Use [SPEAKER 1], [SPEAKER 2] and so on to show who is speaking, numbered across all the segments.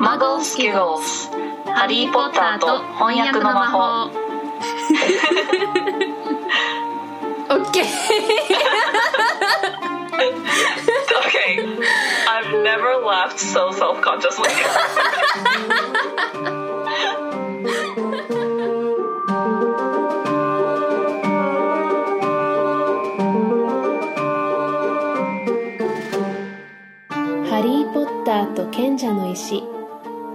[SPEAKER 1] マゴスキュロスハリー・ポッターと翻訳の魔法
[SPEAKER 2] オッケー
[SPEAKER 1] Okay I've never laughed so self-consciously
[SPEAKER 3] ハリー・ポッターと賢者の石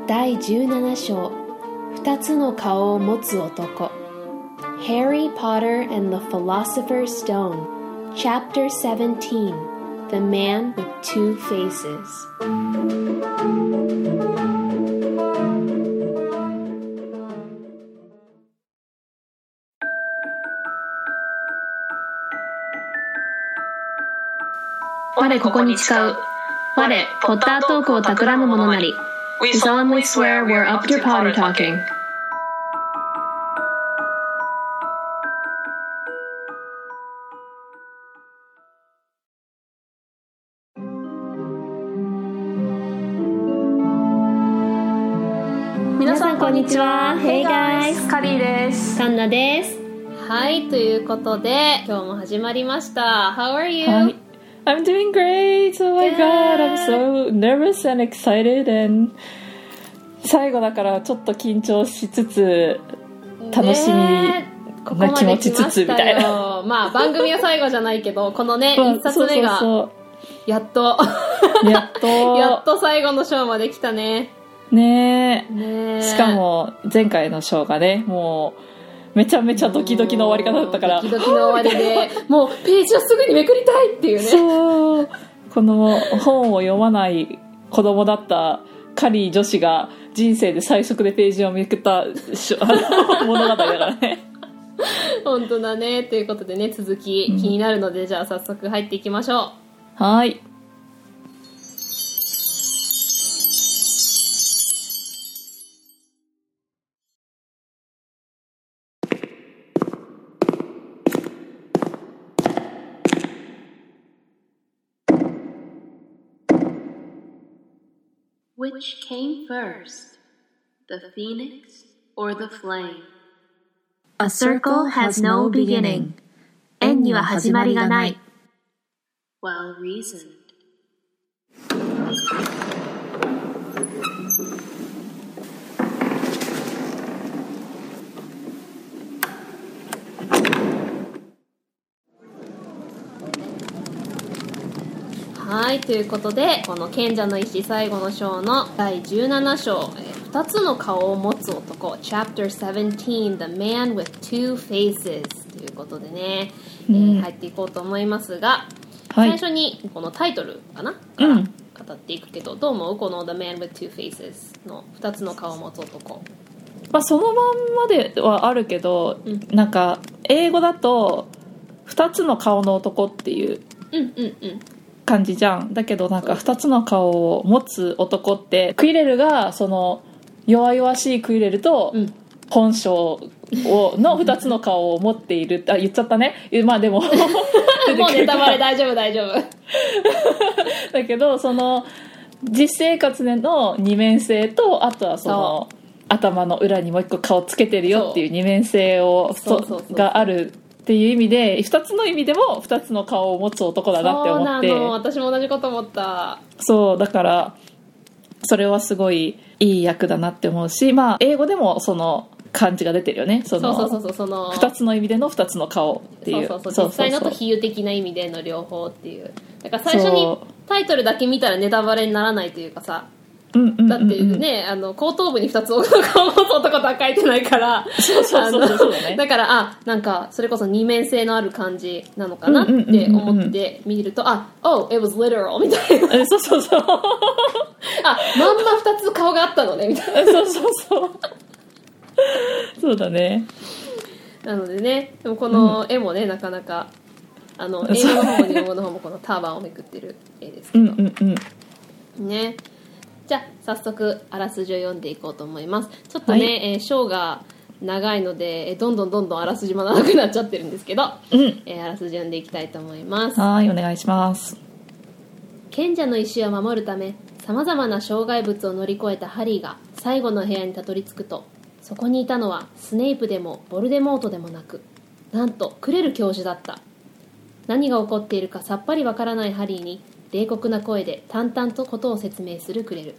[SPEAKER 3] 第17章二つの顔を持つ男 Harry Potter and the Philosopher's Stone Chapter 17 The Man with Two Faces
[SPEAKER 2] 我ここに誓う我ポッタートークを企む者なり
[SPEAKER 1] We
[SPEAKER 2] solemnly swear we're up to Potter talking
[SPEAKER 3] 皆さんこんにちは Hey guys
[SPEAKER 4] カリーです
[SPEAKER 3] カンナですはいということで今日も始まりました How are you?
[SPEAKER 4] I'm doing great Oh my
[SPEAKER 3] Good.
[SPEAKER 4] god I'm so nervous and excited and 最後だからちょっと緊張しつつ楽しみ
[SPEAKER 3] ねえここまで来
[SPEAKER 4] 気持ちつつみたいな
[SPEAKER 3] ましたよまあ番組は最後じゃないけどこのね
[SPEAKER 4] まあ
[SPEAKER 3] 一冊目 が
[SPEAKER 4] そう
[SPEAKER 3] やっと
[SPEAKER 4] そう そうやっと
[SPEAKER 3] やっと最後の章まで来たね
[SPEAKER 4] ね
[SPEAKER 3] ね
[SPEAKER 4] え
[SPEAKER 3] え
[SPEAKER 4] しかも前回のショーがねもうめちゃめちゃドキドキの終わり方だったから
[SPEAKER 3] ドキドキの終わ りでもうページをすぐにめくりたいっていうね
[SPEAKER 4] そうこの本を読まない子供だったカリー女子が人生で最速でページをめくった しあの物語だからね
[SPEAKER 3] 本当だねということでね続き気になるので、じゃあ早速入っていきましょ
[SPEAKER 4] はい
[SPEAKER 2] 縁には始まりがない
[SPEAKER 3] うはいということでこの「賢者の石」最後の章の第17章えー二つの顔を持つ男 Chapter 17 The Man with Two Faces ということでね、えー
[SPEAKER 4] うん
[SPEAKER 3] 入っていこうと思いますが、
[SPEAKER 4] はい
[SPEAKER 3] 最初にこのタイトルかなか
[SPEAKER 4] う
[SPEAKER 3] ら
[SPEAKER 4] ん
[SPEAKER 3] 語っていくけど、どう思うこの「The Man with Two Faces」の二つの顔を持つ男
[SPEAKER 4] まあ、そのまんまではあるけど、
[SPEAKER 3] うん
[SPEAKER 4] なんか英語だと「2つの顔の男」っていう
[SPEAKER 3] うんうんうん
[SPEAKER 4] 感じじゃんだけどなんか2つの顔を持つ男ってクイレルがその弱々しいクイレルと
[SPEAKER 3] うん
[SPEAKER 4] 本性をの2つの顔を持っているあ言っちゃったねえまあ でも出て
[SPEAKER 3] もう
[SPEAKER 4] く
[SPEAKER 3] ネ
[SPEAKER 4] るか
[SPEAKER 3] タバレ
[SPEAKER 4] ら
[SPEAKER 3] 大丈夫大丈夫
[SPEAKER 4] だけどその実生活での二面性とあとはその頭の裏にもう一個顔つけてるよっていう二面性を
[SPEAKER 3] そうそうそうそう
[SPEAKER 4] があるっていう意味で2つの意味でも2つの顔を持つ男だなって思って
[SPEAKER 3] そうなの私も同じこと思った
[SPEAKER 4] そうだからそれはすごいいい役だなって思うしまあ英語でもその感じが出てるよねそ
[SPEAKER 3] そう
[SPEAKER 4] の
[SPEAKER 3] そうそうそうその
[SPEAKER 4] 2つの意味での2つの顔っていう
[SPEAKER 3] そうそうそう実際のと比喩的な意味での両方っていうだから最初に
[SPEAKER 4] そ
[SPEAKER 3] タイトルだけ見たらネタバレにならないというかさ
[SPEAKER 4] うんうんうんうん
[SPEAKER 3] だってね、あの後頭部に2つの顔を持つ男とは書いてないから
[SPEAKER 4] そうそうそうそうそうだ
[SPEAKER 3] あの
[SPEAKER 4] ね
[SPEAKER 3] だからあなんかそれこそ二面性のある感じなのかなって思って見るとあ Oh it was literal みたいな
[SPEAKER 4] えそうそうそう
[SPEAKER 3] あまんま2つ顔があったのねみたいな
[SPEAKER 4] そうそうそうそうだね
[SPEAKER 3] なのでねでもこの絵もね、なかなかあの
[SPEAKER 4] そう
[SPEAKER 3] 英語の方も日本語の方もこのターバンをめくってる絵です
[SPEAKER 4] う
[SPEAKER 3] け
[SPEAKER 4] ん
[SPEAKER 3] ど、
[SPEAKER 4] うんうん
[SPEAKER 3] ねじゃあ早速あらすじを読んでいこうと思いますちょっとね、
[SPEAKER 4] は
[SPEAKER 3] えー章が長いのでえーどんどんどんどんあらすじも長くなっちゃってるんですけど、
[SPEAKER 4] うん
[SPEAKER 3] えーあらすじ読んでいきたいと思います
[SPEAKER 4] はーいお願いします
[SPEAKER 3] 賢者の石を守るためさまざまな障害物を乗り越えたハリーが最後の部屋にたどり着くとそこにいたのはスネイプでもボルデモートでもなくなんとクレル教授だった何が起こっているかさっぱりわからないハリーに冷酷な声で淡々とことを説明するクレル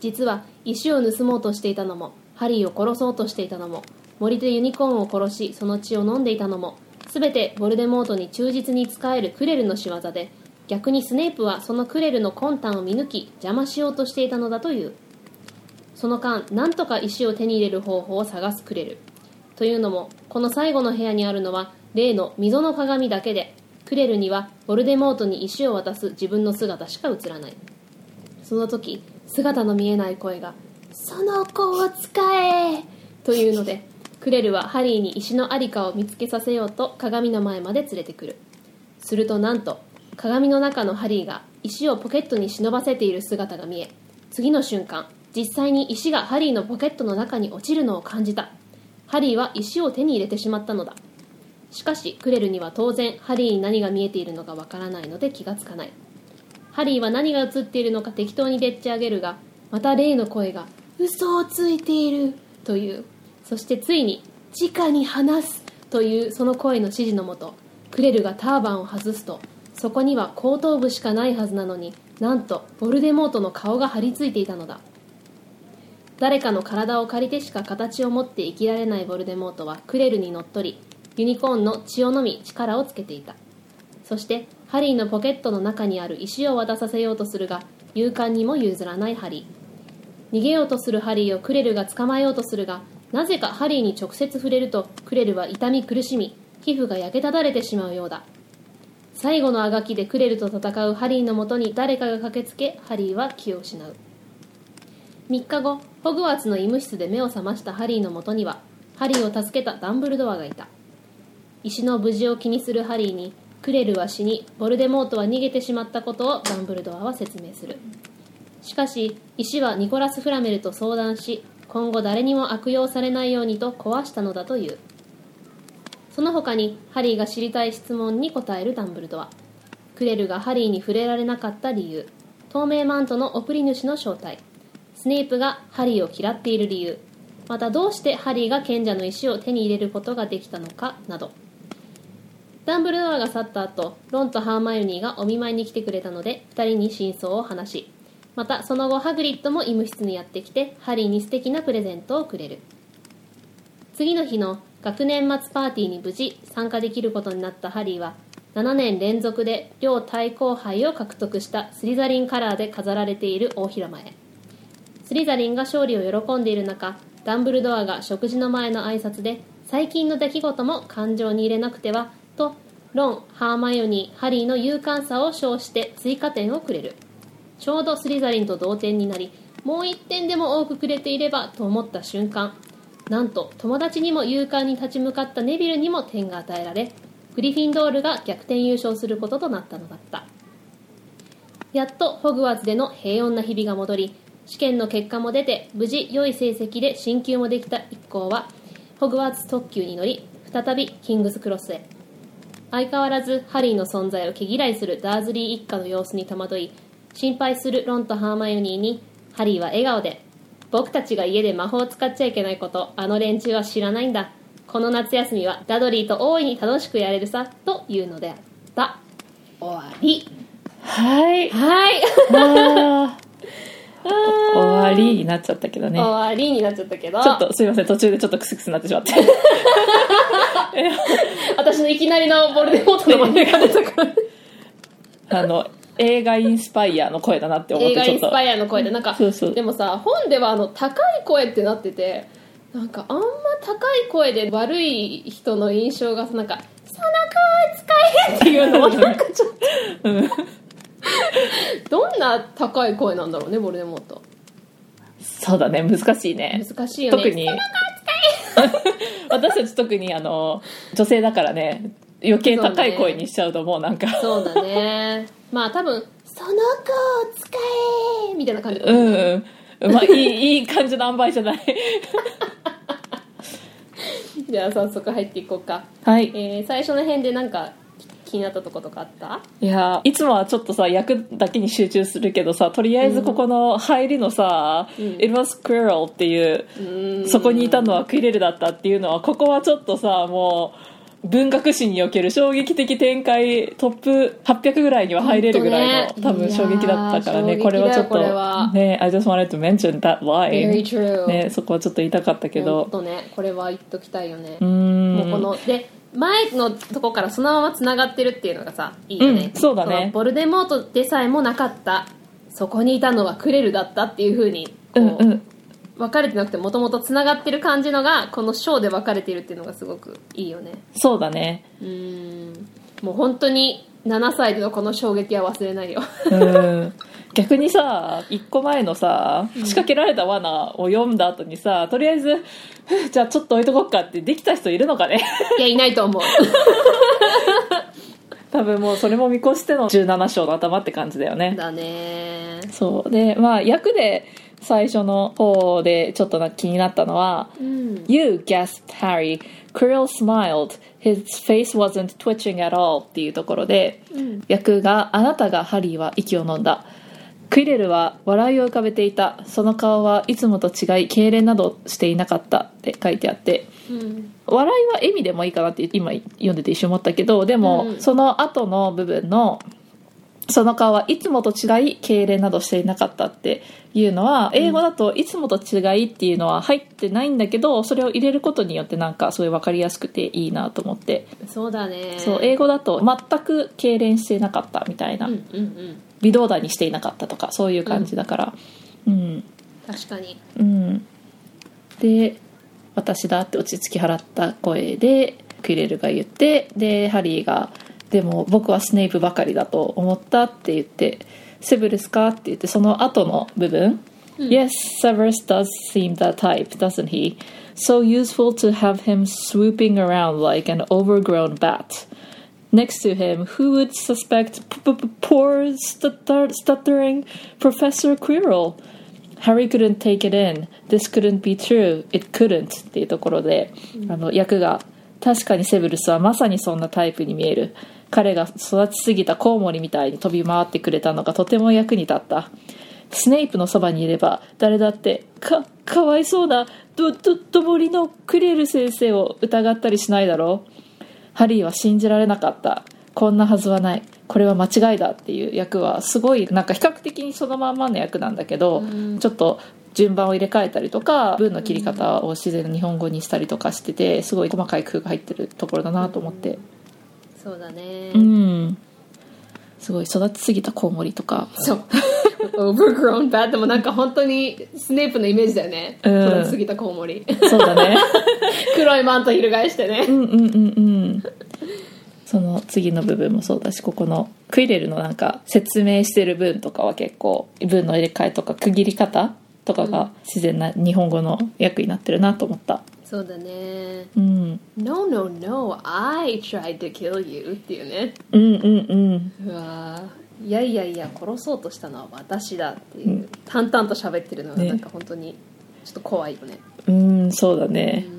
[SPEAKER 3] 実は石を盗もうとしていたのもハリーを殺そうとしていたのも森でユニコーンを殺しその血を飲んでいたのも全てボルデモートに忠実に仕えるクレルの仕業で逆にスネープはそのクレルの魂胆を見抜き邪魔しようとしていたのだというその間なんとか石を手に入れる方法を探すクレルというのもこの最後の部屋にあるのは例の溝の鏡だけでクレルにはボルデモートに石を渡す自分の姿しか映らないその時姿の見えない声が「その子を使え!」というのでクレルはハリーに石の在りかを見つけさせようと鏡の前まで連れてくるするとなんと鏡の中のハリーが石をポケットに忍ばせている姿が見え次の瞬間実際に石がハリーのポケットの中に落ちるのを感じたハリーは石を手に入れてしまったのだしかしクレルには当然ハリーに何が見えているのかわからないので気がつかないハリーは何が映っているのか適当にでっち上げるがまた例の声が「嘘をついている」というそしてついに「直に話す」というその声の指示のもとクレルがターバンを外すとそこには後頭部しかないはずなのになんとボルデモートの顔が張り付いていたのだ誰かの体を借りてしか形を持って生きられないボルデモートはクレルにのっとりユニコーンの血を飲み力をつけていたそしてハリーのポケットの中にある石を渡させようとするが勇敢にも譲らないハリー逃げようとするハリーをクレルが捕まえようとするがなぜかハリーに直接触れるとクレルは痛み苦しみ皮膚が焼けただれてしまうようだ最後のあがきでクレルと戦うハリーのもとに誰かが駆けつけハリーは気を失う3日後ホグワーツの医務室で目を覚ましたハリーのもとにはハリーを助けたダンブルドアがいた石の無事を気にするハリーにクレルは死にボルデモートは逃げてしまったことをダンブルドアは説明するしかし石はニコラス・フラメルと相談し今後誰にも悪用されないようにと壊したのだというその他にハリーが知りたい質問に答えるダンブルドアクレルがハリーに触れられなかった理由透明マントの送り主の正体スネープがハリーを嫌っている理由またどうしてハリーが賢者の石を手に入れることができたのかなどダンブルドアが去った後ロンとハーマイオニーがお見舞いに来てくれたので2人に真相を話しまたその後ハグリッドも医務室にやってきてハリーに素敵なプレゼントをくれる次の日の学年末パーティーに無事参加できることになったハリーは7年連続で両対抗杯を獲得したスリザリンカラーで飾られている大広間へスリザリンが勝利を喜んでいる中ダンブルドアが食事の前の挨拶で最近の出来事も感情に入れなくてはとロンハーマイオニーハリーの勇敢さを称して追加点をくれるちょうどスリザリンと同点になりもう1点でも多くくれていればと思った瞬間なんと友達にも勇敢に立ち向かったネビルにも点が与えられグリフィンドールが逆転優勝することとなったのだったやっとホグワーツでの平穏な日々が戻り試験の結果も出て無事良い成績で進級もできた一行はホグワーツ特急に乗り再びキングスクロスへ相変わらずハリーの存在を毛嫌いするダーズリー一家の様子に戸惑い心配するロンとハーマイオニーにハリーは笑顔で僕たちが家で魔法を使っちゃいけないことあの連中は知らないんだこの夏休みはダドリーと大いに楽しくやれるさというのであった終わり
[SPEAKER 4] はい
[SPEAKER 3] はい
[SPEAKER 4] あー
[SPEAKER 3] 終
[SPEAKER 4] 終わりになっちゃったけどね
[SPEAKER 3] わりになっちゃったけど
[SPEAKER 4] ちょっとすいません途中でちょっとクスクスになってし まって
[SPEAKER 3] 私のいきなりのボルデモートの真似が出たから
[SPEAKER 4] あの映画インスパイアの声だなって思っ
[SPEAKER 3] 映
[SPEAKER 4] て
[SPEAKER 3] 画
[SPEAKER 4] ちょ
[SPEAKER 3] イ
[SPEAKER 4] っ
[SPEAKER 3] ンス
[SPEAKER 4] と
[SPEAKER 3] パイアの声でなんか
[SPEAKER 4] そうそう
[SPEAKER 3] でもさ本ではあの高い声ってなっててなんかあんま高い声で悪い人の印象がさなんか「その声使え!」っていうのはなんかちょっ
[SPEAKER 4] うん
[SPEAKER 3] とどんな高い声なんだろうねボルデモート
[SPEAKER 4] そうだね難しいね
[SPEAKER 3] 難しいよね
[SPEAKER 4] 特に私たち特にあの女性だからね余計高い声にしちゃうともうなんか
[SPEAKER 3] そうだねまあ多分「その子を使え!」みたいな感じ、
[SPEAKER 4] うんうんまあいいいい感じの塩梅じゃない
[SPEAKER 3] じゃあ早速入っていこうか、
[SPEAKER 4] はい
[SPEAKER 3] えー最初の辺でなんか気になったとことかあった
[SPEAKER 4] いやいつもはちょっとさ役だけに集中するけどさとりあえずここの入りのさ「
[SPEAKER 3] うん
[SPEAKER 4] It was squirrel」っていうそこにいたのはクイレルだったっていうのはここはちょっとさもう文学史における衝撃的展開トップ800ぐらいには入れるぐらいの、
[SPEAKER 3] 本当
[SPEAKER 4] 多
[SPEAKER 3] ね
[SPEAKER 4] 分衝撃だったからね
[SPEAKER 3] いやー
[SPEAKER 4] これはちょっと
[SPEAKER 3] 衝撃だよこれは
[SPEAKER 4] ね I just wanted to mention that
[SPEAKER 3] Very
[SPEAKER 4] line、
[SPEAKER 3] true
[SPEAKER 4] ね、そこはちょっと言いたかったけ
[SPEAKER 3] ほん
[SPEAKER 4] ど
[SPEAKER 3] とねこれは言っときたいよね
[SPEAKER 4] うーん
[SPEAKER 3] もうこので前のとこからそのままつながってるっていうのがさいいよね、
[SPEAKER 4] うんそうだね
[SPEAKER 3] のボルデモートでさえもなかったそこにいたのはクレルだったっていうふうにこう、
[SPEAKER 4] うんうん
[SPEAKER 3] 分かれてなくてもともとつながってる感じのがこのショーで分かれてるっていうのがすごくいいよね
[SPEAKER 4] そうだね
[SPEAKER 3] うーんもう本当に7歳でのこの衝撃は忘れないよ
[SPEAKER 4] うん逆にさ1個前のさ仕掛けられた罠を読んだ後にさとりあえずふうじゃあちょっと置いとこっかってできた人いるのかね
[SPEAKER 3] いやいないと思う
[SPEAKER 4] 多分もうそれも見越しての17章の頭って感じだよね
[SPEAKER 3] だね
[SPEAKER 4] そうでまあ役で最初の方でちょっとなんか気になったのは
[SPEAKER 3] うん
[SPEAKER 4] You guessed Harry. Krill smiled. His face wasn't twitching at all. っていうところで、役があなたがハリーは息を飲んだ。クイレルは笑いを浮かべていた。その顔はいつもと違い、痙攣などしていなかったって書いてあって。
[SPEAKER 3] うん
[SPEAKER 4] 笑いは笑みでもいいかなって今読んでて一瞬思ったけどでも、
[SPEAKER 3] うん
[SPEAKER 4] その後の部分の「その顔はいつもと違い痙攣などしていなかった」っていうのは英語だと「いつもと違い」っていうのは入ってないんだけどそれを入れることによってなんかすごい分かりやすくていいなと思って、
[SPEAKER 3] そうだね
[SPEAKER 4] そう英語だと全く痙攣していなかったみたいな、
[SPEAKER 3] うんうんうん
[SPEAKER 4] 微動だにしていなかったとかそういう感じだからうん
[SPEAKER 3] 確かに
[SPEAKER 4] うん、で「私だ」って落ち着き払った声でクイレルが言ってでハリーが「でも僕はスネイプばかりだと思った」って言って「セブルスか?」って言ってその後の部分「Yes, Severus does seem that type, doesn't he? So useful to have him swooping around like an overgrown bat." Next to him, who would suspect p- p- p- poor stutter- stuttering Professor Quirrell? Harry couldn't take it in. This couldn't be true. It couldn't. っていうところで、あの役が確かにセブルスはまさにそんなタイプに見える。彼が育ちすぎたコウモリみたいに飛び回ってくれたのがとても役に立った。スネイプのそばにいれば誰だってかかわいそうなどどどぼりのクレル先生を疑ったりしないだろう。ハリーは信じられなかったこんなはずはないこれは間違いだっていう役はすごいなんか比較的にそのまんまの役なんだけど、ちょっと順番を入れ替えたりとか文の切り方を自然な日本語にしたりとかしててすごい細かい工夫が入ってるところだなと思って
[SPEAKER 3] そうだね
[SPEAKER 4] うん、すごい育ちすぎたコウモリとか
[SPEAKER 3] そう Overgrown Bad でもなんか本当にスネープのイメージだよね
[SPEAKER 4] うん
[SPEAKER 3] 黒すぎたコウモリ
[SPEAKER 4] そうだ ね
[SPEAKER 3] 黒いマント翻して
[SPEAKER 4] う
[SPEAKER 3] ね
[SPEAKER 4] んうんうんうんその次の部分もそうだしここのクイレルのなんか説明してる文とかは結構文の入れ替えとか区切り方とかが自然な日本語の訳になってるなと思った
[SPEAKER 3] そうだね
[SPEAKER 4] うん
[SPEAKER 3] No no no I tried to kill you っていうね
[SPEAKER 4] うんうんうん
[SPEAKER 3] うわーいやいやいや殺そうとしたのは私だっていう、淡々と喋ってるのが
[SPEAKER 4] ね
[SPEAKER 3] なんか本当にちょっと怖いよね
[SPEAKER 4] うんそうだね
[SPEAKER 3] う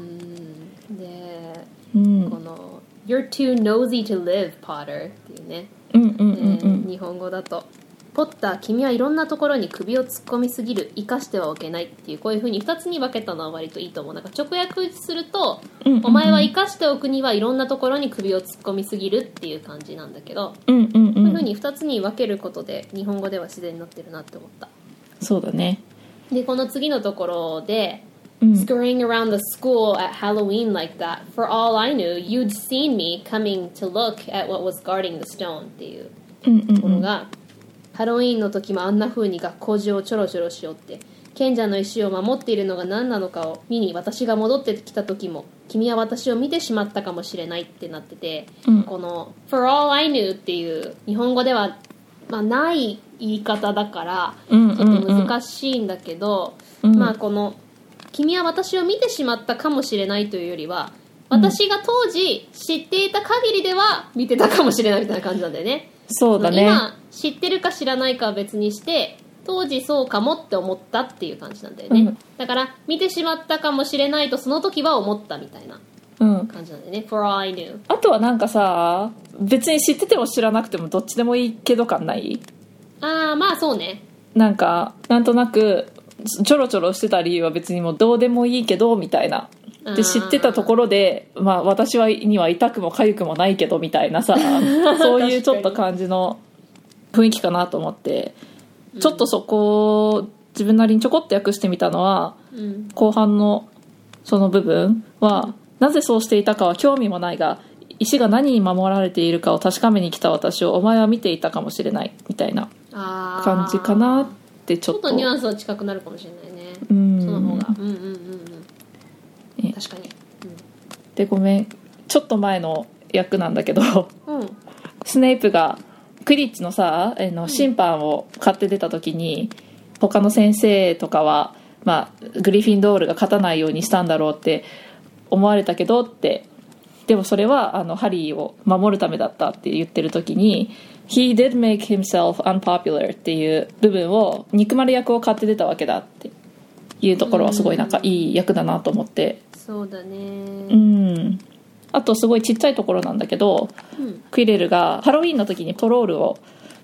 [SPEAKER 3] んで
[SPEAKER 4] うんうん
[SPEAKER 3] この「You're too nosy to live Potter」っていうね
[SPEAKER 4] うんうん
[SPEAKER 3] え
[SPEAKER 4] う
[SPEAKER 3] ー
[SPEAKER 4] ん
[SPEAKER 3] 日本語だと「ポッター君はいろんなところに首を突っ込みすぎる生かしてはおけない」っていうこういうふうに2つに分けたのは割といいと思うなんか直訳すると
[SPEAKER 4] うんうんうん
[SPEAKER 3] 「お前は生かしておくにはいろんなところに首を突っ込みすぎる」っていう感じなんだけど
[SPEAKER 4] うんうん
[SPEAKER 3] こう
[SPEAKER 4] う
[SPEAKER 3] いうふうんに2つに分けることで日本語では自然になってるなって思った
[SPEAKER 4] そうだね
[SPEAKER 3] でこの次のところで
[SPEAKER 4] うん
[SPEAKER 3] Scurrying around the school at Halloween like that. For all I knew, you'd seen me coming to look at what was guarding the stone. っていう
[SPEAKER 4] うんう
[SPEAKER 3] ところ
[SPEAKER 4] ん
[SPEAKER 3] が、ハロウィーンの時もあんな風に学校中をちょろちょろしよって賢者の石を守っているのが何なのかを見に私が戻ってきた時も君は私を見てしまったかもしれないってなってて、
[SPEAKER 4] うん
[SPEAKER 3] この「For all I knew」っていう日本語では、まあ、ない言い方だからち
[SPEAKER 4] う
[SPEAKER 3] ょ
[SPEAKER 4] ん
[SPEAKER 3] っ
[SPEAKER 4] う
[SPEAKER 3] と
[SPEAKER 4] んうん
[SPEAKER 3] 難しいんだけど、
[SPEAKER 4] うん
[SPEAKER 3] まあこの「君は私を見てしまったかもしれない」というよりは私が当時知っていた限りでは見てたかもしれないみたいな感じなんだよね。
[SPEAKER 4] そうだね
[SPEAKER 3] 今知ってるか知らないかは別にして当時そうかもって思ったっていう感じなんだよね、
[SPEAKER 4] うん
[SPEAKER 3] だから見てしまったかもしれないとその時は思ったみたいな
[SPEAKER 4] うん
[SPEAKER 3] 感じなんだよね。For all I knew。
[SPEAKER 4] あとはなんかさ別に知ってても知らなくてもどっちでもいいけど感ない
[SPEAKER 3] ああ、まあそうね。
[SPEAKER 4] なんかなんとなくちょろちょろしてた理由は別にもうどうでもいいけどみたいな
[SPEAKER 3] あ
[SPEAKER 4] で
[SPEAKER 3] ー
[SPEAKER 4] 知ってたところで、まあ、私はには痛くも痒くもないけどみたいなさそういうちょっと感じの雰囲気かなと思ってちょっとそこを自分なりにちょこっと訳してみたのは
[SPEAKER 3] うん。
[SPEAKER 4] 後半のその部分はなぜそうしていたかは興味もないが石が何に守られているかを確かめに来た私をお前は見ていたかもしれないみたいな
[SPEAKER 3] ああ。
[SPEAKER 4] 感じかなってち
[SPEAKER 3] ち
[SPEAKER 4] ょ
[SPEAKER 3] ょ
[SPEAKER 4] っ
[SPEAKER 3] っ
[SPEAKER 4] と
[SPEAKER 3] とニュアンスは近くなるかもしれないね。
[SPEAKER 4] うん
[SPEAKER 3] その方が。うんうんうんう
[SPEAKER 4] え
[SPEAKER 3] ん。確かに。
[SPEAKER 4] でごめんちょっと前の役なんだけど
[SPEAKER 3] うん。うん。
[SPEAKER 4] スネイプがクリッチのさあの審判を買って出た時に、他の先生とかは、まあ、グリフィンドールが勝たないようにしたんだろうって思われたけどってでもそれはあのハリーを守るためだったって言ってる時に「He did make himself unpopular」っていう部分を憎まれ役を買って出たわけだっていうところはすごいなんかいい役だなと思って
[SPEAKER 3] そうだね。
[SPEAKER 4] う
[SPEAKER 3] うん。
[SPEAKER 4] んあとすごいちっちゃいところなんだけどクイレルがハロウィンの時にトロールを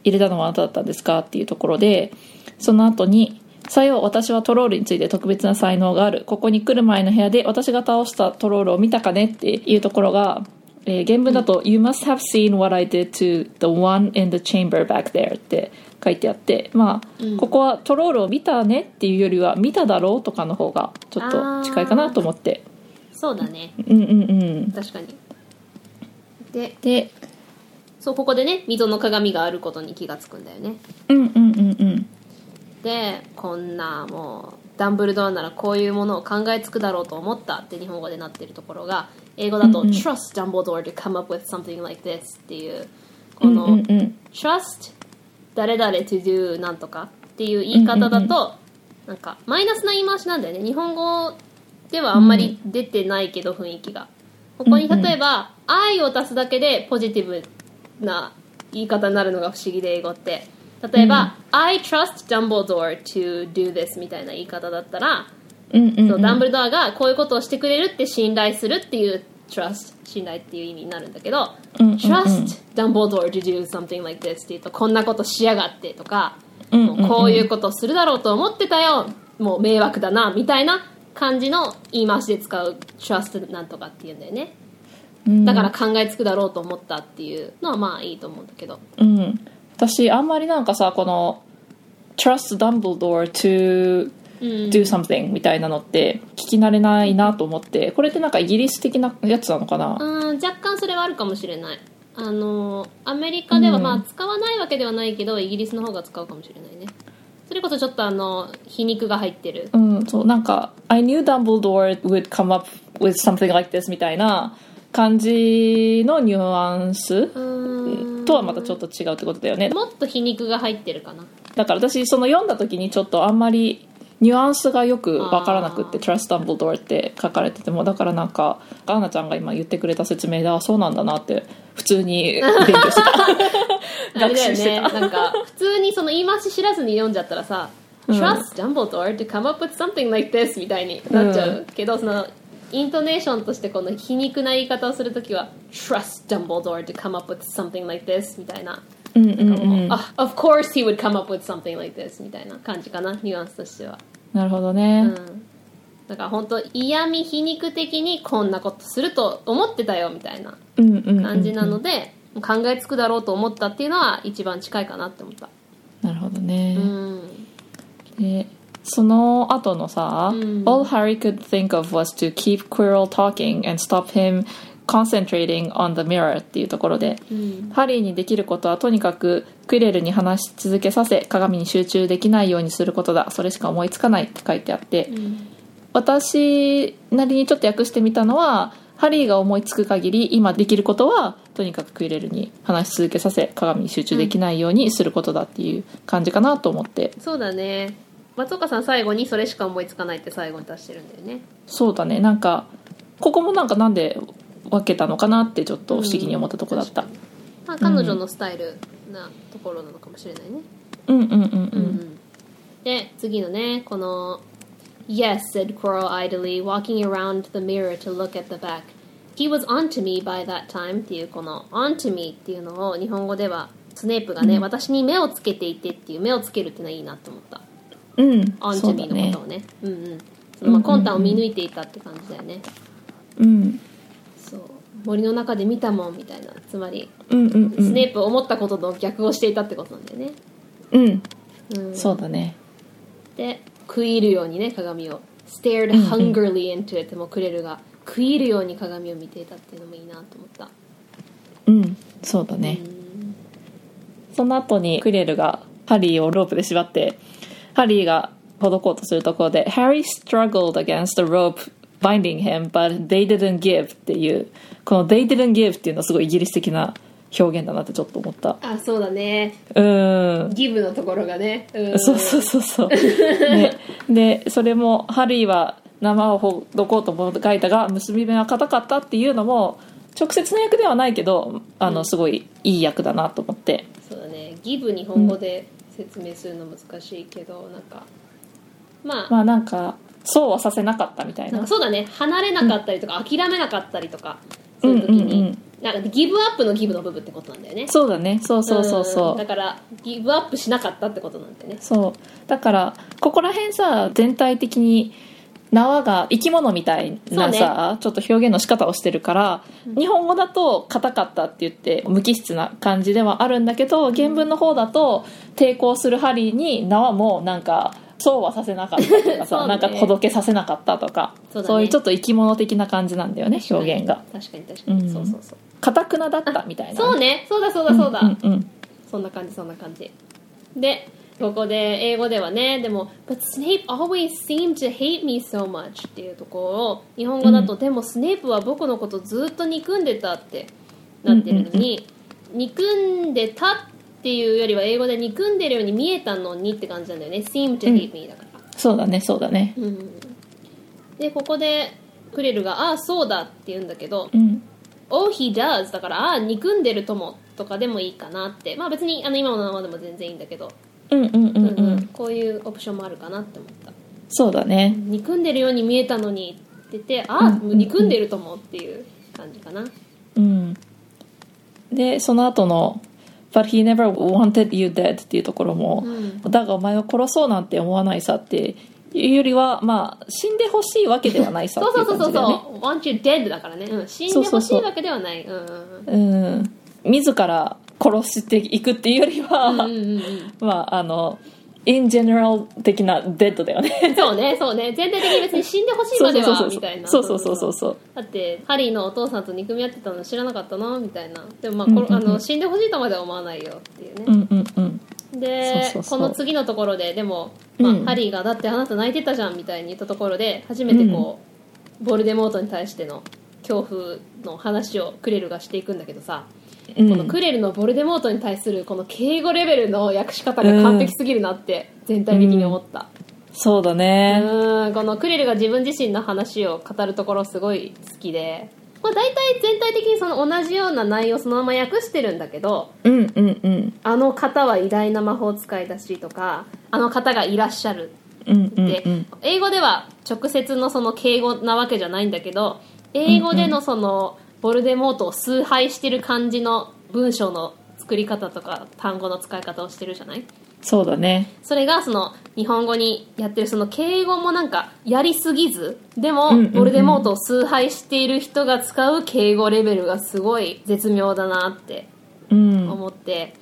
[SPEAKER 4] 入れたのはあなただったんですかっていうところでその後に「さよう私はトロールについて特別な才能があるここに来る前の部屋で私が倒したトロールを見たかね?」っていうところが、えー原文だと「You must have seen what I did to the one in the chamber back there」って書いてあってまあ、
[SPEAKER 3] うん
[SPEAKER 4] ここはトロールを見たねっていうよりは見ただろうとかの方がちょっと近いかなと思って
[SPEAKER 3] そうだね。
[SPEAKER 4] うんうんうん
[SPEAKER 3] 確かに。で、
[SPEAKER 4] で
[SPEAKER 3] そう、ここでね、溝の鏡があることに気がつくんだよね。
[SPEAKER 4] うんうんうんうん
[SPEAKER 3] で、こんな、もう、ダンブルドアならこういうものを考えつくだろうと思ったって日本語でなってるところが、英語だと、
[SPEAKER 4] うんうん
[SPEAKER 3] trust Dumbledore to come up with something like this っていう、
[SPEAKER 4] う
[SPEAKER 3] こ
[SPEAKER 4] ん
[SPEAKER 3] の、
[SPEAKER 4] うんうん
[SPEAKER 3] trust 誰々 to do なんとかっていう言い方だと、なんかマイナスな言い回しなんだよね日本語ではあんまり出てないけど雰囲気がここに
[SPEAKER 4] うんうん
[SPEAKER 3] 例えば「愛」を足すだけでポジティブな言い方になるのが不思議で英語って例えば「I trust Dumbledore to do this」みたいな言い方だったら、
[SPEAKER 4] うんうんうん
[SPEAKER 3] そうダンブルドアがこういうことをしてくれるって信頼するっていう trust 信頼っていう意味になるんだけど、
[SPEAKER 4] うんうんうん
[SPEAKER 3] trust Dumbledore to do something like this っていうとこんなことしやがってとか、
[SPEAKER 4] うんうんうん
[SPEAKER 3] もうこういうことするだろうと思ってたよもう迷惑だなみたいな感じの言い回しで使う trust なんとかっていうんだよねだから考えつくだろうと思ったっていうのはまあいいと思うんだけど
[SPEAKER 4] うん、私あんまりなんかさこの「Trust Dumbledore to
[SPEAKER 3] うん
[SPEAKER 4] do something」みたいなのって聞き慣れないなと思ってこれってなんかイギリス的なやつなのかな
[SPEAKER 3] うん若干それはあるかもしれないあのアメリカでは
[SPEAKER 4] うん
[SPEAKER 3] まあ使わないわけではないけど、イギリスの方が使うかもしれないねそれこそちょっとあの皮肉が入ってる
[SPEAKER 4] うん、そうなんか「I knew Dumbledore would come up with something like this」みたいな感じのニュアンス
[SPEAKER 3] うーん
[SPEAKER 4] とはまたちょっと違うってことだよね
[SPEAKER 3] もっと皮肉が入ってるかな
[SPEAKER 4] だから私その読んだ時にちょっとあんまりニュアンスがよくわからなくって「
[SPEAKER 3] あ
[SPEAKER 4] Trust Dumbledore」って書かれててもだからなんかアーナちゃんが今言ってくれた説明であそうなんだなって普通に勉強して た
[SPEAKER 3] あれ
[SPEAKER 4] 学
[SPEAKER 3] だよ
[SPEAKER 4] 習して
[SPEAKER 3] ね
[SPEAKER 4] た、
[SPEAKER 3] なんか普通にその言い回し知らずに読んじゃったらさ「
[SPEAKER 4] うん
[SPEAKER 3] Trust Dumbledore to come up with something like this」みたいになっちゃうけど、そのイントネーションとしてこの皮肉な言い方をするときは「Trust Dumbledore to come up with something like this」みたいな
[SPEAKER 4] うんうん
[SPEAKER 3] なんかもう
[SPEAKER 4] うん
[SPEAKER 3] あ Of course he would come up with something like this みたいな感じかなニュアンスとしては
[SPEAKER 4] なるほどね、
[SPEAKER 3] うんだから本当嫌味皮肉的にこんなことすると思ってたよみたいな
[SPEAKER 4] うん、うんうん
[SPEAKER 3] 感じなので、考えつくだろうと思ったっていうのは一番近いかなって思った
[SPEAKER 4] なるほどね
[SPEAKER 3] う、ん
[SPEAKER 4] でその後のさ、
[SPEAKER 3] うん
[SPEAKER 4] All Harry could think of was to keep Quirrell talking and stop him concentrating on the mirror っていうところで、
[SPEAKER 3] うん
[SPEAKER 4] ハリーにできることはとにかくクイレルに話し続けさせ鏡に集中できないようにすることだそれしか思いつかないって書いてあって、私なりにちょっと訳してみたのはハリーが思いつく限り今できることはとにかくクイレルに話し続けさせ鏡に集中できないようにすることだっていう感じかなと思って、
[SPEAKER 3] そうだね松岡さん最後にそれしか思いつかないって最後に足してるんだよね
[SPEAKER 4] そうだねなんかここもなんかなんで分けたのかなってちょっと不思議に思ったとこだった、
[SPEAKER 3] うんまあ、彼女のスタイルなところなのかもしれないね、
[SPEAKER 4] うん、うんうんうん、
[SPEAKER 3] で次のねこの「Yes," said Quirrell idly, walking around the mirror to look at the back. He was onto me by that time っていうこの onto me っていうのを日本語ではスネープがね、私に目をつけていてっていう目をつけるっていうのはいいなと思った
[SPEAKER 4] うんそ
[SPEAKER 3] onto
[SPEAKER 4] うだ
[SPEAKER 3] me
[SPEAKER 4] ね
[SPEAKER 3] のことをねうんうんそのまあ
[SPEAKER 4] うんうんうん
[SPEAKER 3] 魂胆を見抜いていたって感じだよね
[SPEAKER 4] うん
[SPEAKER 3] そう森の中で見たもんみたいなつまり
[SPEAKER 4] うんうんうん
[SPEAKER 3] スネープ思ったことの逆をしていたってことなんだよね、
[SPEAKER 4] うん
[SPEAKER 3] うん、
[SPEAKER 4] そうだね
[SPEAKER 3] で食い入るようにね鏡を stared hungrily into it もくれるが食い入るように鏡を見ていたっていうのもいいなと思った
[SPEAKER 4] うんそうだねその後にクレルがハリーをロープで縛ってハリーがほどこうとするところで「Harry struggled against the rope binding him but they didn't give」っていうこの「they didn't give」っていうのはすごいイギリス的な表現だなってちょっと思った
[SPEAKER 3] あそうだね
[SPEAKER 4] うーん
[SPEAKER 3] ギブのところがねうん
[SPEAKER 4] そうそうそうそう。ね、でそれもハリーは生をほどこうともがいたが結び目は硬かったっていうのも直接の役ではないけどあのすごいいい役だなと思って。
[SPEAKER 3] そうだねギブ日本語で説明するの難しいけどなんかまあ、
[SPEAKER 4] まあなんかそうはさせなかったみたい
[SPEAKER 3] なん
[SPEAKER 4] な
[SPEAKER 3] か。そうだね離れなかったりとか、諦めなかったりとかそういう時
[SPEAKER 4] うんうん
[SPEAKER 3] に
[SPEAKER 4] う、ん
[SPEAKER 3] なんかギブアップのギブの部分ってことなんだよね
[SPEAKER 4] そうだね。そうそうそうそ
[SPEAKER 3] ん
[SPEAKER 4] う
[SPEAKER 3] だ。からギブアップしなかったってことなんだよね
[SPEAKER 4] そうだからここら辺さ全体的に縄が生き物みたいなさ、ちょっと表現の仕方をしてるから、日本語だと硬かったって言って無機質な感じではあるんだけど原文の方だと抵抗するハリーに縄もなんかそうはさせなかったとか
[SPEAKER 3] そ
[SPEAKER 4] さ、
[SPEAKER 3] うね
[SPEAKER 4] なんかほどけさせなかったとか
[SPEAKER 3] そうだね
[SPEAKER 4] いうちょっと生き物的な感じなんだよね表現が
[SPEAKER 3] 確かに確かに、
[SPEAKER 4] うん
[SPEAKER 3] そうそうそう
[SPEAKER 4] 硬くなだったみたいな
[SPEAKER 3] そうねそうだそうだそうだ、
[SPEAKER 4] うんうん
[SPEAKER 3] そんな感じそんな感じでここで英語ではねでも「But Snape always seemed to hate me so much」っていうところを日本語だと、でもスネープは僕のことずっと憎んでた」ってなってるのに、憎んでたっていうよりは英語で憎んでるように見えたのにって感じなんだよね「seemed to hate me」だから、
[SPEAKER 4] そうだねそうだね
[SPEAKER 3] うんでここでクレルが「ああそうだ」って言うんだけど
[SPEAKER 4] うん
[SPEAKER 3] 「Oh he does」だから「ああ憎んでるとも」とかでもいいかなってまあ別にあの今のままでも全然いいんだけど、
[SPEAKER 4] うんうんうんうん、
[SPEAKER 3] うんこういうオプションもあるかなって思った
[SPEAKER 4] そうだね
[SPEAKER 3] 憎んでるように見えたのにって言って「ああ憎んでるとも」っていう感じかな
[SPEAKER 4] うん、でその後の「But he never wanted you dead」っていうところも、
[SPEAKER 3] う
[SPEAKER 4] だがお前を殺そうなんて思わないさっていうよりはまあ死んでほしいわけではないさ
[SPEAKER 3] そ
[SPEAKER 4] っ
[SPEAKER 3] う
[SPEAKER 4] てい
[SPEAKER 3] そううそうそ
[SPEAKER 4] 感
[SPEAKER 3] う
[SPEAKER 4] じだよね
[SPEAKER 3] そう「want you dead」だからね、うん、死んでほしいわけではないうんうん
[SPEAKER 4] うん自ら殺していくっていうよりは、
[SPEAKER 3] うんうんうん
[SPEAKER 4] まああの in general 的なデッドだよ ね
[SPEAKER 3] そうねそうね全体的に別に死んでほしいまではみたいな
[SPEAKER 4] そうそうそうそうそう
[SPEAKER 3] だってハリーのお父さんと憎み合ってたの知らなかったのみたいなでもまあ,これ、
[SPEAKER 4] うんうんうん
[SPEAKER 3] あの死んでほしいとまでは思わないよっていう
[SPEAKER 4] う
[SPEAKER 3] ね、
[SPEAKER 4] んうんうんそ
[SPEAKER 3] で
[SPEAKER 4] うそうそう
[SPEAKER 3] この次のところででも、まあ
[SPEAKER 4] うん
[SPEAKER 3] ハリーが「だってあなた泣いてたじゃん」みたいに言ったところで初めてこう、ボルデモートに対しての恐怖の話をクレルがしていくんだけどさ、
[SPEAKER 4] うん
[SPEAKER 3] このクレルのボルデモートに対するこの敬語レベルの訳し方が完璧すぎるなって全体的に思った、
[SPEAKER 4] そうだね、
[SPEAKER 3] うんこのクレルが自分自身の話を語るところすごい好きで、まあ、大体全体的にその同じような内容そのまま訳してるんだけど
[SPEAKER 4] うんうんうん
[SPEAKER 3] あの方は偉大な魔法使いだしとかあの方がいらっしゃる
[SPEAKER 4] うんうん
[SPEAKER 3] って、
[SPEAKER 4] うん
[SPEAKER 3] 英語では直接のその敬語なわけじゃないんだけど英語でのそのボルデモートを崇拝してる感じの文章の作り方とか単語の使い方をしてるじゃない
[SPEAKER 4] そうだね
[SPEAKER 3] それがその日本語にやってるその敬語もなんかやりすぎずでも
[SPEAKER 4] うんうんうん
[SPEAKER 3] ボルデモートを崇拝している人が使う敬語レベルがすごい絶妙だなって
[SPEAKER 4] うん
[SPEAKER 3] 思って、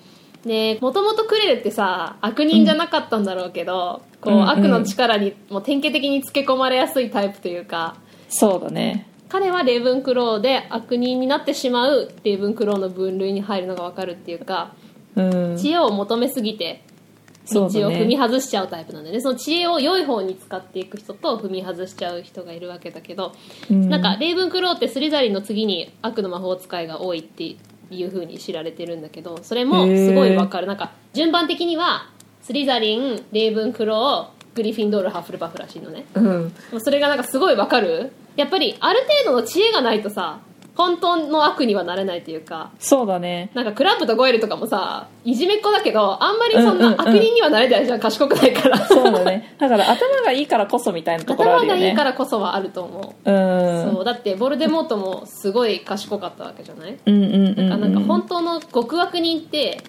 [SPEAKER 3] でもともとクレルってさ悪人じゃなかったんだろうけど、こう
[SPEAKER 4] うんうん
[SPEAKER 3] 悪の力にもう典型的につけ込まれやすいタイプというか
[SPEAKER 4] そうだね
[SPEAKER 3] 彼はレイブンクローで悪人になってしまうレイブンクローの分類に入るのがわかるっていうか
[SPEAKER 4] うん
[SPEAKER 3] 知恵を求めすぎて道
[SPEAKER 4] そ
[SPEAKER 3] を
[SPEAKER 4] うだ
[SPEAKER 3] 踏
[SPEAKER 4] ね
[SPEAKER 3] み外しちゃうタイプなんでねその知恵を良い方に使っていく人と踏み外しちゃう人がいるわけだけど、
[SPEAKER 4] うん
[SPEAKER 3] なんかレイブンクローってスリザリンの次に悪の魔法使いが多いっていう風に知られてるんだけどそれもすごいわかるなんか順番的にはスリザリンレイブンクローグリフィンドールハッフルパフらしいのね
[SPEAKER 4] うん
[SPEAKER 3] もうそれがなんかすごいわかるやっぱりある程度の知恵がないとさ本当の悪にはなれないというか
[SPEAKER 4] そうだね
[SPEAKER 3] なんかクラップとゴエルとかもさいじめっ子だけどあんまりそ
[SPEAKER 4] うん
[SPEAKER 3] ん
[SPEAKER 4] う
[SPEAKER 3] なん
[SPEAKER 4] うん
[SPEAKER 3] 悪人にはなれないじゃん賢くないから
[SPEAKER 4] そうだねだから頭がいいからこそみたいなところあ
[SPEAKER 3] 頭
[SPEAKER 4] るよ
[SPEAKER 3] が
[SPEAKER 4] ね
[SPEAKER 3] いいからこそはあると思
[SPEAKER 4] う
[SPEAKER 3] う、
[SPEAKER 4] ん
[SPEAKER 3] そうだってボルデモートもすごい賢かったわけじゃない、
[SPEAKER 4] うんうんうんうん
[SPEAKER 3] あなんか本当の極悪人って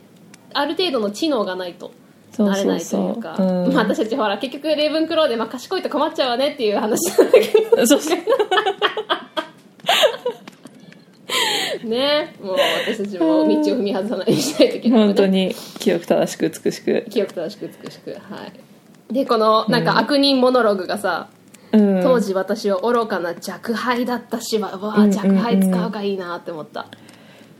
[SPEAKER 3] ある程度の知能がないと
[SPEAKER 4] そう
[SPEAKER 3] なれ
[SPEAKER 4] そ
[SPEAKER 3] な
[SPEAKER 4] う
[SPEAKER 3] いと
[SPEAKER 4] そ
[SPEAKER 3] いううか
[SPEAKER 4] うん
[SPEAKER 3] まあ私たちほら結局レイブンクローで、まあ、賢いと困っちゃうわねっていう話なんだ け
[SPEAKER 4] そうそう
[SPEAKER 3] どねもう私たちも道を踏み外さないようにしないといけない、ね、
[SPEAKER 4] 本当に記憶正しく美しく、
[SPEAKER 3] 記憶正しく美しくはいでこのなんか悪人モノローグがさ、
[SPEAKER 4] うん、
[SPEAKER 3] 当時私は愚かな若輩だったしわわ
[SPEAKER 4] うんう
[SPEAKER 3] あ
[SPEAKER 4] んうん
[SPEAKER 3] 若輩使うがいいなって思った、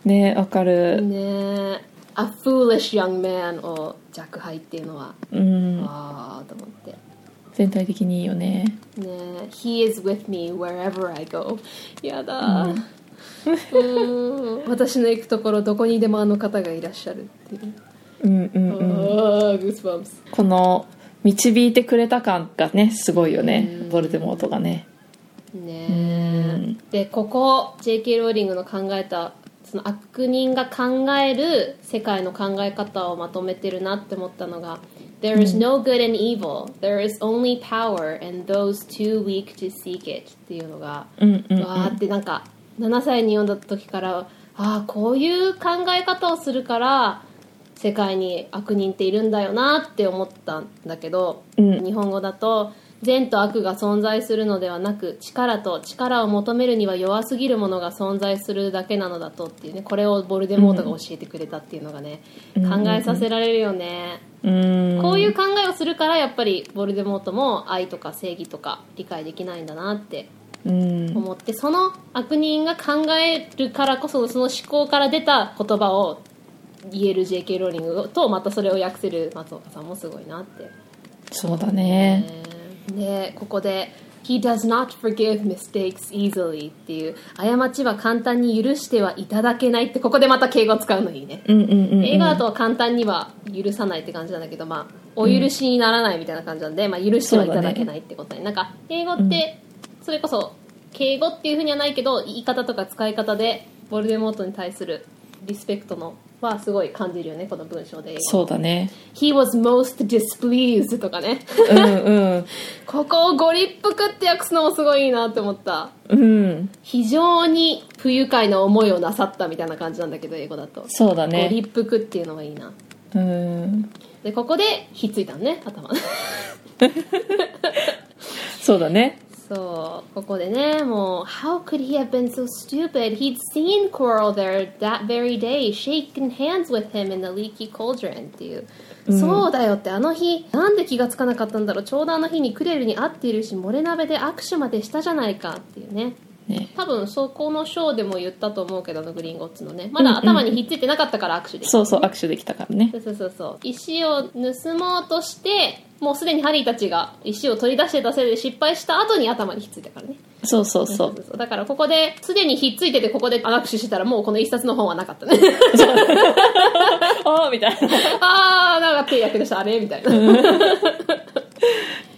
[SPEAKER 4] ねわかる
[SPEAKER 3] ねえ A foolish young man を若輩っていうのは、
[SPEAKER 4] うん
[SPEAKER 3] ああと思って
[SPEAKER 4] 全体的にいいよね
[SPEAKER 3] ねえ He is with me wherever I go やだー、うーん私の行くところどこにでもあの方がいらっしゃるっていう、
[SPEAKER 4] うんうんうん
[SPEAKER 3] ああグスバンス
[SPEAKER 4] この導いてくれた感がねすごいよねボルデモートがね
[SPEAKER 3] ねえでここ JK ローリングの考えたその悪人が考える世界の考え方をまとめてるなって思ったのが「There is no good and evil there is only power and those too weak to seek it」っていうのが、
[SPEAKER 4] うんうん
[SPEAKER 3] わーってなんか7歳に読んだ時からああこういう考え方をするから世界に悪人っているんだよなって思ったんだけど、
[SPEAKER 4] うん
[SPEAKER 3] 日本語だと善と悪が存在するのではなく力と力を求めるには弱すぎるものが存在するだけなのだとっていうねこれをボルデモートが教えてくれたっていうのがね、考えさせられるよね、
[SPEAKER 4] うん
[SPEAKER 3] こういう考えをするからやっぱりボルデモートも愛とか正義とか理解できないんだなって
[SPEAKER 4] うん
[SPEAKER 3] 思ってその悪人が考えるからこそその思考から出た言葉を言える JK ローリングとまたそれを訳せる松岡さんもすごいなって、
[SPEAKER 4] そうだね
[SPEAKER 3] でここで「He does not forgive mistakes easily」っていう過ちは簡単に許してはいただけないってここでまた敬語使うのいいね
[SPEAKER 4] うんうんうん
[SPEAKER 3] 映画だと簡単には許さないって感じなんだけど、まあ、お許しにならないみたいな感じなんで、まあ、許してはいただけないってことに、なんか英語ってそれこそ敬語っていうふうにはないけど言い方とか使い方でボルデモートに対するリスペクトのはすごい感じるよねこの文章で英語
[SPEAKER 4] そうだね
[SPEAKER 3] He was most displeased とかね
[SPEAKER 4] うん
[SPEAKER 3] ここをゴリップクって訳すのもすごいいいなって思った
[SPEAKER 4] うんうん
[SPEAKER 3] 非常に不愉快な思いをなさったみたいな感じなんだけど英語だと、
[SPEAKER 4] そうだ
[SPEAKER 3] ゴリ
[SPEAKER 4] ね
[SPEAKER 3] ップクっていうのがいいな
[SPEAKER 4] うん
[SPEAKER 3] でここでひっついたのね頭
[SPEAKER 4] そうだね
[SPEAKER 3] そうここでねもう「How could he have been so stupid? He'd seen Coral there that very day shaken hands with him in the leaky cauldron」っていう、そうだよってあの日なんで気がつかなかったんだろうちょうどあの日にクレルに会っているし漏れ鍋で握手までしたじゃないかっていうね
[SPEAKER 4] ね
[SPEAKER 3] 多分そこのショーでも言ったと思うけどあのグリーンゴッツのねまだ頭にひっついてなかったから握手できた
[SPEAKER 4] そうそう握手できたからね
[SPEAKER 3] そうそうそうそう石を盗もうとしてもうすでにハリーたちが石を取り出してたせいで失敗した後に頭にひっついたからね
[SPEAKER 4] そうそうそう
[SPEAKER 3] そうだからここですでにひっついててここで握手してたらもうこの一冊の本はなかっ たね
[SPEAKER 4] ああみたいな
[SPEAKER 3] ああなんか手やけどしたあれ みたいな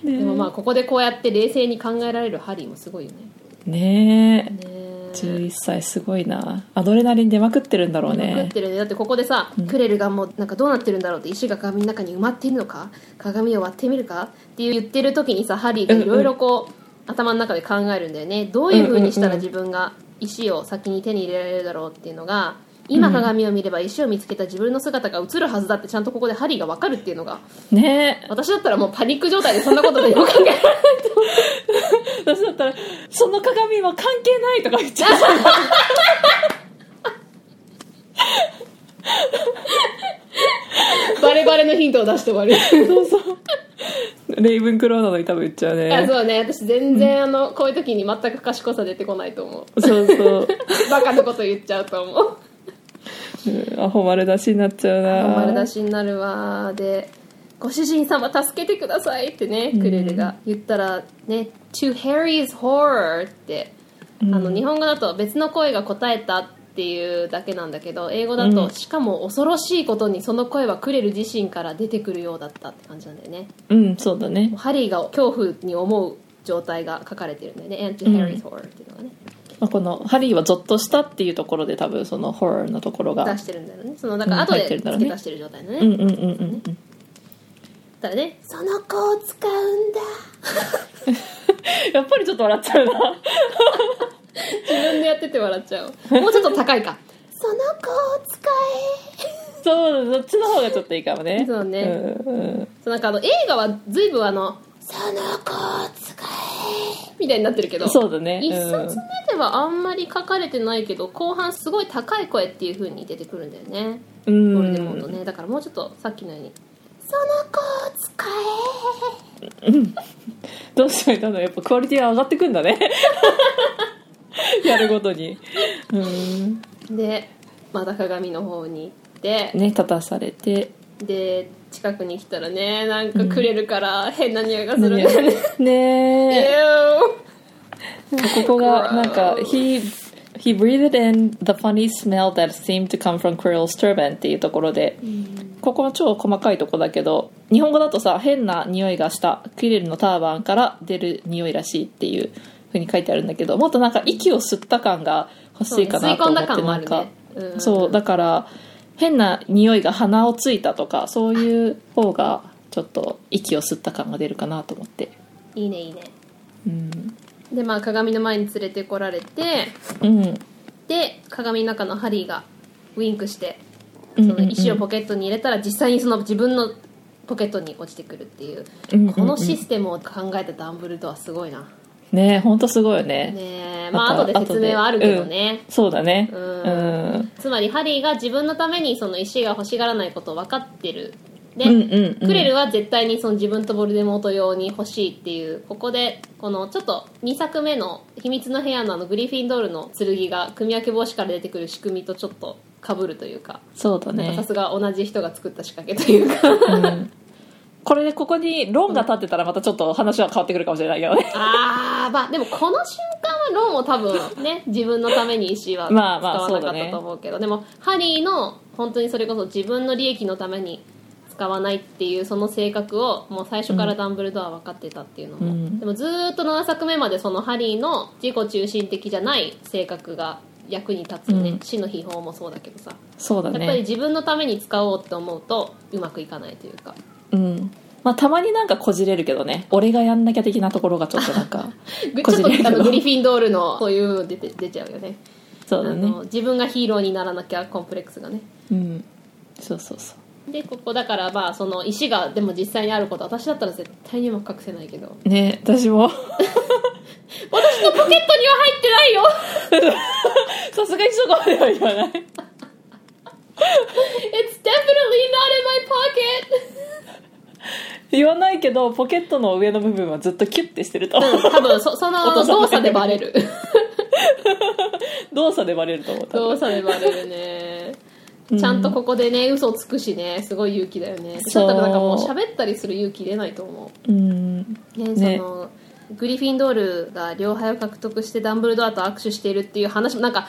[SPEAKER 3] でもまあここでこうやって冷静に考えられるハリーもすごいよね
[SPEAKER 4] ねえ
[SPEAKER 3] ねえ
[SPEAKER 4] 11歳すごいなアドレナリン出まくってるんだろう
[SPEAKER 3] 食っ
[SPEAKER 4] ね
[SPEAKER 3] てるねだってここでさ、クレルがもうなんかどうなってるんだろうって石が鏡の中に埋まっているのか鏡を割ってみるかっていう言ってる時にさハリーがいろいろこう、頭の中で考えるんだよねどういう風にしたら自分が石を先に手に入れられるだろうっていうのが今鏡を見れば石を見つけた自分の姿が映るはずだってちゃんとここでハリーが分かるっていうのが
[SPEAKER 4] ねえ
[SPEAKER 3] 私だったらもうパニック状態でそんなことでよく考えられない
[SPEAKER 4] 私だったら「その鏡は関係ない」とか言っちゃう
[SPEAKER 3] バレバレのヒントを出して終 わる
[SPEAKER 4] そうそうレイブンクローなのに多分言っちゃう
[SPEAKER 3] あ
[SPEAKER 4] ね
[SPEAKER 3] そうね私全然あのこういう時に全く賢さ出てこないと思う
[SPEAKER 4] そうそう
[SPEAKER 3] バカなこと言っちゃうと思う
[SPEAKER 4] うんアホ丸出しになっちゃうな
[SPEAKER 3] 丸出しになるわでご主人様助けてくださいってねクレルが言ったらね「To Harry's horror」って、あの日本語だと別の声が答えたっていうだけなんだけど英語だと、しかも恐ろしいことにその声はクレル自身から出てくるようだったって感じなんだよね
[SPEAKER 4] うんそうだね
[SPEAKER 3] もうハリーが恐怖に思う状態が書かれてるんだよね「And to Harry's horror」っていうのがね、
[SPEAKER 4] まあ、このハリーはゾッとしたっていうところで多分そのホラーのところが
[SPEAKER 3] 出してるんだよねそのだから後で
[SPEAKER 4] 入ってるんだろう
[SPEAKER 3] 付
[SPEAKER 4] ね
[SPEAKER 3] け足してる状態だね、
[SPEAKER 4] うんうんうんうんうん
[SPEAKER 3] だからねその子を使うんだ
[SPEAKER 4] やっぱりちょっと笑っちゃう な
[SPEAKER 3] 自分でやってて笑っちゃうもうちょっと高いかその子を使
[SPEAKER 4] そうそっちの方がちょっといいかもね
[SPEAKER 3] そうね
[SPEAKER 4] うんうんうん
[SPEAKER 3] えそうなんかあの映画は随分あのその子を使えみたいになってるけど
[SPEAKER 4] そうだね
[SPEAKER 3] 一冊目ではあんまり書かれてないけど後半すごい高い声っていう風に出てくるんだよね
[SPEAKER 4] う
[SPEAKER 3] ゴ
[SPEAKER 4] ん
[SPEAKER 3] ールデモートねだからもうちょっとさっきのように「その子を使
[SPEAKER 4] どうしてもいたのやっぱクオリティが上がってくんだ ねやるごとにうん
[SPEAKER 3] え」でまた鏡の方に行って、
[SPEAKER 4] ね立たされて
[SPEAKER 3] で近くに来たらねなんかくれるから変な匂いがするんだよね、
[SPEAKER 4] ねえ
[SPEAKER 3] Ew
[SPEAKER 4] ここがなんか he he breathed in the funny smell that seemed to come from Quirrell's turban っていうところで、ここは超細かいとこだけど日本語だとさ変な匂いがしたクリルのターバンから出る匂いらしいっていう風に書いてあるんだけどもっとなんか息を吸った感が欲しいかなと思って
[SPEAKER 3] そうね吸い込んだ感も
[SPEAKER 4] な
[SPEAKER 3] あ
[SPEAKER 4] ん
[SPEAKER 3] るね
[SPEAKER 4] か、
[SPEAKER 3] うん
[SPEAKER 4] そうだから変な匂いが鼻をついたとかそういう方がちょっと息を吸った感が出るかなと思って
[SPEAKER 3] いいねいいね
[SPEAKER 4] うん
[SPEAKER 3] でまあ鏡の前に連れてこられて
[SPEAKER 4] うん
[SPEAKER 3] で鏡の中のハリーがウインクして
[SPEAKER 4] う
[SPEAKER 3] そ
[SPEAKER 4] んうんうん
[SPEAKER 3] の石をポケットに入れたら実際にその自分のポケットに落ちてくるっていう
[SPEAKER 4] うんうんうん
[SPEAKER 3] このシステムを考えたダンブルドアすごいな
[SPEAKER 4] ねえほんとすごいよね
[SPEAKER 3] ねえま
[SPEAKER 4] ま
[SPEAKER 3] あ
[SPEAKER 4] た
[SPEAKER 3] 後で説明はあるけどね、
[SPEAKER 4] そうだね
[SPEAKER 3] う
[SPEAKER 4] うんん、
[SPEAKER 3] つまりハリーが自分のためにその石が欲しがらないことを分かってるで、
[SPEAKER 4] うんうんうん
[SPEAKER 3] クレルは絶対にその自分とボルデモート用に欲しいっていうここでこのちょっと2作目の「秘密の部屋」のあのグリフィンドールの剣が組み分け帽子から出てくる仕組みとちょっとかぶるというか
[SPEAKER 4] そうだ
[SPEAKER 3] なんかさ
[SPEAKER 4] ね、
[SPEAKER 3] すが同じ人が作った仕掛けというか
[SPEAKER 4] うん、これでここにロンが立ってたらまたちょっと話は変わってくるかもしれないけどね
[SPEAKER 3] あーまあでもこの瞬間はロンも多分ね自分のために石は使
[SPEAKER 4] まあまあ
[SPEAKER 3] わなか
[SPEAKER 4] そうだ
[SPEAKER 3] った
[SPEAKER 4] ね
[SPEAKER 3] と思うけどでもハリーの本当にそれこそ自分の利益のために使わないっていうその性格をもう最初からダンブルドアは分かってたっていうのも、
[SPEAKER 4] うん
[SPEAKER 3] でもずーっと7作目までそのハリーの自己中心的じゃない性格が役に立つよね、
[SPEAKER 4] うん
[SPEAKER 3] 死の秘宝も そうだけどさ、
[SPEAKER 4] そうだ
[SPEAKER 3] やっぱり
[SPEAKER 4] ね
[SPEAKER 3] 自分のために使おうって思うとうまくいかないというか
[SPEAKER 4] うんまあたまになんかこじれるけどね俺がやんなきゃ的なところがちょっとなんか
[SPEAKER 3] ぐ
[SPEAKER 4] こ
[SPEAKER 3] ち
[SPEAKER 4] じ
[SPEAKER 3] ょ
[SPEAKER 4] れるけ
[SPEAKER 3] っとあ
[SPEAKER 4] ど
[SPEAKER 3] のグリフィンドールのそういう部分出て出ちゃうよね
[SPEAKER 4] そうだ
[SPEAKER 3] あ
[SPEAKER 4] ね
[SPEAKER 3] の自分がヒーローにならなきゃコンプレックスがね
[SPEAKER 4] うんそうそうそう
[SPEAKER 3] でここだからまあその石がでも実際にあること私だったら絶対にも隠せないけ ど
[SPEAKER 4] ね私も
[SPEAKER 3] 私のポケットには入ってないよ
[SPEAKER 4] さすがにそこまでは言わない
[SPEAKER 3] It's definitely
[SPEAKER 4] 言わないけどポケットの上の部分はずっとキュッてしてると思う
[SPEAKER 3] not in my pocket 多分そ その
[SPEAKER 4] お父さん
[SPEAKER 3] 動作でバレる
[SPEAKER 4] 動作でバレると思う多分
[SPEAKER 3] 動作でバレるねちゃんとここでね嘘をつくしねすごい勇気だよね私だったらなんかもう喋ったりする勇気出ないと思う
[SPEAKER 4] うん
[SPEAKER 3] ね
[SPEAKER 4] ね
[SPEAKER 3] そのグリフィンドールが両輩を獲得してダンブルドアと握手しているっていう話もなんか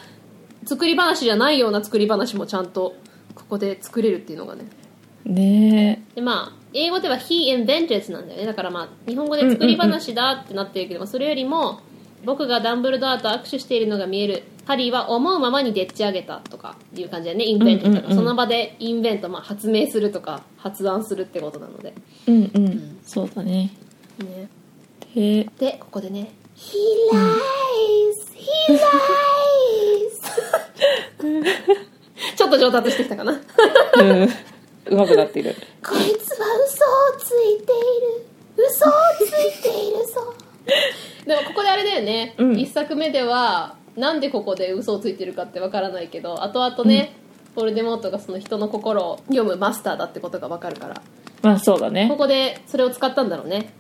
[SPEAKER 3] 作り話じゃないような作り話もちゃんとここで作れるっていうのがね
[SPEAKER 4] ね
[SPEAKER 3] でまあ英語では「he invented」なんだよねだからまあ日本語で作り話だってなってるけども、それよりも僕がダンブルドアと握手しているのが見えるハリーは思うままにでっち上げたとかいう感じだよねインベントとか、
[SPEAKER 4] うんうんうん
[SPEAKER 3] その場でインベント、まあ、発明するとか発案するってことなので、
[SPEAKER 4] うんうんそうだね
[SPEAKER 3] ね、
[SPEAKER 4] で
[SPEAKER 3] でここでね ちょっと上達してきたか
[SPEAKER 4] う
[SPEAKER 3] な
[SPEAKER 4] んうまくなっている
[SPEAKER 3] こいつは嘘をついている嘘をついているぞ でもここであれだよね、一
[SPEAKER 4] うん
[SPEAKER 3] 1作目ではなんでここで嘘をついてるかってわからないけど後々ね、ボルデモートがその人の心を読むマスターだってことがわかるから
[SPEAKER 4] まあそうだ
[SPEAKER 3] こ
[SPEAKER 4] ね
[SPEAKER 3] こでそれを使ったんだろうね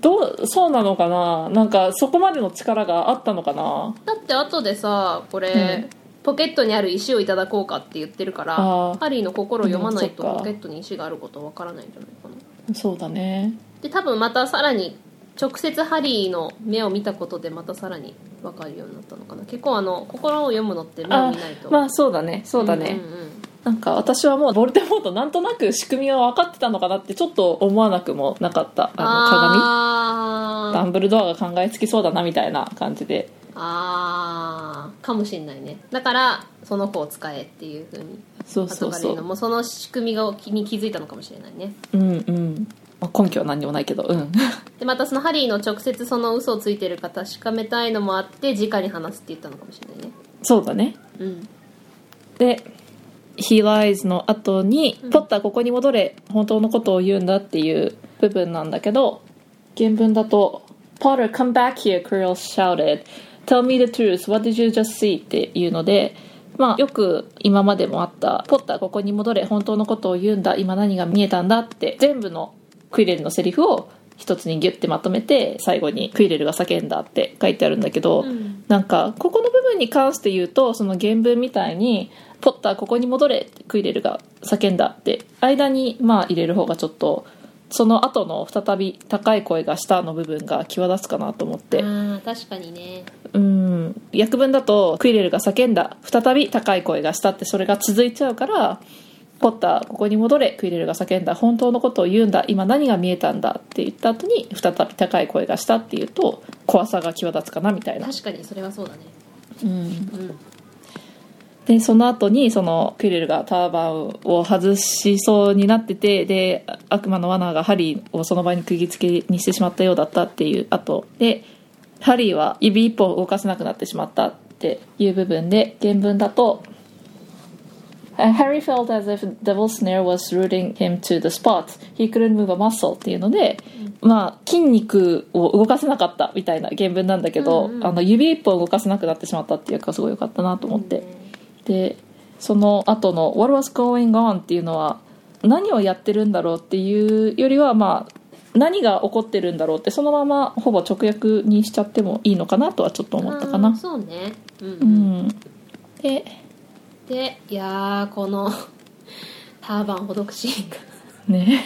[SPEAKER 4] どうそうなのかななんかそこまでの力があったのかな
[SPEAKER 3] だって後でさこれ、
[SPEAKER 4] うん
[SPEAKER 3] ポケットにある石をいただこうかって言ってるから
[SPEAKER 4] あー
[SPEAKER 3] ハリーの心を読まないと
[SPEAKER 4] うんそっ
[SPEAKER 3] ポ
[SPEAKER 4] か
[SPEAKER 3] ケットに石があることわからないんじゃないかな
[SPEAKER 4] そうだね
[SPEAKER 3] で多分またさらに直接ハリーの目を見たことでまたさらに分かるようになったのかな結構あの心を読むのって目を
[SPEAKER 4] あ
[SPEAKER 3] 見ないと
[SPEAKER 4] まあそうだねそうだね、
[SPEAKER 3] んうんうん
[SPEAKER 4] なんか私はもうボルテモートなんとなく仕組みは分かってたのかなってちょっと思わなくもなかったあの鏡
[SPEAKER 3] あ
[SPEAKER 4] ダンブルドアが考えつきそうだなみたいな感じで
[SPEAKER 3] ーあーかもしんないねだからその子を使えっていうふうに
[SPEAKER 4] そうそ
[SPEAKER 3] 後
[SPEAKER 4] う
[SPEAKER 3] から
[SPEAKER 4] そ
[SPEAKER 3] 言うの
[SPEAKER 4] う
[SPEAKER 3] もその仕組みがに気づいたのかもしれないね
[SPEAKER 4] うんうん、まあ、根拠は何にもないけどうん
[SPEAKER 3] でまたそのハリーの直接その嘘をついてるか確かめたいのもあって直に話すって言ったのかもしれないね
[SPEAKER 4] そうだね
[SPEAKER 3] うん
[SPEAKER 4] で「He Lies」の後に、
[SPEAKER 3] うん
[SPEAKER 4] ポッターここに戻れ本当のことを言うんだ」っていう部分なんだけど原文だと「Potter come back here」Quirrell shouted「Tell me the truth what did you just see」っていうのでまあよく今までもあった「ポッターここに戻れ本当のことを言うんだ今何が見えたんだ」って全部のクイレルのセリフを一つにギュッてまとめて最後にクイレルが叫んだって書いてあるんだけど、
[SPEAKER 3] うん
[SPEAKER 4] なんかここの部分に関して言うとその原文みたいに「ポッターここに戻れ」ってクイレルが叫んだって間にまあ入れる方がちょっとその後の再び高い声がしたの部分が際立つかなと思って
[SPEAKER 3] あー確かにね
[SPEAKER 4] うん訳文だとクイレルが叫んだ再び高い声がしたってそれが続いちゃうから「ポッターここに戻れ」クイレルが叫んだ本当のことを言うんだ今何が見えたんだって言った後に再び高い声がしたっていうと怖さが際立つかなみたいな。
[SPEAKER 3] 確かにそれはそうだね
[SPEAKER 4] うん
[SPEAKER 3] うん
[SPEAKER 4] でその後にそのクイレルがターバンを外しそうになっててで悪魔の罠がハリーをその場に釘付けにしてしまったようだったっていう後でハリーは指一本動かせなくなってしまったっていう部分で原文だと Uh, Harry felt as if Devil's Snare was rooting him to the spot. He couldn't move a muscle っていうので、まあ、筋肉を動かせなかったみたいな原文なんだけど、
[SPEAKER 3] うんうん
[SPEAKER 4] あの指一本動かせなくなってしまったっていうかすごい良かったなと思って。でその後の「What was going on」っていうのは何をやってるんだろうっていうよりはまあ何が起こってるんだろうってそのままほぼ直訳にしちゃってもいいのかなとはちょっと思ったか
[SPEAKER 3] あー
[SPEAKER 4] な
[SPEAKER 3] そうねうん、
[SPEAKER 4] う
[SPEAKER 3] うん、
[SPEAKER 4] んで
[SPEAKER 3] でいやーこの ターバンほどくシーンが
[SPEAKER 4] ね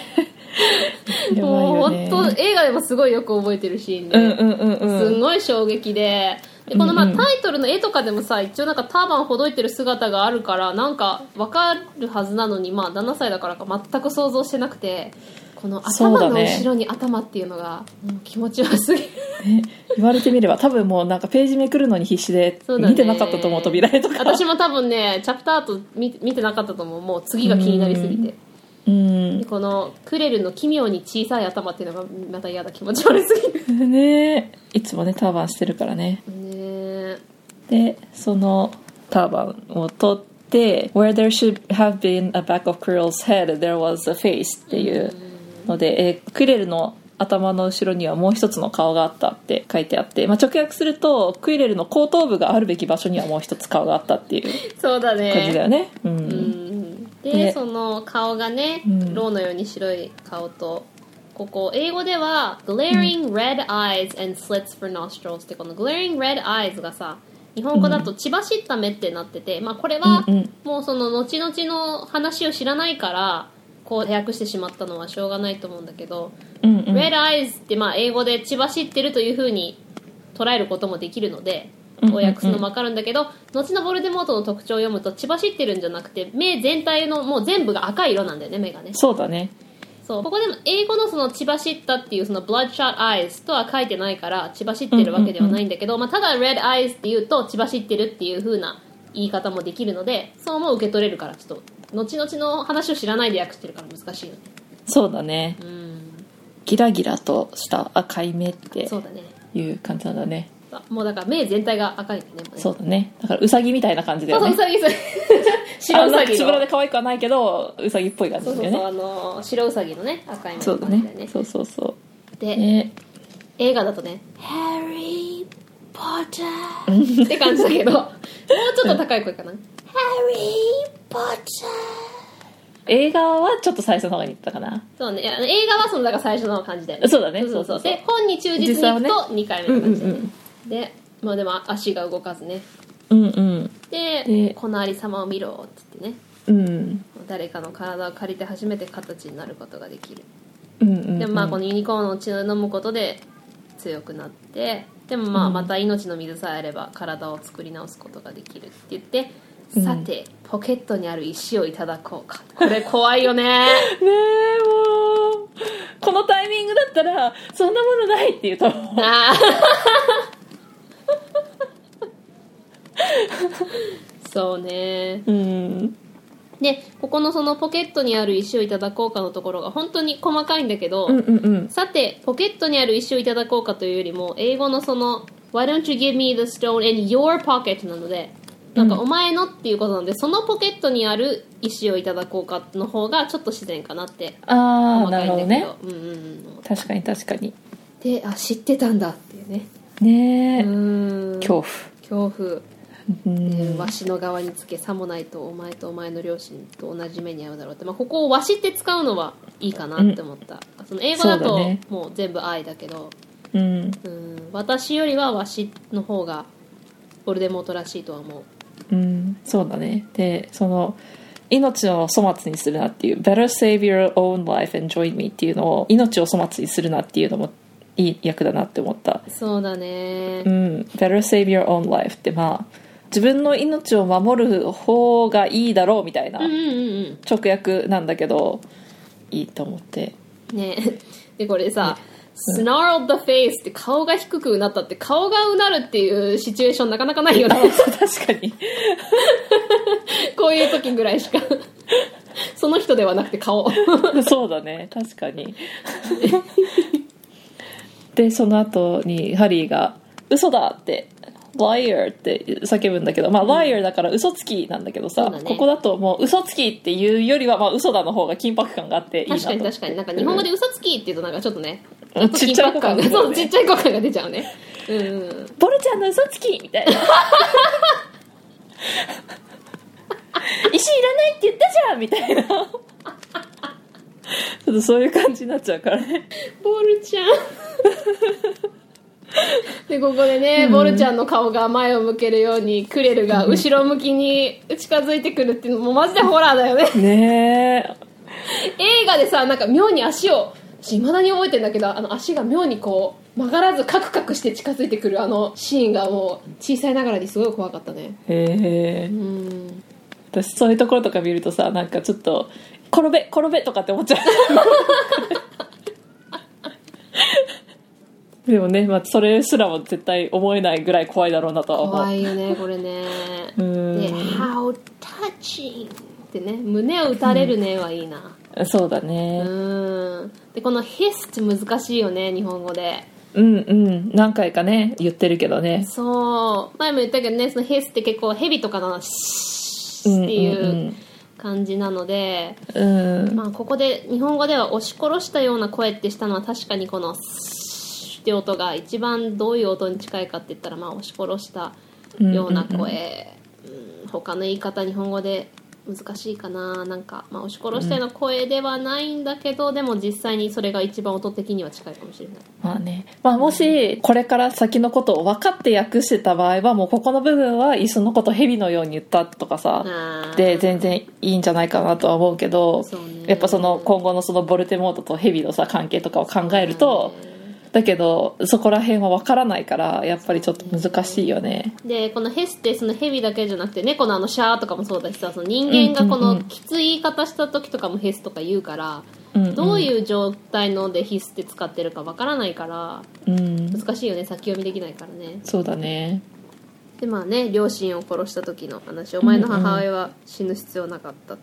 [SPEAKER 4] やばい
[SPEAKER 3] もう
[SPEAKER 4] よ
[SPEAKER 3] 本
[SPEAKER 4] ね
[SPEAKER 3] 当映画でもすごいよく覚えてるシーンで、
[SPEAKER 4] うんうんうんうん
[SPEAKER 3] すんごい衝撃ででこのまあ
[SPEAKER 4] うんうん
[SPEAKER 3] タイトルの絵とかでもさ一応なんかターバンほどいてる姿があるからなんかわかるはずなのにまあ7歳だからか全く想像してなくてこの
[SPEAKER 4] そう
[SPEAKER 3] 頭
[SPEAKER 4] だ
[SPEAKER 3] の
[SPEAKER 4] ね
[SPEAKER 3] 後ろに頭っていうのがもう気持ちよす ぎる
[SPEAKER 4] 言われてみれば多分もうなんかページめくるのに必死で
[SPEAKER 3] そうだね
[SPEAKER 4] 見てなかったと思う扉絵とか
[SPEAKER 3] 私も多分ねチャプターと見見てなかったと思うもう次が気になりすぎて
[SPEAKER 4] うん
[SPEAKER 3] でこのクレルの奇妙に小さい頭っていうのがまた嫌だ気持ち悪すぎる
[SPEAKER 4] ねいつもねターバンしてるからね
[SPEAKER 3] ねえ
[SPEAKER 4] でそのターバンを取って「Where there should have been a back of Quirrell's head there was a face」っていうので、えークイレルの頭の後ろにはもう一つの顔があったって書いてあって、まあ、直訳するとクイレルの後頭部があるべき場所にはもう一つ顔があったっていう
[SPEAKER 3] そうだね
[SPEAKER 4] 感じだよね、うん
[SPEAKER 3] で
[SPEAKER 4] ね
[SPEAKER 3] その顔がね、
[SPEAKER 4] うん
[SPEAKER 3] ローのように白い顔とここ英語では「glaring red eyes and slits for nostrils」ってこの「glaring red eyes」がさ日本語だと「血走った目」ってなってて、まあこれは
[SPEAKER 4] うんうん
[SPEAKER 3] もうその後々の話を知らないからこう訳してしまったのはしょうがないと思うんだけど
[SPEAKER 4] うんう
[SPEAKER 3] 「
[SPEAKER 4] ん
[SPEAKER 3] red eyes」ってまあ英語で「血走ってる」というふうに捉えることもできるので
[SPEAKER 4] うんうん
[SPEAKER 3] お訳すのも分かるんだけど、後のボルデモートの特徴を読むと血走ってるんじゃなくて目全体のもう全部が赤い色なんだよね目がね
[SPEAKER 4] そうだね
[SPEAKER 3] そうここでも英語のその血走ったっていうその bloodshot eyes とは書いてないから血走ってるわけではないんだけど、まあ、ただ red eyes っていうと血走ってるっていう風な言い方もできるのでそうも受け取れるからちょっと後々の話を知らないで訳してるから難しいよね
[SPEAKER 4] そうだね
[SPEAKER 3] うん
[SPEAKER 4] ギラギラとした赤い目って
[SPEAKER 3] そうだね
[SPEAKER 4] いう感じなんだね
[SPEAKER 3] あもうだから目全体が赤いんだよねもうね
[SPEAKER 4] そうだねだからウサギみたいな感じだ
[SPEAKER 3] そう
[SPEAKER 4] よ
[SPEAKER 3] そう
[SPEAKER 4] ね
[SPEAKER 3] うさぎさぎ白
[SPEAKER 4] あ
[SPEAKER 3] う
[SPEAKER 4] んな
[SPEAKER 3] さぎ
[SPEAKER 4] 口ぶら
[SPEAKER 3] の
[SPEAKER 4] で可愛くはないけどウサギっぽい感じ
[SPEAKER 3] そ
[SPEAKER 4] だ
[SPEAKER 3] う
[SPEAKER 4] よ
[SPEAKER 3] そう
[SPEAKER 4] ね
[SPEAKER 3] そう、あのー白ウサギのね、赤い目
[SPEAKER 4] そ
[SPEAKER 3] の
[SPEAKER 4] うだ
[SPEAKER 3] 感じだ
[SPEAKER 4] ね
[SPEAKER 3] よね。
[SPEAKER 4] そうそうそ
[SPEAKER 3] で、
[SPEAKER 4] うね
[SPEAKER 3] 映画だとね、ハリー・ポッターって感じだけど、もうちょっと高い声かな。ハリー・ポッター
[SPEAKER 4] 映画はちょっと最初の方が似てたかな
[SPEAKER 3] そうね、いや映画はそのだから最初の感じだよね。
[SPEAKER 4] そうだね
[SPEAKER 3] そうそうそう
[SPEAKER 4] そうそうそう
[SPEAKER 3] で、本に忠実に行く
[SPEAKER 4] 実際は
[SPEAKER 3] と2回
[SPEAKER 4] う
[SPEAKER 3] 目
[SPEAKER 4] ん
[SPEAKER 3] の
[SPEAKER 4] う
[SPEAKER 3] 感
[SPEAKER 4] ん
[SPEAKER 3] じ
[SPEAKER 4] う
[SPEAKER 3] だよね。
[SPEAKER 4] ん
[SPEAKER 3] で、まあでも足が動かずね。
[SPEAKER 4] うんうん
[SPEAKER 3] で、
[SPEAKER 4] で
[SPEAKER 3] このありさまを見ろって言ってね、
[SPEAKER 4] うん
[SPEAKER 3] 誰かの体を借りて初めて形になることができる。
[SPEAKER 4] うんうん
[SPEAKER 3] でもまあこのユニコーンの血を飲むことで強くなってでもまあ
[SPEAKER 4] うん
[SPEAKER 3] また命の水さえあれば体を作り直すことができるって言って、
[SPEAKER 4] うん
[SPEAKER 3] さてポケットにある石をいただこうかこれ怖い よね
[SPEAKER 4] ねえもうこのタイミン グだったらそんなものないって言うと思う
[SPEAKER 3] あそうね
[SPEAKER 4] うん
[SPEAKER 3] でここのそのポケットにある石をいただこうかのところが本当に細かいんだけど、
[SPEAKER 4] うんうんうん
[SPEAKER 3] さてポケットにある石をいただこうかというよりも英語のその「Why don't you give me the stone in your pocket」なのでなんかお前のっていうことなので、そのポケットにある石をいただこうかの方がちょっと自然かなって
[SPEAKER 4] ああ
[SPEAKER 3] 細
[SPEAKER 4] な
[SPEAKER 3] か
[SPEAKER 4] るほ
[SPEAKER 3] いん
[SPEAKER 4] ど
[SPEAKER 3] だ
[SPEAKER 4] ね
[SPEAKER 3] けど、うんうんうん
[SPEAKER 4] 確かに確かに
[SPEAKER 3] であ知ってたんだっていうね
[SPEAKER 4] ねえ、
[SPEAKER 3] うーん
[SPEAKER 4] 恐怖
[SPEAKER 3] 恐怖
[SPEAKER 4] うん
[SPEAKER 3] わしの側につけさもないとお前とお前の両親と同じ目に遭うだろうって、まあ、ここを「わし」って使うのはいいかなって思った、その英語だ
[SPEAKER 4] そう
[SPEAKER 3] と
[SPEAKER 4] だね
[SPEAKER 3] もう全部「愛」だけど
[SPEAKER 4] うん
[SPEAKER 3] うん私よりはわしの方がボルデモートらしいとは思う
[SPEAKER 4] うんそうだねでその命を粗末にするなっていう Better save your own life and join me っていうのを命を粗末にするなっていうのもいい役だなって思った
[SPEAKER 3] そうだね
[SPEAKER 4] うん、Better save your own life ってまあ自分の命を守る方がいいだろうみたいな
[SPEAKER 3] うんうんうん
[SPEAKER 4] 直訳なんだけどいいと思って
[SPEAKER 3] うんね でこれさ「snarled the face」って顔が低くうなったって顔がうなるっていうシチュエーションなかなかないよね
[SPEAKER 4] 確かに
[SPEAKER 3] こういう時ぐらいしか その人ではなくて顔
[SPEAKER 4] そうだね確か にでその後にハリーが「嘘だ!」って「liar」って叫ぶんだけどまあ liar だから嘘つきなんだけどさ、
[SPEAKER 3] そうだね
[SPEAKER 4] ここだともう嘘つきっていうよりはまあ嘘だの方が緊迫感があっていいな
[SPEAKER 3] 確
[SPEAKER 4] と
[SPEAKER 3] かに確かになんか日本語で「嘘つき」って言うとなんかちょっとね
[SPEAKER 4] うんちっちゃい子感が
[SPEAKER 3] がそうちっちゃい子感が出ちゃうねうんうん
[SPEAKER 4] ボルちゃんの嘘つきみたいな 石いらないって言ったじゃんみたいなち ょっとそういう感じになっちゃうからね
[SPEAKER 3] ボールちゃん でここでね、ボルちゃんの顔が前を向けるようにクレルが後ろ向きに近づいてくるっていうのもマジでホラーだよね
[SPEAKER 4] ねえ
[SPEAKER 3] 映画でさなんか妙に足をいまだに覚えてんだけどあの足が妙にこう曲がらずカクカクして近づいてくるあのシーンがもう小さいながらにすごい怖かったね
[SPEAKER 4] へえ
[SPEAKER 3] うん
[SPEAKER 4] 私そういうところとか見るとさなんかちょっと「転べ転べ」とかって思っちゃうでもね、まあ、それすらも絶対思えないぐらい怖いだろうなとは思う
[SPEAKER 3] 怖いよねこれね
[SPEAKER 4] うん
[SPEAKER 3] で「How touching」ってね胸を打たれるねはいいな、
[SPEAKER 4] そうだ
[SPEAKER 3] う
[SPEAKER 4] ね、
[SPEAKER 3] ーんでこの「hiss」って難しいよね日本語で
[SPEAKER 4] うん、うん何回かね言ってるけどね
[SPEAKER 3] そう前も言ったけどねその「hiss」って結構蛇とかの「シーッ
[SPEAKER 4] ん
[SPEAKER 3] って
[SPEAKER 4] ん
[SPEAKER 3] い
[SPEAKER 4] ん
[SPEAKER 3] う感じなので、
[SPEAKER 4] うん、
[SPEAKER 3] まあここで日本語では押し殺したような声ってしたのは確かにこの「シーッって音が一番どういう音に近いかって言ったらまあ押し殺したような声、うん他の言い方日本語で難しいかななんか、まあ、押し殺したような声ではないんだけど、でも実際にそれが一番音的には近いかもしれない
[SPEAKER 4] まあね、まあ、もしこれから先のことを分かって訳してた場合はもうここの部分は「いっそのこと蛇のように言った」とかさ、
[SPEAKER 3] あー
[SPEAKER 4] で全然いいんじゃないかなとは思うけど
[SPEAKER 3] そうね
[SPEAKER 4] やっぱその今後のそのボルテモートとヘビのさ関係とかを考えるとだけどそこら辺は分からないからやっぱりちょっと難しいよね
[SPEAKER 3] でこのヘスってそのヘビだけじゃなくて猫のあのシャーとかもそうだしさその人間がこ
[SPEAKER 4] うんうん
[SPEAKER 3] の
[SPEAKER 4] うん
[SPEAKER 3] きつい言い方した時とかもヘスとか言うから、
[SPEAKER 4] うんうん
[SPEAKER 3] どういう状態のでヒスって使ってるかわからないから
[SPEAKER 4] うん
[SPEAKER 3] 難しいよね先読みできないからね
[SPEAKER 4] そうだね
[SPEAKER 3] でまあね両親を殺した時の話お前の母親は死ぬ必要なかったっ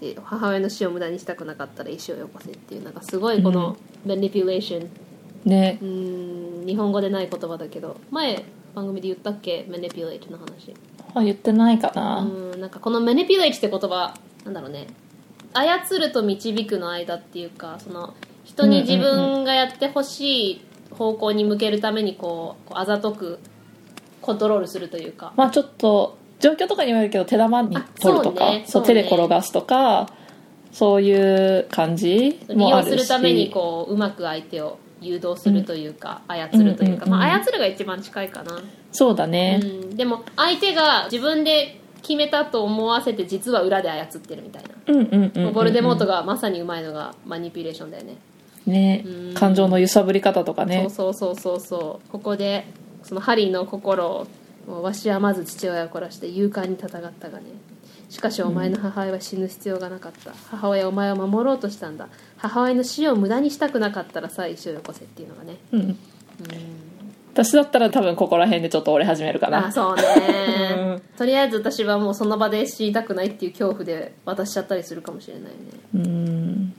[SPEAKER 3] て、母親の死を無駄にしたくなかったら石をよこせっていうなんかすごいこのマニピュレーション
[SPEAKER 4] ね
[SPEAKER 3] うーん日本語でない言葉だけど前番組で言ったっけマニピュレートの話
[SPEAKER 4] あ言ってないかな、
[SPEAKER 3] うーんなんかこのマニピュレートって言葉なんだろうね操ると導くの間っていうかその人に自分がやってほしい方向に向けるためにこうこうあざとくコントロールするというか
[SPEAKER 4] まあちょっと状況とかにもよるけど手玉に取るとかそ
[SPEAKER 3] あそう
[SPEAKER 4] う、
[SPEAKER 3] ねそうね
[SPEAKER 4] 手で転がすとかそういう感じ
[SPEAKER 3] 利
[SPEAKER 4] もある
[SPEAKER 3] 用
[SPEAKER 4] し
[SPEAKER 3] するためにこううまく相手を誘導するというか、操るというか、
[SPEAKER 4] うんうんうん
[SPEAKER 3] まあ、操るが一番近いかな、
[SPEAKER 4] そうだね
[SPEAKER 3] う、ん、でも相手が自分で決めたと思わせて実は裏で操ってるみたいな、
[SPEAKER 4] うん、うんうんうん、
[SPEAKER 3] ボルデモートがまさにうまいのがマニピュレーションだよね
[SPEAKER 4] ね
[SPEAKER 3] うん
[SPEAKER 4] 感情の揺さぶり方とかね
[SPEAKER 3] そうそうそうそうそうここでそのハリーの心をもうわしはまず父親を殺して勇敢に戦ったがねしかしお前の母親は死ぬ必要がなかった、母親はお前を守ろうとしたんだ母親の死を無駄にしたくなかったらさ石をよこせっていうのがね
[SPEAKER 4] うん、私だったら多分ここら辺でちょっと折れ始めるか
[SPEAKER 3] あ
[SPEAKER 4] な
[SPEAKER 3] そう
[SPEAKER 4] う
[SPEAKER 3] ね
[SPEAKER 4] ん
[SPEAKER 3] とりあえず私はもうその場で知りたくないっていう恐怖で渡しちゃったりするかもしれないね
[SPEAKER 4] うん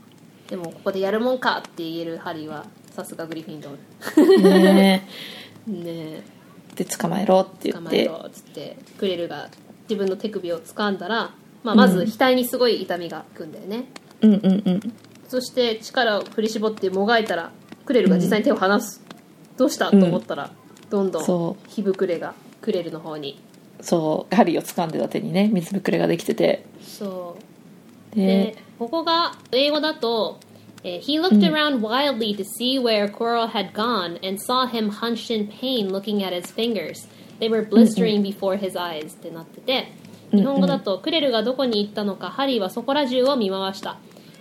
[SPEAKER 3] でもここでやるもんかって言えるハリーはさすがグリフィンドー
[SPEAKER 4] ね
[SPEAKER 3] ルね
[SPEAKER 4] で捕まえろって
[SPEAKER 3] え
[SPEAKER 4] 言
[SPEAKER 3] 捕
[SPEAKER 4] っ
[SPEAKER 3] まえ
[SPEAKER 4] て
[SPEAKER 3] ろっつってクレルが自分の手首を掴んだら、まあ、まず額にすごい痛みがくんだよね、
[SPEAKER 4] うんうんうん
[SPEAKER 3] そして力を振り絞ってもがいたらクレルが実際に手を離す、どうしたと思ったらどんどん
[SPEAKER 4] そ
[SPEAKER 3] 火ぶくれがクレルの方に
[SPEAKER 4] そう針を掴んでた手にね水ぶくれができてて
[SPEAKER 3] そうで
[SPEAKER 4] で、
[SPEAKER 3] ここが英語だと、えー He looked around wildly to see where Quirrell had gone and saw him hunched in pain looking at his fingers. They were blistering before his eyes ってなってて、日本語だとクレルがどこに行ったのかハリーはそこら中を見回した。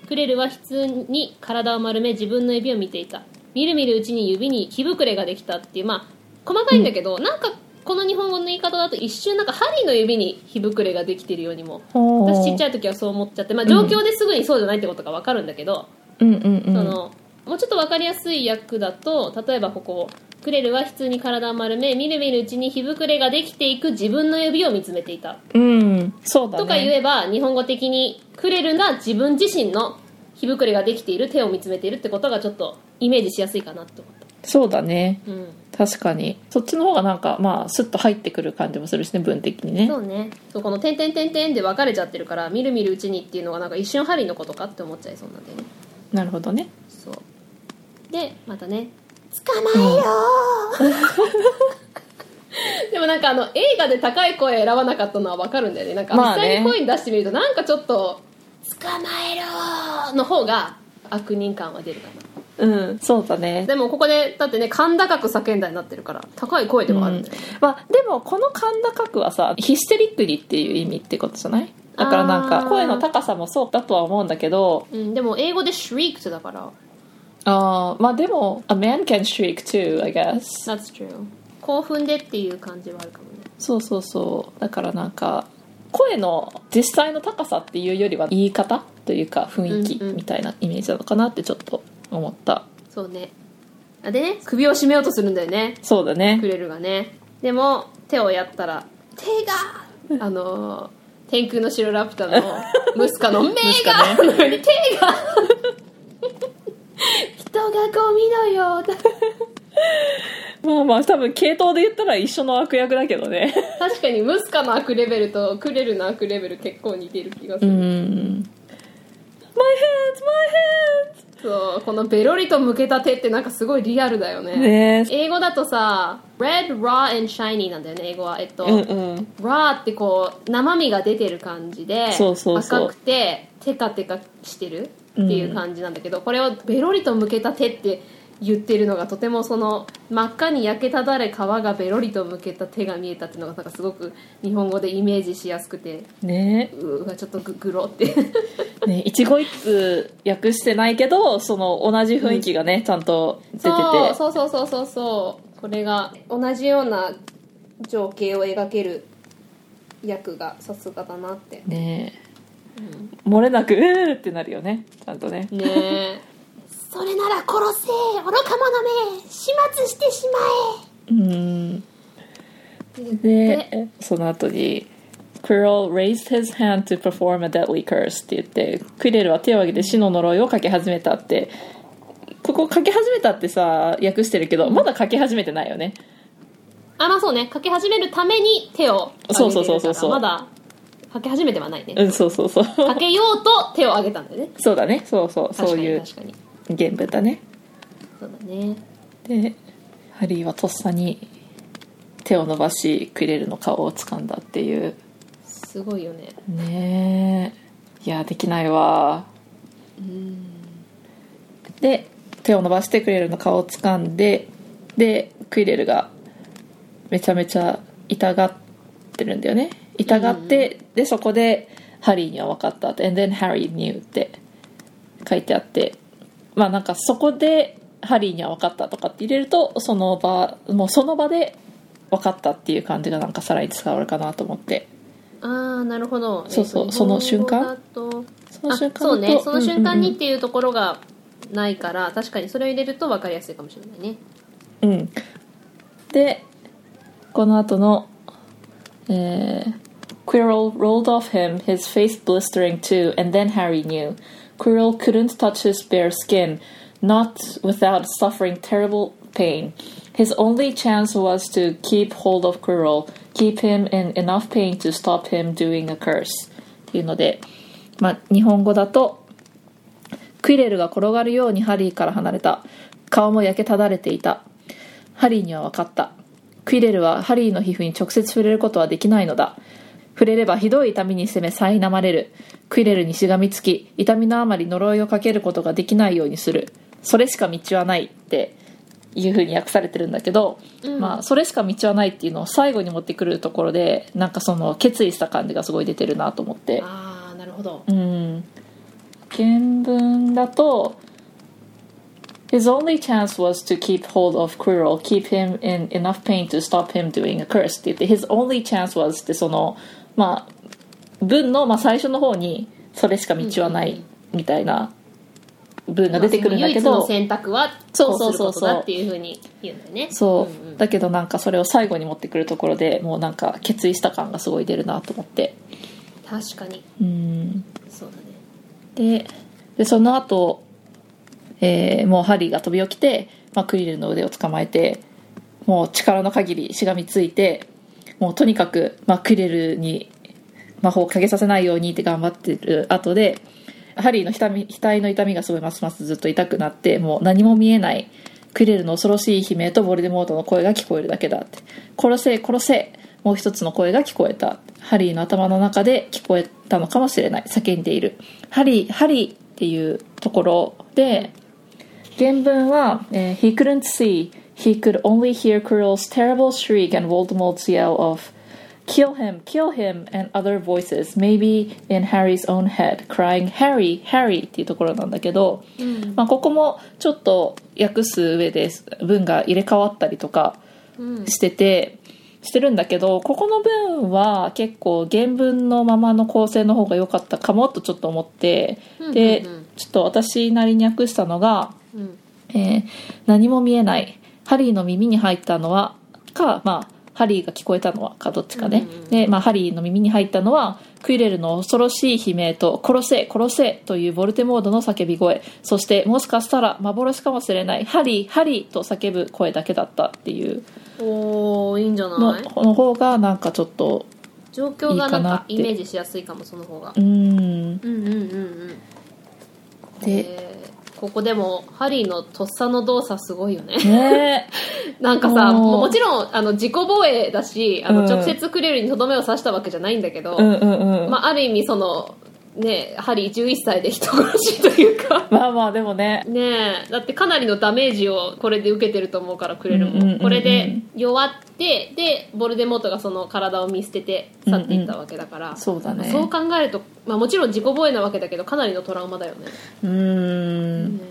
[SPEAKER 3] クレルは普通に体を丸め自分の指を見ていた。みるみるうちに指に火ぶくれができたっていう、まあ、細かいんだけど、なんかこの日本語の言い方だと一瞬なんかハリーの指に火ぶくれができてるようにも
[SPEAKER 4] ほう
[SPEAKER 3] 私ちっちゃい時はそう思っちゃって、まあ、状況ですぐにそうじゃないってことが分かるんだけど、
[SPEAKER 4] うんうんうん
[SPEAKER 3] そのもうちょっと分かりやすい役だと例えばここクレルは普通に体を丸めみるみるうちに火ぶくれができていく自分の指を見つめていた、
[SPEAKER 4] うんそうだね
[SPEAKER 3] とか言えば日本語的にクレルが自分自身の火ぶくれができている手を見つめているってことがちょっとイメージしやすいかなって思った
[SPEAKER 4] そうだね
[SPEAKER 3] うん
[SPEAKER 4] 確かにそっちの方がなんかまあスッと入ってくる感じもするしね文的にね
[SPEAKER 3] そうねそうこの「点々点々」で分かれちゃってるからみるみるうちにっていうのがなんか一瞬ハリーのことかって思っちゃいそうなんだよね
[SPEAKER 4] なるほどね
[SPEAKER 3] そうでまたね捕まえよう でもなんかあの映画で高い声選ばなかったのは分かるんだよねなんか
[SPEAKER 4] ま
[SPEAKER 3] 実
[SPEAKER 4] あね
[SPEAKER 3] 際に声に出してみるとなんかちょっと「捕まえろ!」の方が悪人感は出るかな
[SPEAKER 4] うんそうだね
[SPEAKER 3] でもここでだってね甲高く叫んだになってるから高い声ではあるんだよね、
[SPEAKER 4] まあ、でもこの甲高くはさヒステリックにっていう意味ってことじゃないだからなん
[SPEAKER 3] あ
[SPEAKER 4] か
[SPEAKER 3] ー
[SPEAKER 4] 声の高さもそうだとは思うんだけど
[SPEAKER 3] うんでも英語で「shrieked」だから
[SPEAKER 4] あーまあでも「a man can shriek too I
[SPEAKER 3] 「
[SPEAKER 4] guess
[SPEAKER 3] That's true」興奮でっていう感じはあるかもね」
[SPEAKER 4] そうそうそうだからなんか声の実際の高さっていうよりは言い方というか雰囲気
[SPEAKER 3] うんうん
[SPEAKER 4] みたいなイメージなのかなってちょっと思った
[SPEAKER 3] そうねあでね首を絞めようとするんだよね
[SPEAKER 4] そうだね
[SPEAKER 3] クレルがねでも手をやったら手があのー天空の白ラピュタのムス カの目が
[SPEAKER 4] カ
[SPEAKER 3] なのに手が人がゴミのようだ
[SPEAKER 4] まあまあ多分系統で言ったら一緒の悪役だけどね
[SPEAKER 3] 確かにムスカの悪レベルとクレルの悪レベル結構似てる気がす
[SPEAKER 4] う
[SPEAKER 3] る、
[SPEAKER 4] ん My hands my
[SPEAKER 3] そうこのベロリと向けた手ってなんかすごいリアルだよね
[SPEAKER 4] ねえ
[SPEAKER 3] 英語だとさ Red, Raw and Shiny なんだよね英語はえっと、
[SPEAKER 4] hands うんうん
[SPEAKER 3] ラーってこう生身が出てる感じで
[SPEAKER 4] そうそうそう
[SPEAKER 3] 赤くてテカテカしてるっていう感じなんだけど、これをベロリと向けた手って言ってるのがとてもその真っ赤に焼けただれ皮がベロリと向けた手が見えたっていうのがなんかすごく日本語でイメージしやすくて
[SPEAKER 4] ねえ
[SPEAKER 3] うわちょっとググロって
[SPEAKER 4] ね、一期一会訳してないけどその同じ雰囲気がね、ちゃんと出てて
[SPEAKER 3] そうそうそうそうそうそうこれが同じような情景を描ける役がさすがだなって
[SPEAKER 4] ね漏れなく「うー」ってなるよねちゃんとね
[SPEAKER 3] ねえ
[SPEAKER 5] それなら殺せ愚か者め始末してしまえ
[SPEAKER 4] うんでその後に「ク u i r r l raised his hand to perform a deadly curse」って言ってクレルは手を挙げて死の呪いをかけ始めたってここかけ始めたってさ訳してるけどまだかけ始めてないよね
[SPEAKER 3] あ、まあそうね。かけ始めるために手を挙げてるから。
[SPEAKER 4] そうそうそうそうそう
[SPEAKER 3] まだ、かけ始めてはないね。
[SPEAKER 4] うんそうそうそう
[SPEAKER 3] かけようと手を挙げたんだよね。
[SPEAKER 4] そうだねそうそう
[SPEAKER 3] 確
[SPEAKER 4] そ
[SPEAKER 3] か
[SPEAKER 4] う
[SPEAKER 3] に
[SPEAKER 4] いう
[SPEAKER 3] 確かに。
[SPEAKER 4] 原文だね
[SPEAKER 3] そうだね。
[SPEAKER 4] でハリーはとっさに手を伸ばしクレルの顔を掴んだっていう
[SPEAKER 3] すごいよね。
[SPEAKER 4] ねえいやできないわで手を伸ばしてクレルの顔を掴んででクレルがめちゃめちゃ痛がってるんだよね痛がって、でそこでハリーには分かったって「and then Harry knew」って書いてあってまあなんかそこでハリーには分かったとかって入れるとその場もうその場で分かったっていう感じがなんかさらに伝わるかなと思って
[SPEAKER 3] あー、なるほど。
[SPEAKER 4] そうそう
[SPEAKER 3] えっと
[SPEAKER 4] その瞬間
[SPEAKER 3] 日本語だと
[SPEAKER 4] その瞬間
[SPEAKER 3] あそうね。
[SPEAKER 4] と
[SPEAKER 3] その瞬間
[SPEAKER 4] う
[SPEAKER 3] に
[SPEAKER 4] ん
[SPEAKER 3] っていうところがないから、確かにそれを入れると分かりやすいかもしれないね。
[SPEAKER 4] うんうんうんでこの後のえー Quirrell rolled off him, his face blistering too, and then Harry knew. Quirrell couldn't touch his bare skin, not without suffering terrible pain. His only chance was to keep hold of Quirrell, keep him in enough pain to stop him doing a curse. っていうので、まあ、日本語だとクイレルが転がるようにハリーから離れた顔も焼けただれていたハリーには分かったクイレルはハリーの皮膚に直接触れることはできないのだ触れればひどい痛みに責め苛まれるクイレルにしがみつき痛みのあまり呪いをかけることができないようにするそれしか道はないっていう風に訳されてるんだけど、まあそれしか道はないっていうのを最後に持ってくるところでなんかその決意した感じがすごい出てるなと思って
[SPEAKER 3] ああなるほど
[SPEAKER 4] うん原文だと His only chance was to keep hold of Quirrell, keep him in enough pain to stop him doing a curse って言って His only chance was ってそのまあ文の、まあ、最初の方にそれしか道はないみたいな文が出てくるんだけど、
[SPEAKER 3] まあその唯一の選択は
[SPEAKER 4] そ
[SPEAKER 3] そうう
[SPEAKER 4] そ
[SPEAKER 3] そうう
[SPEAKER 4] そ
[SPEAKER 3] そう
[SPEAKER 4] そう
[SPEAKER 3] うそうだっていうふうに言うんだよね
[SPEAKER 4] そう、
[SPEAKER 3] んん
[SPEAKER 4] だけどなんかそれを最後に持ってくるところでもうなんか決意した感がすごい出るなと思って
[SPEAKER 3] 確かに
[SPEAKER 4] うん
[SPEAKER 3] そうだね
[SPEAKER 4] ででその後、えーもうハリーが飛び起きて、まあ、クリルの腕を捕まえてもう力の限りしがみついてもうとにかく、まあ、クリルに魔法をかけさせないようにって頑張ってる後でハリーのひたみ額の痛みがすごいますますずっと痛くなってもう何も見えないクリルの恐ろしい悲鳴とボルデモートの声が聞こえるだけだって殺せ殺せもう一つの声が聞こえたハリーの頭の中で聞こえたのかもしれない叫んでいるハリーハリーっていうところで原文は、えー He couldn't see He could only hear Quirrell's terrible shriek and Voldemort's yell of Kill him, kill him, and other voices, maybe in Harry's own head, crying, Harry, Harry っていうところなんだけど、まあ、ここもちょっと訳す上で文が入れ替わったりとかしてて、してるんだけど、ここの文は結構原文のままの構成の方が良かったかもとちょっと思って、で、ちょっと私なりに訳したのが、えー何も見えないハリーの耳に入ったのはか、まあ、ハリーが聞こえたのはかどっちかね、で、まあ、ハリーの耳に入ったのはクイレルの恐ろしい悲鳴と「殺せ殺せ」というボルテモードの叫び声そしてもしかしたら幻かもしれない「ハリーハリー」と叫ぶ声だけだったっていう
[SPEAKER 3] おーいいんじゃ
[SPEAKER 4] の
[SPEAKER 3] ない
[SPEAKER 4] の方がなんかちょっと
[SPEAKER 3] 状況が
[SPEAKER 4] いいか
[SPEAKER 3] なん
[SPEAKER 4] なっ
[SPEAKER 3] か
[SPEAKER 4] て
[SPEAKER 3] イメージしやすいかもその方が
[SPEAKER 4] うーん
[SPEAKER 3] うんうんうんうん
[SPEAKER 4] で。
[SPEAKER 3] えーここでもハリーのとっさの動作すごいよね
[SPEAKER 4] ね
[SPEAKER 3] なんかさ
[SPEAKER 4] おー
[SPEAKER 3] もうもちろんあの自己防衛だしあの、
[SPEAKER 4] うん
[SPEAKER 3] 直接クレルにとどめを刺したわけじゃないんだけど、
[SPEAKER 4] うんうんうん、
[SPEAKER 3] まあ、ある意味そのねハリー11歳で人殺しというか
[SPEAKER 4] まあまあでもね
[SPEAKER 3] ねえだってかなりのダメージをこれで受けてると思うからクレルも、
[SPEAKER 4] うんうんうんうん
[SPEAKER 3] これで弱ってでボルデモートがその体を見捨てて去っていったわけだから、
[SPEAKER 4] そうだね
[SPEAKER 3] そう考えると、まあ、もちろん自己防衛なわけだけどかなりのトラウマだよね
[SPEAKER 4] うーん
[SPEAKER 3] ね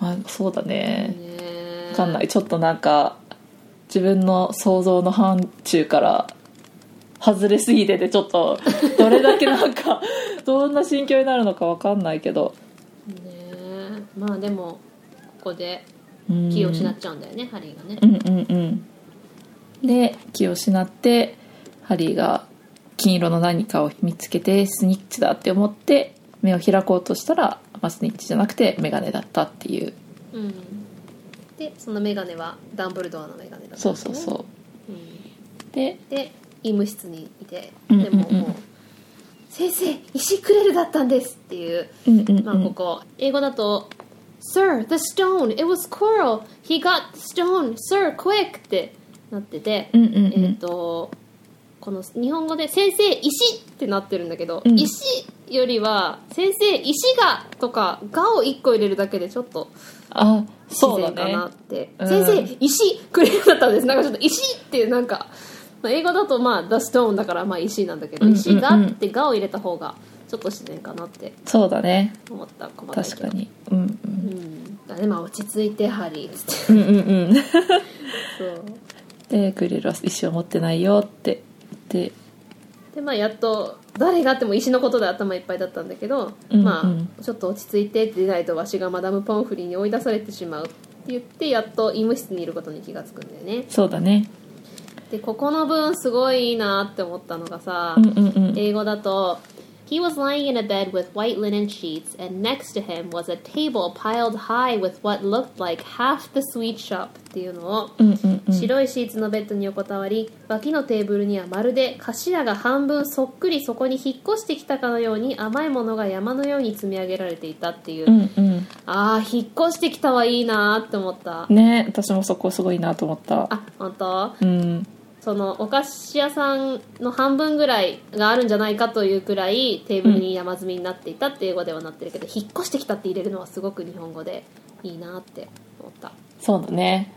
[SPEAKER 4] まあそうだね
[SPEAKER 3] えねえ
[SPEAKER 4] わかんないちょっとなんか自分の想像の範疇から外れすぎててちょっ とどれだけなんかどんな心境になるのかわかんないけど
[SPEAKER 3] ねえまあでもここで
[SPEAKER 4] うん
[SPEAKER 3] 気を失っちゃうんだよね、ハリーがね
[SPEAKER 4] うんうんうんで気を失ってハリーが金色の何かを見つけてスニッチだって思って目を開こうとしたら、まあ、スニッチじゃなくてメガネだったっていう
[SPEAKER 3] うんでそのメガネはダンブルドアのメガネだったんだよね、
[SPEAKER 4] そうそうそう
[SPEAKER 3] ん、
[SPEAKER 4] うで
[SPEAKER 3] で医務室にいて
[SPEAKER 4] うん
[SPEAKER 3] でも
[SPEAKER 4] うんうん
[SPEAKER 3] もう「先生石くれるだったんです」っていう、
[SPEAKER 4] うんうんうん
[SPEAKER 3] まあ、ここ英語だと「Sir, the stone! It was Quirrell! He got the stone! Sir, quick!」ってなってて、
[SPEAKER 4] うんうんうん
[SPEAKER 3] えっ、とこの日本語で「先生石!」ってなってるんだけど、
[SPEAKER 4] うん
[SPEAKER 3] 石よりは「先生石が!」とか「が」を1個入れるだけでちょっと
[SPEAKER 4] あ
[SPEAKER 3] 自
[SPEAKER 4] そうだ
[SPEAKER 3] 然か
[SPEAKER 4] ね
[SPEAKER 3] なって、
[SPEAKER 4] うん
[SPEAKER 3] 先生石くれるだったんですなんかちょっと石っていうなんか、まあ、英語だとまあダストーンだからまあ石なんだけど、
[SPEAKER 4] うんうんうん
[SPEAKER 3] 石がってがを入れた方がちょっと自然かなって
[SPEAKER 4] そうだね
[SPEAKER 3] 思った細かいけ
[SPEAKER 4] 確
[SPEAKER 3] ど
[SPEAKER 4] かにうんうん
[SPEAKER 3] うんだねまあ落ち着いてハリーっつって
[SPEAKER 4] うんうんうん
[SPEAKER 3] そう
[SPEAKER 4] でクリルは石を持ってないよってで
[SPEAKER 3] でまあやっと誰があっても石のことで頭いっぱいだったんだけど、
[SPEAKER 4] うんうん
[SPEAKER 3] まあちょっと落ち着いてって出ないとわしがマダム・パンフリーに追い出されてしまうって言ってやっと医務室にいることに気がつくんだよね
[SPEAKER 4] そうだね
[SPEAKER 3] でここの文すごいいいなって思ったのがさ、
[SPEAKER 4] うんうんうん
[SPEAKER 3] 英語だと He was lying in a bed with white linen sheets, and next to him was a table piled high with what looked like half the sweet shop っていうのを、
[SPEAKER 4] うんうんうん
[SPEAKER 3] 白いシーツのベッドに横たわり脇のテーブルにはまるで頭が半分そっくりそこに引っ越してきたかのように甘いものが山のように積み上げられていたってい
[SPEAKER 4] う
[SPEAKER 3] う、
[SPEAKER 4] んうん
[SPEAKER 3] あー引っ越してきたはいいなーって思った、
[SPEAKER 4] ね私もそこすごいなと思った
[SPEAKER 3] あ本当
[SPEAKER 4] うん
[SPEAKER 3] そのお菓子屋さんの半分ぐらいがあるんじゃないかというくらいテーブルに山積みになっていたって英語ではなってるけど、引っ越してきたって入れるのはすごく日本語でいいなって思った
[SPEAKER 4] そうだね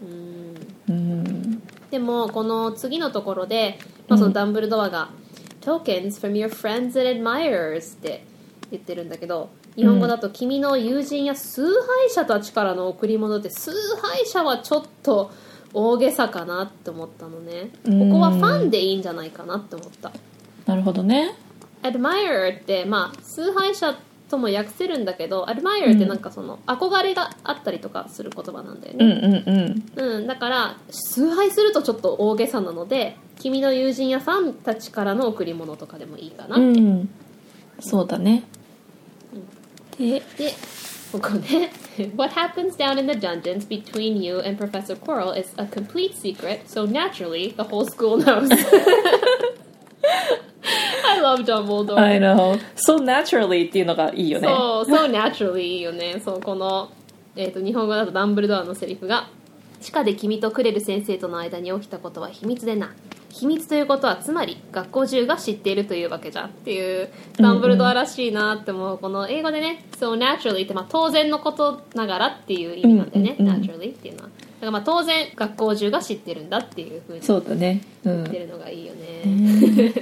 [SPEAKER 3] うん
[SPEAKER 4] うん
[SPEAKER 3] でもこの次のところで、まあ、そのダンブルドアが「Tokens from your friends and admirers」って言ってるんだけど日本語だと「君の友人や崇拝者たちからの贈り物」って崇拝者はちょっと大げさかなって思ったのね
[SPEAKER 4] うん
[SPEAKER 3] ここはファンでいいんじゃないかなって思った
[SPEAKER 4] なるほどね
[SPEAKER 3] admire ってまあ崇拝者とも訳せるんだけど admire ってなんかその憧れがあったりとかする言葉なんだよね、
[SPEAKER 4] うんうんうん
[SPEAKER 3] うん、だから崇拝するとちょっと大げさなので君の友人やファンたちからの贈り物とかでもいいかな、
[SPEAKER 4] うんそうだねで
[SPEAKER 3] でここね What happens down in the dungeons between you and Professor Quirrell is a complete secret so naturally the whole school knows I love Dumbledore、
[SPEAKER 4] I know so naturally っていうのがいいよね
[SPEAKER 3] そう、そう、naturally いいよね。そう、この、えっ、と、日本語だとダンブルドアのセリフが、地下で君とクレル先生との間に起きたことは秘密でな。秘密ということは、つまり、学校中が知っているというわけじゃんっていう、ダンブルドアらしいなって思う、この英語でね、so naturally って、まあ、当然のことながらっていう意味なんだよね、
[SPEAKER 4] うんうんうん
[SPEAKER 3] naturally っていうのは。だから、まあ、当然、学校中が知ってるんだっていうふうに言
[SPEAKER 4] そうだねう
[SPEAKER 3] って
[SPEAKER 4] ん
[SPEAKER 3] るのがいいよね。
[SPEAKER 4] で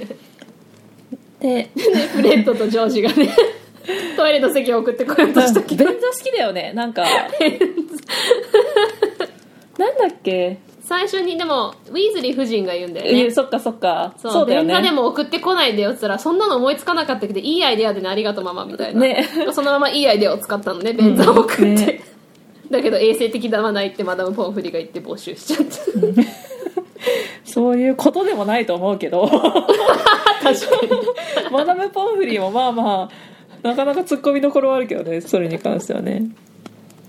[SPEAKER 3] で フレッドとジョージがね、 トイレの席を送ってこようと
[SPEAKER 4] ベ
[SPEAKER 3] し
[SPEAKER 4] ン
[SPEAKER 3] た
[SPEAKER 4] ザ
[SPEAKER 3] け
[SPEAKER 4] 好
[SPEAKER 3] ど。
[SPEAKER 4] きだよねなん かなんだっけ、
[SPEAKER 3] 最初にでもウィーズリー夫人が言うんだ
[SPEAKER 4] い
[SPEAKER 3] よ
[SPEAKER 4] や
[SPEAKER 3] ね
[SPEAKER 4] そっかそっか
[SPEAKER 3] そ
[SPEAKER 4] そううだよね
[SPEAKER 3] ベンザでも送ってこないでよっつったらそんなの思いつかなかったけどいいアイデアでねありがとうママみたいな、
[SPEAKER 4] ね
[SPEAKER 3] そのままいいアイデアを使ったのねベンザを送って、
[SPEAKER 4] うんね
[SPEAKER 3] だけど衛生的ではないってマダム・ポンフリが言って募集しちゃった
[SPEAKER 4] そういうことでもないと思うけ ど
[SPEAKER 3] 確かに
[SPEAKER 4] マダム・ポンフリーもまあまあなかなかツッコミどころはあるけどねそれに関してはね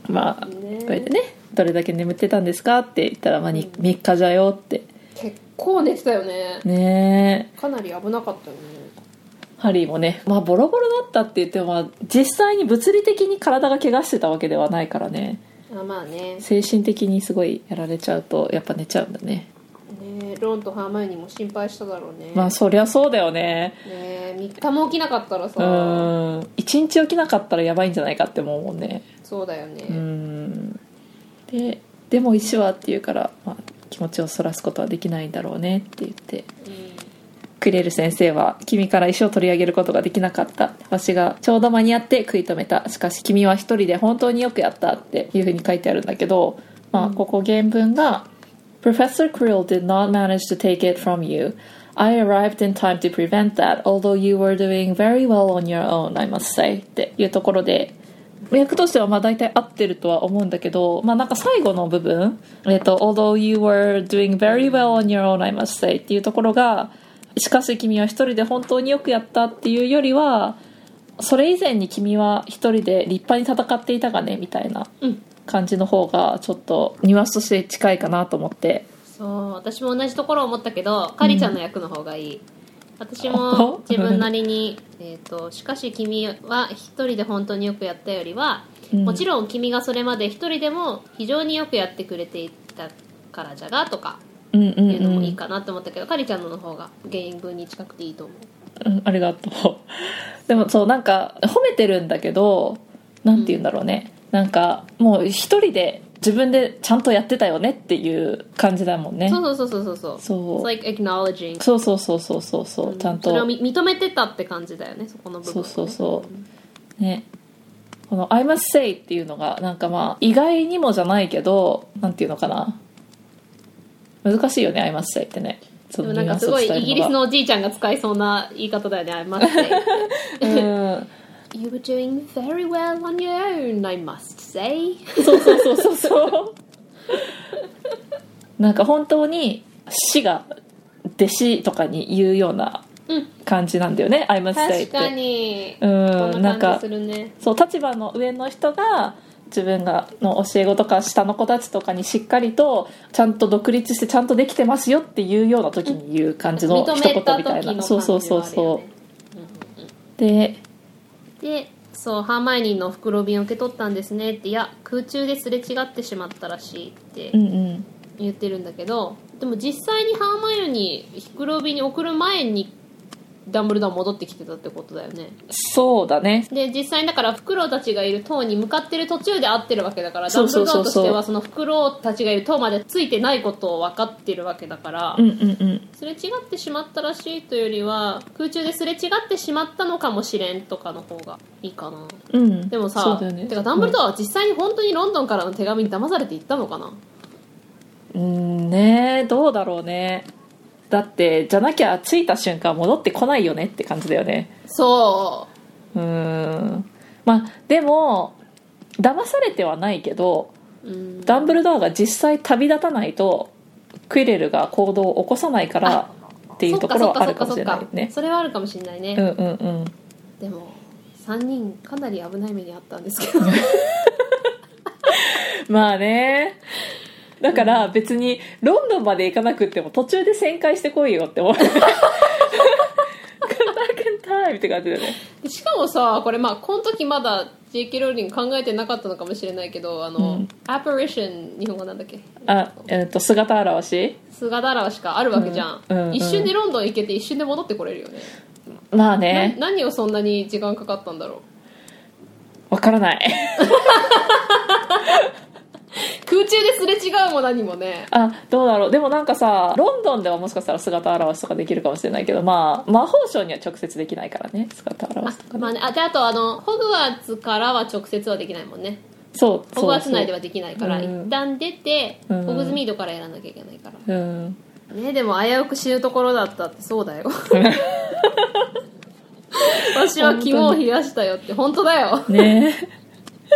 [SPEAKER 4] まあ
[SPEAKER 3] ね
[SPEAKER 4] これでねどれだけ眠ってたんですかって言ったら、まあ、に3日じゃよって
[SPEAKER 3] 結構寝てたよね
[SPEAKER 4] ねえ
[SPEAKER 3] かなり危なかったよね
[SPEAKER 4] ハリーもね、まあ、ボロボロだったって言ってもまあ実際に物理的に体が怪我してたわけではないからね
[SPEAKER 3] あまあね
[SPEAKER 4] 精神的にすごいやられちゃうとやっぱ寝ちゃうんだね
[SPEAKER 3] ねロンとハーマイオニーも心配しただろうね,、
[SPEAKER 4] まあ
[SPEAKER 3] ね
[SPEAKER 4] そりゃそうだよね
[SPEAKER 3] 3日も起きなかったら
[SPEAKER 4] う
[SPEAKER 3] さ、
[SPEAKER 4] ん1日起きなかったらやばいんじゃないかって思うもんね
[SPEAKER 3] そうだよね、
[SPEAKER 4] うんででも石はって言うから、まあ、気持ちをそらすことはできないんだろうねって言って
[SPEAKER 3] うん
[SPEAKER 4] クレル先生は君から石を取り上げることができなかった私がちょうど間に合って食い止めたしかし君は一人で本当によくやったっていうふうに書いてあるんだけど、まあ、ここ原文が Professor Krill did not manage to take it from you I arrived in time to prevent that although you were doing very well on your own I must say っていうところで役としてはまあ大体合ってるとは思うんだけど、まあ、なんか最後の部分、えっと Although you were doing very well on your own, I must say っていうところがしかし君は一人で本当によくやったっていうよりはそれ以前に君は一人で立派に戦っていたがねみたいな
[SPEAKER 3] うん
[SPEAKER 4] 感じの方がちょっとニュアンスとして近いかなと思って
[SPEAKER 3] そう私も同じところ思ったけどカリちゃんの役の方がいい、私も
[SPEAKER 4] 本当
[SPEAKER 3] 自分なりに「えー、としかし君は一人で本当によくやったよりは、
[SPEAKER 4] うん
[SPEAKER 3] もちろん君がそれまで一人でも非常によくやってくれていたからじゃが」とか
[SPEAKER 4] うんう
[SPEAKER 3] い
[SPEAKER 4] ん
[SPEAKER 3] うのもいい
[SPEAKER 4] うん
[SPEAKER 3] かなと思ったけど、カリちゃんのの方が原文に近くていいと思う
[SPEAKER 4] うんありがとう でもそうなんか褒めてるんだけどなんて言うんだろうね、なんかもう一人で自分でちゃんとやってたよねっていう感じだもんね
[SPEAKER 3] そうそうそうそうそうう
[SPEAKER 4] そう
[SPEAKER 3] It's like acknowledging
[SPEAKER 4] そうそうそうそうそうそうちゃんと
[SPEAKER 3] それをみ認めてたって感じだよねそこの部分
[SPEAKER 4] そうそうそうねこの「I must say」っていうのがなんかまあ意外にもじゃないけどなんていうのかな難しいよね「I must say」ってねそ
[SPEAKER 3] で
[SPEAKER 4] の
[SPEAKER 3] もなんかすごいイギリスのおじいちゃんが使いそうな言い方だよね I must say
[SPEAKER 4] ニュアンスを伝えるのが
[SPEAKER 3] You were doing very well on your own, I must say.
[SPEAKER 4] そうそうそうそうそうなんか本当に師が弟子とかに言うような
[SPEAKER 3] うん
[SPEAKER 4] 感じなんだよね、I must say っ
[SPEAKER 3] 確か
[SPEAKER 4] て
[SPEAKER 3] に。
[SPEAKER 4] う
[SPEAKER 3] こ
[SPEAKER 4] ん
[SPEAKER 3] ん
[SPEAKER 4] なん
[SPEAKER 3] な
[SPEAKER 4] か
[SPEAKER 3] 感じするね。
[SPEAKER 4] そう立場の上の人が自分がの教え子とか下の子たちとかにしっかりとちゃんと独立してちゃんとできてますよっていうような時に言う感じの
[SPEAKER 3] 認
[SPEAKER 4] 一言
[SPEAKER 3] め
[SPEAKER 4] み
[SPEAKER 3] た時の
[SPEAKER 4] た
[SPEAKER 3] 感
[SPEAKER 4] い
[SPEAKER 3] じはあるよ
[SPEAKER 4] な、
[SPEAKER 3] ね
[SPEAKER 4] そうそうそうそ
[SPEAKER 3] うんうんうん
[SPEAKER 4] うで
[SPEAKER 3] でそうハーマイオニーの袋瓶を受け取ったんですねっていや空中ですれ違ってしまったらしいって
[SPEAKER 4] うんうん
[SPEAKER 3] 言ってるんだけど、でも実際にハーマイオニー袋瓶に送る前にダンブルドア戻ってきてたってことだよね
[SPEAKER 4] そうだね
[SPEAKER 3] で実際にだからフクロウたちがいる塔に向かってる途中で会ってるわけだからダ
[SPEAKER 4] そ
[SPEAKER 3] ン
[SPEAKER 4] う
[SPEAKER 3] ブル
[SPEAKER 4] そう
[SPEAKER 3] ド
[SPEAKER 4] そ
[SPEAKER 3] ア
[SPEAKER 4] う
[SPEAKER 3] と
[SPEAKER 4] そ
[SPEAKER 3] し
[SPEAKER 4] う
[SPEAKER 3] てはそのフクロウたちがいる塔までついてないことを分かってるわけだから、
[SPEAKER 4] うんうんうん
[SPEAKER 3] すれ違ってしまったらしいというよりは空中ですれ違ってしまったのかもしれんとかの方がいいかな
[SPEAKER 4] うん
[SPEAKER 3] でも
[SPEAKER 4] そう
[SPEAKER 3] さ、
[SPEAKER 4] だよね
[SPEAKER 3] てかダンブルドアは実際に本当にロンドンからの手紙に騙されて行ったのかな
[SPEAKER 4] うんねえどうだろうねだってじゃなきゃ着いた瞬間戻ってこないよねって感じだよね
[SPEAKER 3] そう
[SPEAKER 4] ーんまあでも騙されてはないけど
[SPEAKER 3] う、うん、
[SPEAKER 4] ダンブルドアが実際旅立たないとクイレルが行動を起こさないからっていうところはあるかもしれないね
[SPEAKER 3] それはあるかもしれないうね、
[SPEAKER 4] んうんうん
[SPEAKER 3] でも3人かなり危ない目にあったんですけど
[SPEAKER 4] まあねだから別にロンドンまで行かなくっても途中で旋回してこいよって思う Come back in time って感じだよね
[SPEAKER 3] でしかもさこれまあこの時まだ JK ローリング考えてなかったのかもしれないけどあの、
[SPEAKER 4] うん
[SPEAKER 3] アパリション日本語なんだっけ
[SPEAKER 4] あえっ、と姿現し
[SPEAKER 3] 姿だらしかあるわけじゃん、
[SPEAKER 4] うんうんうん
[SPEAKER 3] 一瞬でロンドン行けて一瞬で戻ってこれるよね
[SPEAKER 4] まあ
[SPEAKER 3] な
[SPEAKER 4] ね
[SPEAKER 3] 何をそんなに時間かかったんだろう
[SPEAKER 4] わからない
[SPEAKER 3] 空中ですれ違うも何もね
[SPEAKER 4] あどうだろうでもなんかさロンドンではもしかしたら姿現しとかできるかもしれないけどまあ魔法省には直接できないからね姿現しとか、
[SPEAKER 3] まあね、あであとあのホグワーツからは直接はできないもんね
[SPEAKER 4] そうそう
[SPEAKER 3] ホグワーツ内ではできないから
[SPEAKER 4] うん
[SPEAKER 3] 一旦出て、
[SPEAKER 4] うん
[SPEAKER 3] ホグズミードからやらなきゃいけないから、
[SPEAKER 4] うん
[SPEAKER 3] ねでも危うく死ぬところだったってそ うだよ私は肝を冷やしたよって本当だよ
[SPEAKER 4] ね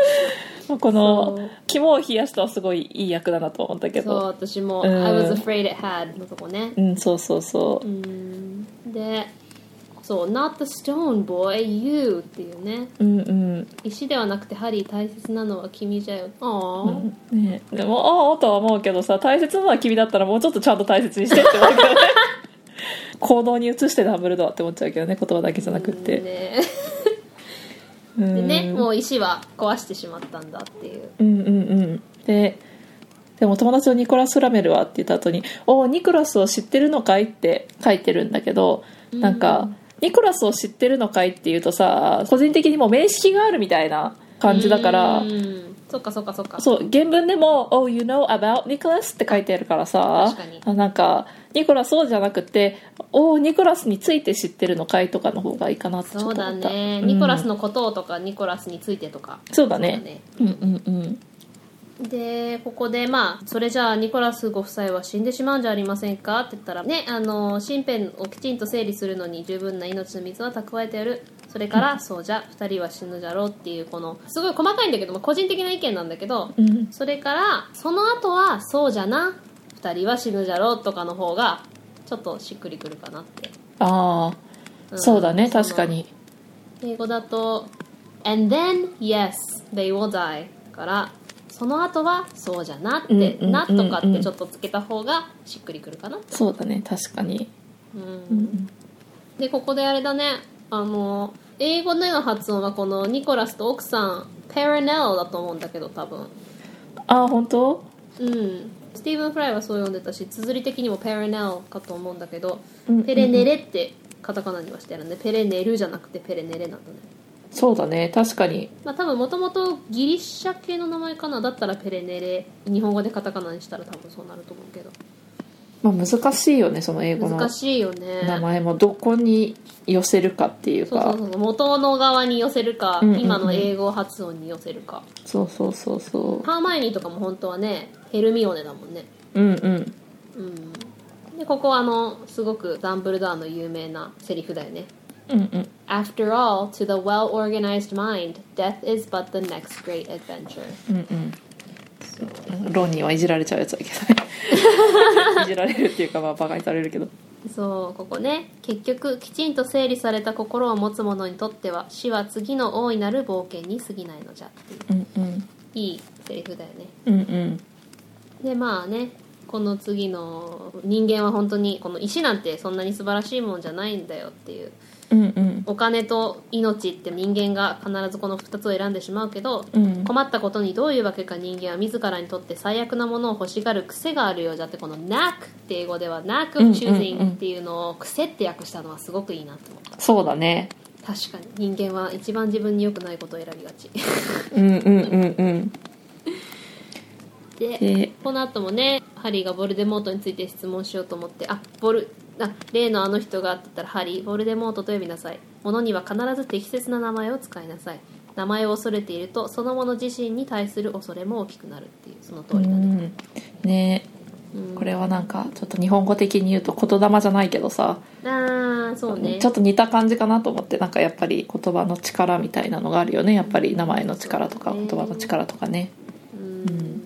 [SPEAKER 4] えこ
[SPEAKER 3] そ
[SPEAKER 4] の
[SPEAKER 3] う
[SPEAKER 4] 肝を冷やしたはすごいいい役だなと思ったけ
[SPEAKER 3] そう
[SPEAKER 4] ど
[SPEAKER 3] 私も「
[SPEAKER 4] うん
[SPEAKER 3] I was afraid it had」のとこね
[SPEAKER 4] うんそうそうそうう、
[SPEAKER 3] んでそう「not the stone boy you」っていうね
[SPEAKER 4] うん、うん
[SPEAKER 3] 石ではなくてハリー大切なのは君じゃよああ、
[SPEAKER 4] ねえでもああとは思うけどさ大切なのは君だったらもうちょっとちゃんと大切にしてって思うけど ね行動に移してダンブルドアって思っちゃうけどね言葉だけじゃなくって、
[SPEAKER 3] ね
[SPEAKER 4] うん、
[SPEAKER 3] でねもう石は壊してしまったんだっていう
[SPEAKER 4] うんうんうんででも友達のニコラス・フラメルはって言った後に「おおニコラスを知ってるのかい?」って書いてるんだけどなんか、ニコラスを知ってるのかいっていうとさ個人的にもう面識があるみたいな感じだから、
[SPEAKER 3] うんそっかそっかそっか
[SPEAKER 4] そう原文でも「Oh you know about Nicholas」って書いてあるからさ
[SPEAKER 3] 確かに
[SPEAKER 4] あなんかニコラスをじゃなくて「おおニコラスについて知ってるのかい?」とかの方がいいかなってちょっと
[SPEAKER 3] そ
[SPEAKER 4] 思
[SPEAKER 3] う
[SPEAKER 4] った
[SPEAKER 3] だね、
[SPEAKER 4] うん
[SPEAKER 3] ニコラスのことをとかニコラスについてとか
[SPEAKER 4] そうだねうんうんうん
[SPEAKER 3] そうだねでここでまあそれじゃあニコラスご夫妻は死んでしまうんじゃありませんかって言ったらねあの身辺をきちんと整理するのに十分な命の水は蓄えてやるそれから、そうじゃ二人は死ぬじゃろうっていうこのすごい細かいんだけど、まあ、個人的な意見なんだけど、
[SPEAKER 4] うん
[SPEAKER 3] それからその後はそうじゃな二人は死ぬじゃろうとかの方がちょっとしっくりくるかなって、
[SPEAKER 4] ああ、
[SPEAKER 3] うん
[SPEAKER 4] そうだね確かに
[SPEAKER 3] その英語だと「and then yes they will die」だからその後はそうじゃなって、
[SPEAKER 4] うんうんうんうん
[SPEAKER 3] なとかってちょっとつけた方がしっくりくるかな
[SPEAKER 4] そうだね確かに
[SPEAKER 3] うん、
[SPEAKER 4] うん
[SPEAKER 3] でここであれだねあの英語での発音はこのニコラスと奥さんペラネルだと思うんだけど多分
[SPEAKER 4] ああ本当
[SPEAKER 3] うん、スティーブン・フライはそう呼んでたし綴り的にもペレネルかと思うんだけど、
[SPEAKER 4] うんうんうん
[SPEAKER 3] ペレネレってカタカナにはしてあるんでペレネルじゃなくてペレネレなんだね
[SPEAKER 4] そうだね確かに
[SPEAKER 3] まあ多分もともとギリシャ系の名前かなだったらペレネレ日本語でカタカナにしたら多分そうなると思うけど
[SPEAKER 4] まあ難しいよねその英語の
[SPEAKER 3] 難しいよね
[SPEAKER 4] 名前もどこに寄せるかっていう
[SPEAKER 3] そう
[SPEAKER 4] か
[SPEAKER 3] そうそう元の側に寄せるか、
[SPEAKER 4] うんうんうん
[SPEAKER 3] 今の英語発音に寄せるか
[SPEAKER 4] そうそうそうそ
[SPEAKER 3] ハーマイオニーとかも本当はねヘルミオネだもんね
[SPEAKER 4] ううんうん
[SPEAKER 3] うんでここはあのすごくダンブルドアの有名なセリフだよね
[SPEAKER 4] うんうん
[SPEAKER 3] After all, to the well organized mind, death is but the next great adventure.
[SPEAKER 4] ロンにはいじられちゃうやつだけど ねいじられるっていうかまあバカにされるけど
[SPEAKER 3] そうここね結局きちんと整理された心を持つ者にとっては死は次の大いなる冒険に過ぎないのじゃっていう
[SPEAKER 4] うんうん
[SPEAKER 3] いいセリフだよね
[SPEAKER 4] うんうん
[SPEAKER 3] でまあねこの次の人間は本当にこの石なんてそんなに素晴らしいもんじゃないんだよっていう
[SPEAKER 4] うんうん
[SPEAKER 3] お金と命って人間が必ずこの2つを選んでしまうけど、
[SPEAKER 4] うん
[SPEAKER 3] 困ったことにどういうわけか人間は自らにとって最悪なものを欲しがる癖があるようじゃってこの「knack」って英語では「knack of
[SPEAKER 4] うんうんうん
[SPEAKER 3] choosing」っていうのを「癖」って訳したのはすごくいいなと思った
[SPEAKER 4] そうだね
[SPEAKER 3] 確かに人間は一番自分に良くないことを選びがち
[SPEAKER 4] うんうんうんうん
[SPEAKER 3] で
[SPEAKER 4] で
[SPEAKER 3] この後もねハリーがボルデモートについて質問しようと思ってあボルあ例のあの人がって言ったらハリーボルデモートと呼びなさい物には必ず適切な名前を使いなさい名前を恐れているとそのもの自身に対する恐れも大きくなるっていうその通
[SPEAKER 4] う
[SPEAKER 3] りだね
[SPEAKER 4] んね
[SPEAKER 3] うん
[SPEAKER 4] これはなんかちょっと日本語的に言うと言霊じゃないけどさ、
[SPEAKER 3] あーそうね
[SPEAKER 4] ちょっと似た感じかなと思ってなんかやっぱり言葉の力みたいなのがあるよねやっぱり名前の力とか
[SPEAKER 3] そうね
[SPEAKER 4] 言葉の力とかね
[SPEAKER 3] うん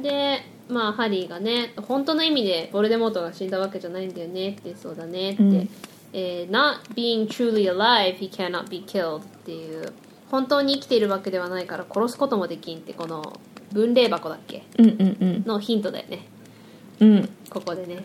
[SPEAKER 3] でまあハリーがね本当の意味でボルデモートが死んだわけじゃないんだよねってそうだねって、
[SPEAKER 4] うん
[SPEAKER 3] えー Not being truly alive he cannot be killed っていう本当に生きているわけではないから殺すこともできんってこの分霊箱だっけ
[SPEAKER 4] うんうん
[SPEAKER 3] のヒントだよね
[SPEAKER 4] うんうん
[SPEAKER 3] ここでね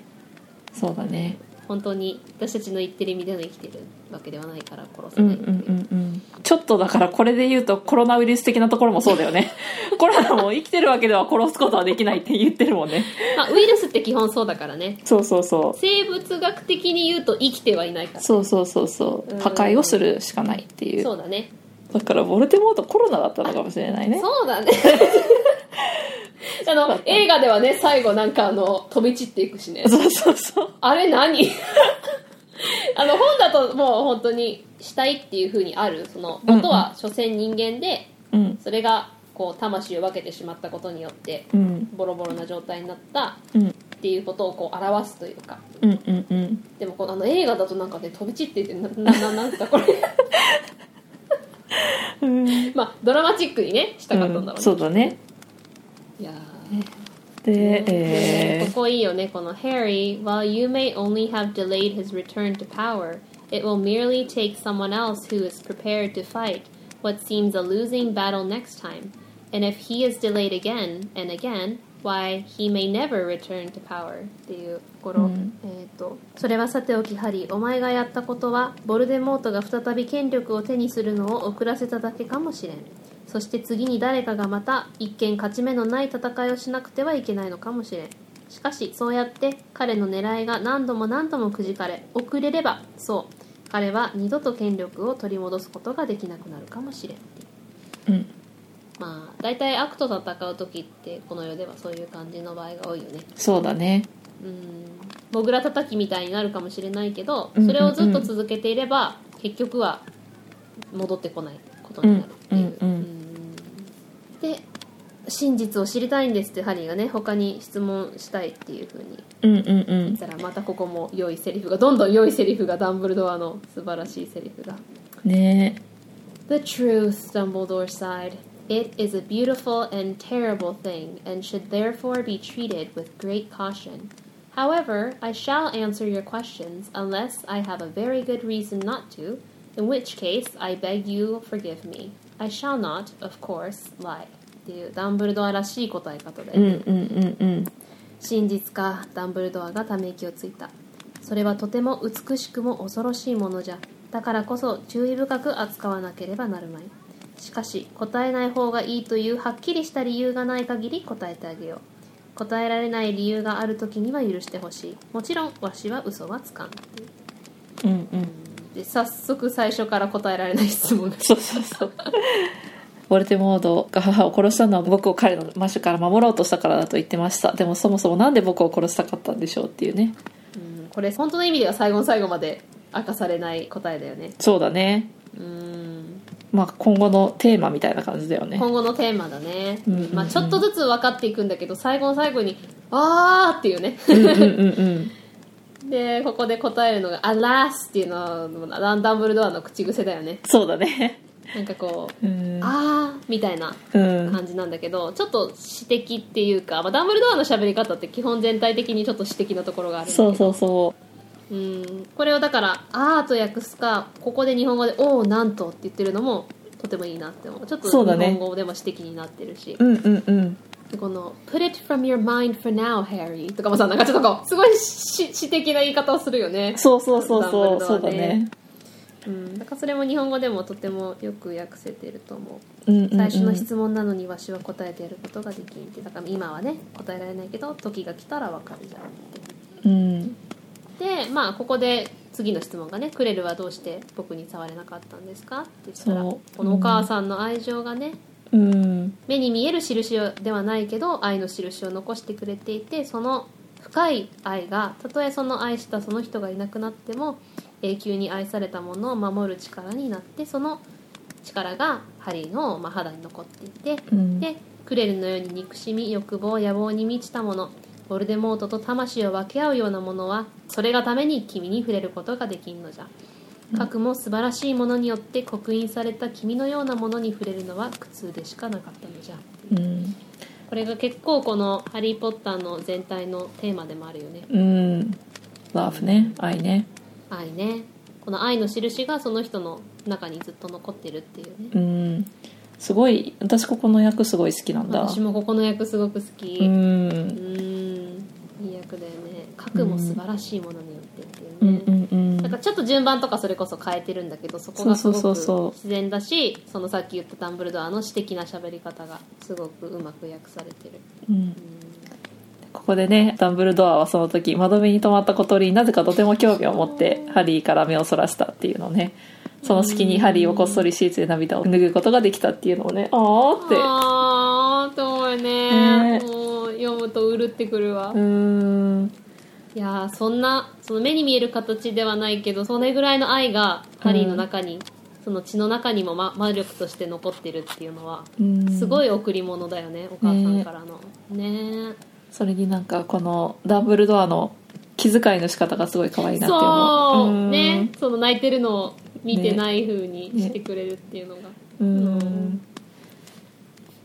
[SPEAKER 4] そうだね
[SPEAKER 3] 本当に私たちの言ってる意味での生きてるわけではないから殺
[SPEAKER 4] う
[SPEAKER 3] せ
[SPEAKER 4] んう
[SPEAKER 3] なんいってい
[SPEAKER 4] う
[SPEAKER 3] う、
[SPEAKER 4] んうんちょっとだからこれで言うとコロナウイルス的なところもそうだよねコロナも生きてるわけでは殺すことはできないって言ってるもんね
[SPEAKER 3] まあ、ウイルスって基本そうだからね
[SPEAKER 4] そうそうそう
[SPEAKER 3] 生物学的に言うと生きてはいないから
[SPEAKER 4] そうそうそうそう
[SPEAKER 3] うん
[SPEAKER 4] 破壊をするしかないっていう
[SPEAKER 3] そうだね
[SPEAKER 4] だからボルテモートコロナだったのかもしれないね
[SPEAKER 3] そうだねあの映画ではね最後なんかあの飛び散っていくしね
[SPEAKER 4] そうそうそう
[SPEAKER 3] あれ何 あの本だともう本当にしたいっていう風にあるその元は所詮人間で
[SPEAKER 4] うん
[SPEAKER 3] それがこう魂を分けてしまったことによって
[SPEAKER 4] うん
[SPEAKER 3] ボロボロな状態になった
[SPEAKER 4] うん
[SPEAKER 3] っていうことをこう表すというか
[SPEAKER 4] うんうんうん
[SPEAKER 3] でもこのあの映画だとなんかね飛び散っていてななななんすかこれ まあドラマチックにねしたかったんだろうね、
[SPEAKER 4] そうだね
[SPEAKER 3] いや
[SPEAKER 4] で、
[SPEAKER 3] ー
[SPEAKER 4] え
[SPEAKER 3] ここいいよねこの Harry while you may only have delayed his return to power it will merely take someone else who is prepared to fight what seems a losing battle next time and if he is delayed again and again why he may never return to power っていうところ、えっ、とそれはさておきハリーお前がやったことはボルデモートが再び権力を手にするのを遅らせただけかもしれんそして次に誰かがまた一見勝ち目のない戦いをしなくてはいけないのかもしれんしかしそうやって彼の狙いが何度も何度もくじかれ遅れればそう彼は二度と権力を取り戻すことができなくなるかもしれん
[SPEAKER 4] ーうん、
[SPEAKER 3] まあ大体悪と戦う時ってこの世ではそういう感じの場合が多いよね
[SPEAKER 4] そうだね
[SPEAKER 3] うんモグラ叩きみたいになるかもしれないけど
[SPEAKER 4] うんうんうん
[SPEAKER 3] それをずっと続けていれば結局は戻ってこないことになるっていう、
[SPEAKER 4] うんうんうん
[SPEAKER 3] うんで真実を知りたいんですってハリーがね他に質問したいっていうふうに
[SPEAKER 4] うんうんうん
[SPEAKER 3] 言ったらまたここも良いセリフがどんどん良いセリフがダンブルドアの素晴らしいセリフが
[SPEAKER 4] ね
[SPEAKER 3] The truth, Dumbledore sighed. It is a beautiful and terrible thing, and should therefore be treated with great caution. However, I shall answer your questions unless I have a very good reason not to, in which case I beg you forgive me. I shall not, of course, lie. っていうダンブルドアらしい答え方で、
[SPEAKER 4] うんうんうんうん
[SPEAKER 3] 真実かダンブルドアがため息をついたそれはとても美しくも恐ろしいものじゃだからこそ注意深く扱わなければなるまいしかし答えない方がいいというはっきりした理由がない限り答えてあげよう答えられない理由がある時には許してほしいもちろんわしは嘘はつかん
[SPEAKER 4] うんうん
[SPEAKER 3] で早速最初から答えられない質問が
[SPEAKER 4] そうそうそうボルテモードが母を殺したのは僕を彼の魔種から守ろうとしたからだと言ってましたでもそもそもなんで僕を殺したかったんでしょうっていうね
[SPEAKER 3] うんこれ本当の意味では最後の最後まで明かされない答えだよね
[SPEAKER 4] そうだね
[SPEAKER 3] うん
[SPEAKER 4] まあ今後のテーマみたいな感じだよね
[SPEAKER 3] 今後のテーマだね、
[SPEAKER 4] うんうんうん
[SPEAKER 3] まあ、ちょっとずつ分かっていくんだけど最後の最後に「あー」っていうね
[SPEAKER 4] うんうんうん
[SPEAKER 3] でここで答えるのが「アラス」っていうのはランダンブルドアの口癖だよね
[SPEAKER 4] そうだね
[SPEAKER 3] なんかこう
[SPEAKER 4] うん
[SPEAKER 3] あーみたいな
[SPEAKER 4] うん
[SPEAKER 3] 感じなんだけどちょっと詩的っていうか、まあ、ダンブルドアの喋り方って基本全体的にちょっと詩的なところがあるんだけど
[SPEAKER 4] そうそうそう
[SPEAKER 3] うんこれをだから「あー」と訳すかここで日本語で「おおなんと」って言ってるのもとてもいいなって思うちょっと
[SPEAKER 4] そうだ
[SPEAKER 3] 日
[SPEAKER 4] ね
[SPEAKER 3] 本語でも詩的になってるし、
[SPEAKER 4] ううんうんうん
[SPEAKER 3] でこの「Put it from your mind for now, Harry」とかもさなんかちょっとこうすごい詩詩的な言い方をするよね
[SPEAKER 4] そうそうそう
[SPEAKER 3] ダ
[SPEAKER 4] そ
[SPEAKER 3] ンブル
[SPEAKER 4] う
[SPEAKER 3] ドア
[SPEAKER 4] そうだね
[SPEAKER 3] うん、だからそれも日本語でもとてもよく訳せてると思う
[SPEAKER 4] うんうんうん
[SPEAKER 3] 最初の質問なのにわしは答えてやることができんってだから今はね答えられないけど時が来たらわかるじゃん
[SPEAKER 4] うん
[SPEAKER 3] ってでまあここで次の質問がね「クレルはどうして僕に触れなかったんですか?」って言ったら
[SPEAKER 4] そう
[SPEAKER 3] このお母さんの愛情がね、
[SPEAKER 4] うん
[SPEAKER 3] 目に見える印ではないけど愛の印を残してくれていてその深い愛がたとえその愛したその人がいなくなっても永久に愛されたものを守る力になってその力がハリーのまあ肌に残っていて
[SPEAKER 4] うん
[SPEAKER 3] でクレルのように憎しみ欲望野望に満ちたものヴォルデモートと魂を分け合うようなものはそれがために君に触れることができんのじゃかくも素晴らしいものによって刻印された君のようなものに触れるのは苦痛でしかなかったのじゃ
[SPEAKER 4] うん
[SPEAKER 3] これが結構この「ハリー・ポッター」の全体のテーマでもあるよね
[SPEAKER 4] うんラブね愛ね
[SPEAKER 3] 愛ねこの愛の印がその人の中にずっと残ってるっていうね
[SPEAKER 4] うんすごい私ここの役すごい好きなんだ
[SPEAKER 3] 私もここの役すごく好き
[SPEAKER 4] う
[SPEAKER 3] うんーんいい役だよね「核も素晴らしいものによって」っていう
[SPEAKER 4] う
[SPEAKER 3] ね、
[SPEAKER 4] んうんうん
[SPEAKER 3] なんかちょっと順番とかそれこそ変えてるんだけどそこがすご
[SPEAKER 4] そう
[SPEAKER 3] く
[SPEAKER 4] そうそうそう
[SPEAKER 3] 自然だしそのさっき言ったダンブルドアの詩的な喋り方がすごくうまく訳されてる
[SPEAKER 4] うんここでねダンブルドアはその時窓辺に止まった小鳥になぜかとても興味を持ってハリーから目をそらしたっていうのをねその隙にハリーをこっそりシーツで涙を拭うことができたっていうのをねあーって
[SPEAKER 3] あーって思う
[SPEAKER 4] ね
[SPEAKER 3] ねもう読むとうるってくるわ、
[SPEAKER 4] うーん
[SPEAKER 3] いやーそんなその目に見える形ではないけどそれぐらいの愛がハリーの中に、その血の中にも、ま、魔力として残ってるっていうのは
[SPEAKER 4] うん
[SPEAKER 3] すごい贈り物だよねお母さんからのね
[SPEAKER 4] それになんかこのダンブルドアの気遣いの仕方がすごい可愛いなって思
[SPEAKER 3] そう
[SPEAKER 4] ー
[SPEAKER 3] う
[SPEAKER 4] ん
[SPEAKER 3] ねその泣いてるのを見てない風にしてくれるっていうのが、
[SPEAKER 4] うーん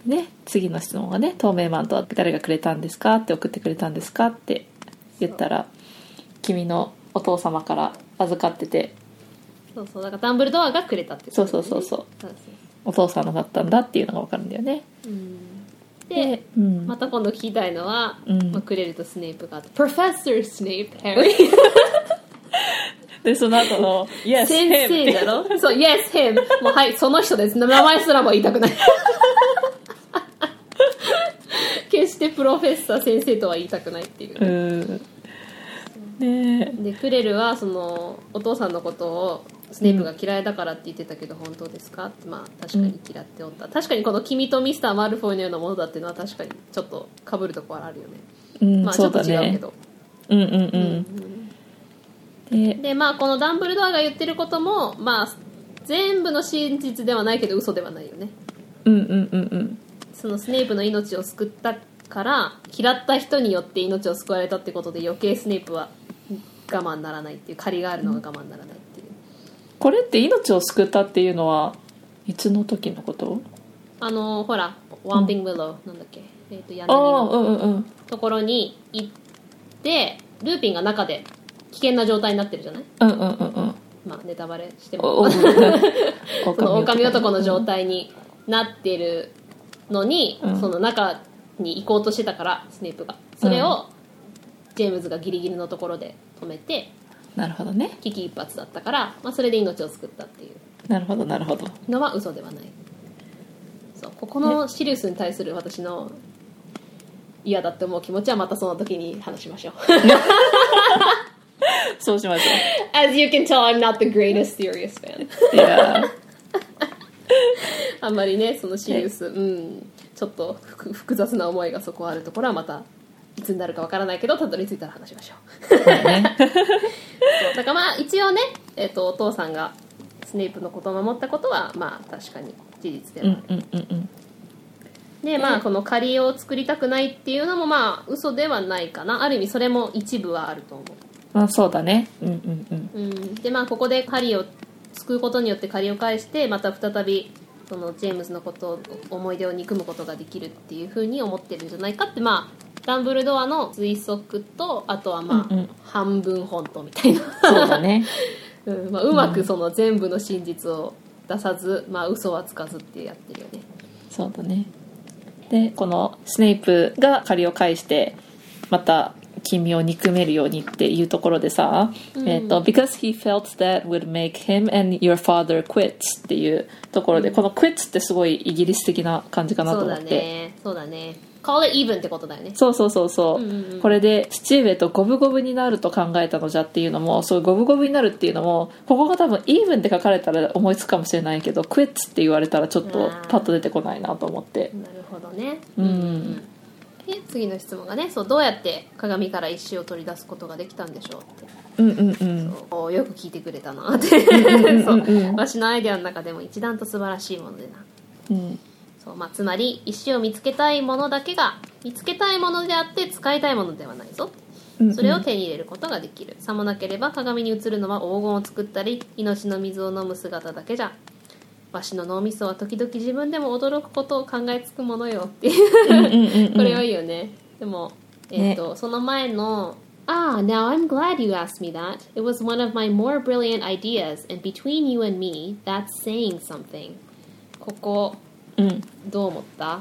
[SPEAKER 4] ね次の質問がね「透明マントは誰がくれたんですか?」って送ってくれたんですかって言ったら「君のお父様から預かってて
[SPEAKER 3] そうそうだからダンブルドアがくれたってこと
[SPEAKER 4] そう
[SPEAKER 3] だ
[SPEAKER 4] そ
[SPEAKER 3] よ
[SPEAKER 4] う
[SPEAKER 3] ね
[SPEAKER 4] そうそう
[SPEAKER 3] そう
[SPEAKER 4] お父さんのだったんだ」っていうのが分かるんだよね
[SPEAKER 3] そううんで
[SPEAKER 4] で、うん
[SPEAKER 3] また今度聞きたいのは、
[SPEAKER 4] うん
[SPEAKER 3] まあ、クレルとスネープがあって「プロフェッサー・スネープ・ハリ ー
[SPEAKER 4] でその後の「イエ」ス
[SPEAKER 3] 先生だろそう「Yes, him」もうはいその人です名前すらも言いた くない決してプロフェッサー先生とは言いたくないっていう、
[SPEAKER 4] うんね
[SPEAKER 3] でクレルはそのお父さんのことをスネープが嫌いだからって言ってたけど本当ですかってまあ確かに嫌っておった、確かにこの「君とミスター・マルフォイのようなものだ」っていうのは確かにちょっとかぶるところはあるよね、
[SPEAKER 4] うん、
[SPEAKER 3] まあち
[SPEAKER 4] そ
[SPEAKER 3] ょっ
[SPEAKER 4] う
[SPEAKER 3] と
[SPEAKER 4] だ
[SPEAKER 3] 違うけ
[SPEAKER 4] ね
[SPEAKER 3] ど
[SPEAKER 4] うんうんうん、で
[SPEAKER 3] でまあこのダンブルドアが言ってることもまあ全部の真実ではないけど嘘ではないよね
[SPEAKER 4] うんうんうんうん
[SPEAKER 3] そのスネープの命を救ったから嫌った人によって命を救われたってことで余計スネープは我慢ならないっていう借りがあるのが我慢ならないっていう
[SPEAKER 4] これって命を救ったっていうのはいつの時のこと
[SPEAKER 3] あのほらワンピングウィローなんだっけ、えっ、と柳
[SPEAKER 4] ああ
[SPEAKER 3] の
[SPEAKER 4] うんうんうん
[SPEAKER 3] ところに行ってルーピンが中で危険な状態になってるじゃない
[SPEAKER 4] うんうんうんうん
[SPEAKER 3] まあネタバレしても
[SPEAKER 4] おお
[SPEAKER 3] その狼男の状
[SPEAKER 4] 態
[SPEAKER 3] 態になってるのに、
[SPEAKER 4] うん
[SPEAKER 3] その中に行こうとしてたからスネープがそれをジェームズがギリギリのところで止めて
[SPEAKER 4] なるほどね
[SPEAKER 3] 危機一髪だったから、まあ、それで命を救ったっていう
[SPEAKER 4] なるほどなるほど
[SPEAKER 3] のは嘘ではないそうここのシリウスに対する私の嫌だって思う気持ちはまたその時に話しまし ょう
[SPEAKER 4] そうしましょ
[SPEAKER 3] As you can tell I'm not the greatest serious fan
[SPEAKER 4] ういやー
[SPEAKER 3] あんまりねそのシリウス、うんちょっと複複雑な思いがそこはあるところはまたいつになるかわからないけどたどり着いたら話しましょう
[SPEAKER 4] そうだね
[SPEAKER 3] そうだからまあ一応ね、えっとお父さんがスネープのことを守ったことはまあ確かに事実ではあ
[SPEAKER 4] う
[SPEAKER 3] る、
[SPEAKER 4] んうんうんうん
[SPEAKER 3] でまあこの借りを作りたくないっていうのもまあ嘘ではないかなある意味それも一部はあると思う
[SPEAKER 4] うまあそうだねうんうんうん
[SPEAKER 3] うん、でまあここで狩りを救うことによって借りを返してまた再びそのジェームズのことを思い出を憎むことができるっていうふうに思ってるんじゃないかってまあダンブルドアの推測とあとはまあ、
[SPEAKER 4] うんうん
[SPEAKER 3] 半分本当みたいな、
[SPEAKER 4] そうだね
[SPEAKER 3] うんまあ、うまくその全部の真実を出さず、まあ嘘はつかずってやってるよね
[SPEAKER 4] そうだねでこのスネイプが借りを返してまた君を憎めるようにっていうところでさ、えっと「because he felt that would make him and your father quit」っていうところで、この「quit」ってすごいイギリス的な感じかなと
[SPEAKER 3] そう
[SPEAKER 4] 思っ
[SPEAKER 3] だ
[SPEAKER 4] て
[SPEAKER 3] ねそうだね call it even ってことだよね
[SPEAKER 4] そうそうそうそう,、
[SPEAKER 3] うんうんうん
[SPEAKER 4] これで父上と五分五分になると考えたのじゃっていうのもそう五分五分になるっていうのもここが多分「イーブン」って書かれたら思いつくかもしれないけど「クエッツ」って言われたらちょっとパッと出てこないなと思って
[SPEAKER 3] なるほどね
[SPEAKER 4] うん
[SPEAKER 3] で次の質問がねそうどうやって鏡から石を取り出すことができたんでしょうって
[SPEAKER 4] うんうんうん
[SPEAKER 3] およく聞いてくれたなってそううん
[SPEAKER 4] うん
[SPEAKER 3] わしのアイデアの中でも一段と素晴らしいものでな
[SPEAKER 4] うん
[SPEAKER 3] そう、まあ、つまり石を見つけたいものだけが見つけたいものであって使いたいものではないぞ
[SPEAKER 4] うん
[SPEAKER 3] それを手に入れることができるさもなければ鏡に映るのは黄金を作ったり命の水を飲む姿だけじゃわしの脳みそは時々自分でも驚くことを考えつくものよっていう
[SPEAKER 4] うんうんうんうん
[SPEAKER 3] これはいいよね。でも、えっ、と、その前の、Ah, now I'm glad you asked me that. It was one of my more brilliant ideas, and between you and me, that's saying something. ここ、
[SPEAKER 4] うん
[SPEAKER 3] どう思った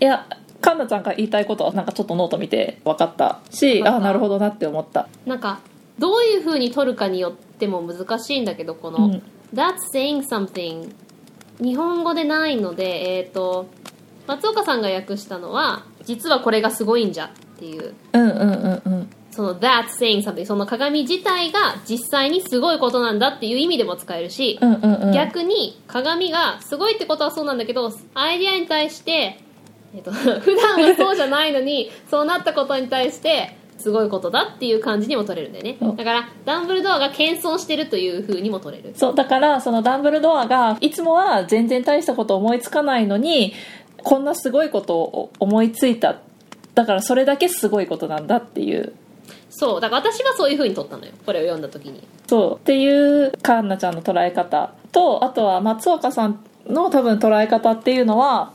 [SPEAKER 4] いやカンナちゃんが言いたいことはなんかちょっとノート見て分かったし
[SPEAKER 3] 分かった
[SPEAKER 4] あなるほどなって思った
[SPEAKER 3] なんか、どういう風に取るかによっても難しいんだけど、こ
[SPEAKER 4] う
[SPEAKER 3] の、
[SPEAKER 4] ん
[SPEAKER 3] that's saying something 日本語でないので、えっ、と、松岡さんが訳したのは、実はこれがすごいんじゃっていう
[SPEAKER 4] うんうんうんうん
[SPEAKER 3] その that saying something その鏡自体が実際にすごいことなんだっていう意味でも使えるし、
[SPEAKER 4] うんうんうん
[SPEAKER 3] 逆に鏡がすごいってことはそうなんだけどアイディアに対して、えっと 普段はそうじゃないのにそうなったことに対してすごいことだっていう感じにも取れるんだよね
[SPEAKER 4] そう
[SPEAKER 3] だからダンブルドアが謙遜してるという風にも取れる
[SPEAKER 4] そう、だから、そのダンブルドアが、いつもは全然大したこと思いつかないのに、こんなすごいことを思いついた。だから、それだけすごいことなんだっていう。
[SPEAKER 3] そうだから私はそういう風に取ったのよこれを読んだ時に
[SPEAKER 4] そう、っていう、カンナちゃんの捉え方と、あとは松岡さんの多分捉え方っていうのは、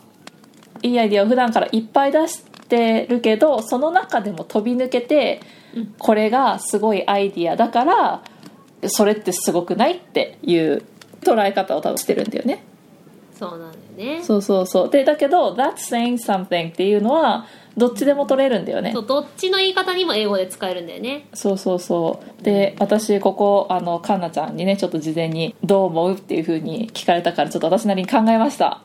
[SPEAKER 4] いいアイディアを普段からいっぱい出してるけど、その中でも飛び抜けて、これがすごいアイディアだから、それってすごくないっていう捉え方を多分してるんだよね。
[SPEAKER 3] そうなんだよね
[SPEAKER 4] そうそうそうでだけど「That's saying something」っていうのはどっちでも取れるんだよね
[SPEAKER 3] そうどっちの言い方にも英語で使えるんだよね
[SPEAKER 4] そうそうそうで私ここあのカンナちゃんにねちょっと事前に「どう思う?」っていう風に聞かれたからちょっと私なりに考えました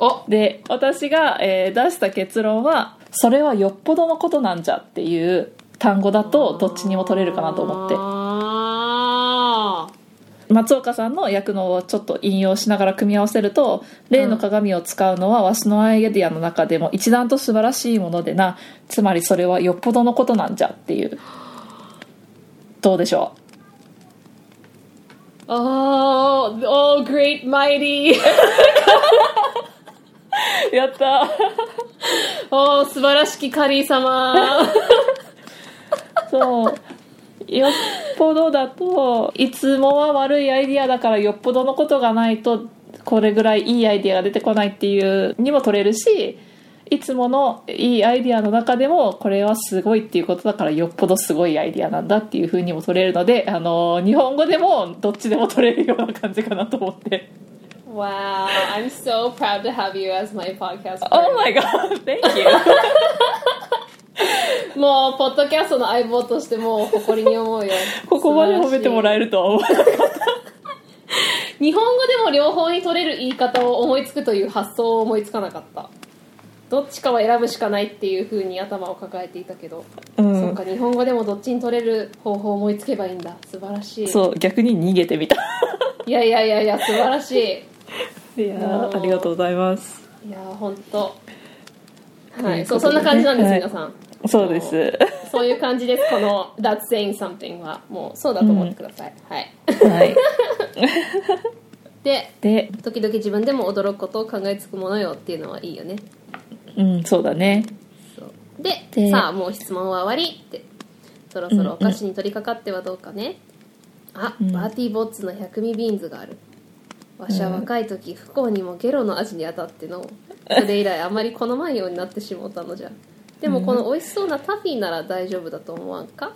[SPEAKER 3] お
[SPEAKER 4] で私が、えー出した結論は「それはよっぽどのことなんじゃ」っていう単語だとどっちにも取れるかなと思って
[SPEAKER 3] あー
[SPEAKER 4] 松岡さんの役のをちょっと引用しながら組み合わせると「例の鏡を使うのはわしのアイディアの中でも一段と素晴らしいものでなつまりそれはよっぽどのことなんじゃ」っていうどうでしょ
[SPEAKER 3] Oh, oh, great mighty.
[SPEAKER 4] うやった
[SPEAKER 3] Oh, 素晴らしきカリー様。
[SPEAKER 4] そうよっぽどだといつもは悪いアイディアだからよっぽどのことがないとこれぐらいいいアイディアが出てこないっていうにも取れるしいつものいいアイディアの中でもこれはすごいっていうことだからよっぽどすごいアイディアなんだっていうふうにも取れるのであの日本語でもどっちでも取れるような感じかなと思って。
[SPEAKER 3] wow, I'm so proud to have you as my podcast.
[SPEAKER 4] Oh my god! Thank you!。
[SPEAKER 3] もう、ポッドキャストの相棒としてもう誇りに思うよ
[SPEAKER 4] ここまで褒めてもら
[SPEAKER 3] え
[SPEAKER 4] えるとは思わなかった
[SPEAKER 3] 日本語でも両方に取れる言い方を思いつくという発想を思いつかなかった。どっちかは選ぶしかないっていう風に頭を抱えていたけど、
[SPEAKER 4] うん
[SPEAKER 3] そっか日本語でもどっちに取れる方法を思いつけばいいんだ素晴らしい
[SPEAKER 4] そう逆に逃げてみた
[SPEAKER 3] いやいやいやいや素晴らし い
[SPEAKER 4] いやーありがとうございます
[SPEAKER 3] いやー本当。
[SPEAKER 4] と
[SPEAKER 3] は
[SPEAKER 4] いうことでね
[SPEAKER 3] い、そうそんな感じなんです、
[SPEAKER 4] はい
[SPEAKER 3] 皆さん。
[SPEAKER 4] そうです。
[SPEAKER 3] そういう感じです。この That's saying something はもうそうだと思ってください。 はい。
[SPEAKER 4] はい。
[SPEAKER 3] で、
[SPEAKER 4] で、
[SPEAKER 3] 時々自分でも驚くことを考えつくものよっていうのはいいよね。
[SPEAKER 4] うん、そうだね。
[SPEAKER 3] そうで
[SPEAKER 4] で
[SPEAKER 3] さあもう質問は終わりって。そろそろお菓子に取り掛かってはどうかね、あ、
[SPEAKER 4] うん
[SPEAKER 3] バーティーボッツの百味ビーンズがあるわしは若い時不幸にもゲロの味に当たってのそれ以来あまり好まんようになってしもうたのじゃでもこの美味しそうなタフィーなら大丈夫だと思わんか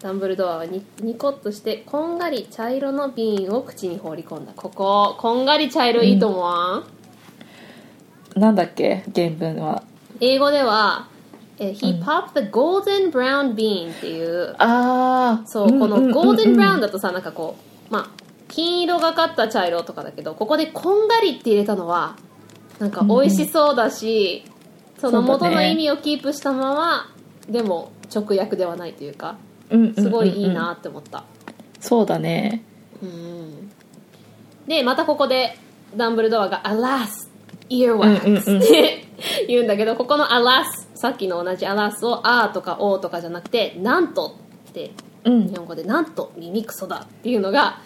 [SPEAKER 3] ダンブルドアはにニコッとしてこんがり茶色の瓶を口に放り込んだこここんがり茶色いいと思わん、
[SPEAKER 4] なんだっけ原文は
[SPEAKER 3] 英語では「えー He popped the golden brown bean」っていう
[SPEAKER 4] ああ
[SPEAKER 3] そうこのゴールデンブラウン
[SPEAKER 4] ン
[SPEAKER 3] だとさなんかこうまあ金色がかった茶色とかだけどここでこんがりって入れたのはなんか美味しそうだし、その元の意味をキープしたまま、でも直訳ではないというかすごいいいなって思った、
[SPEAKER 4] そうだね
[SPEAKER 3] うんでまたここでダンブルドアが「Alas!
[SPEAKER 4] うんうんう
[SPEAKER 3] Earwax!」
[SPEAKER 4] ん
[SPEAKER 3] って 言うんだけどここの「Alas!」さっきの同じ「Alas!」を「あ」とか「お」とかじゃなくて「なんと」って
[SPEAKER 4] うん
[SPEAKER 3] 日本語で「なんと耳クソだ」っていうのが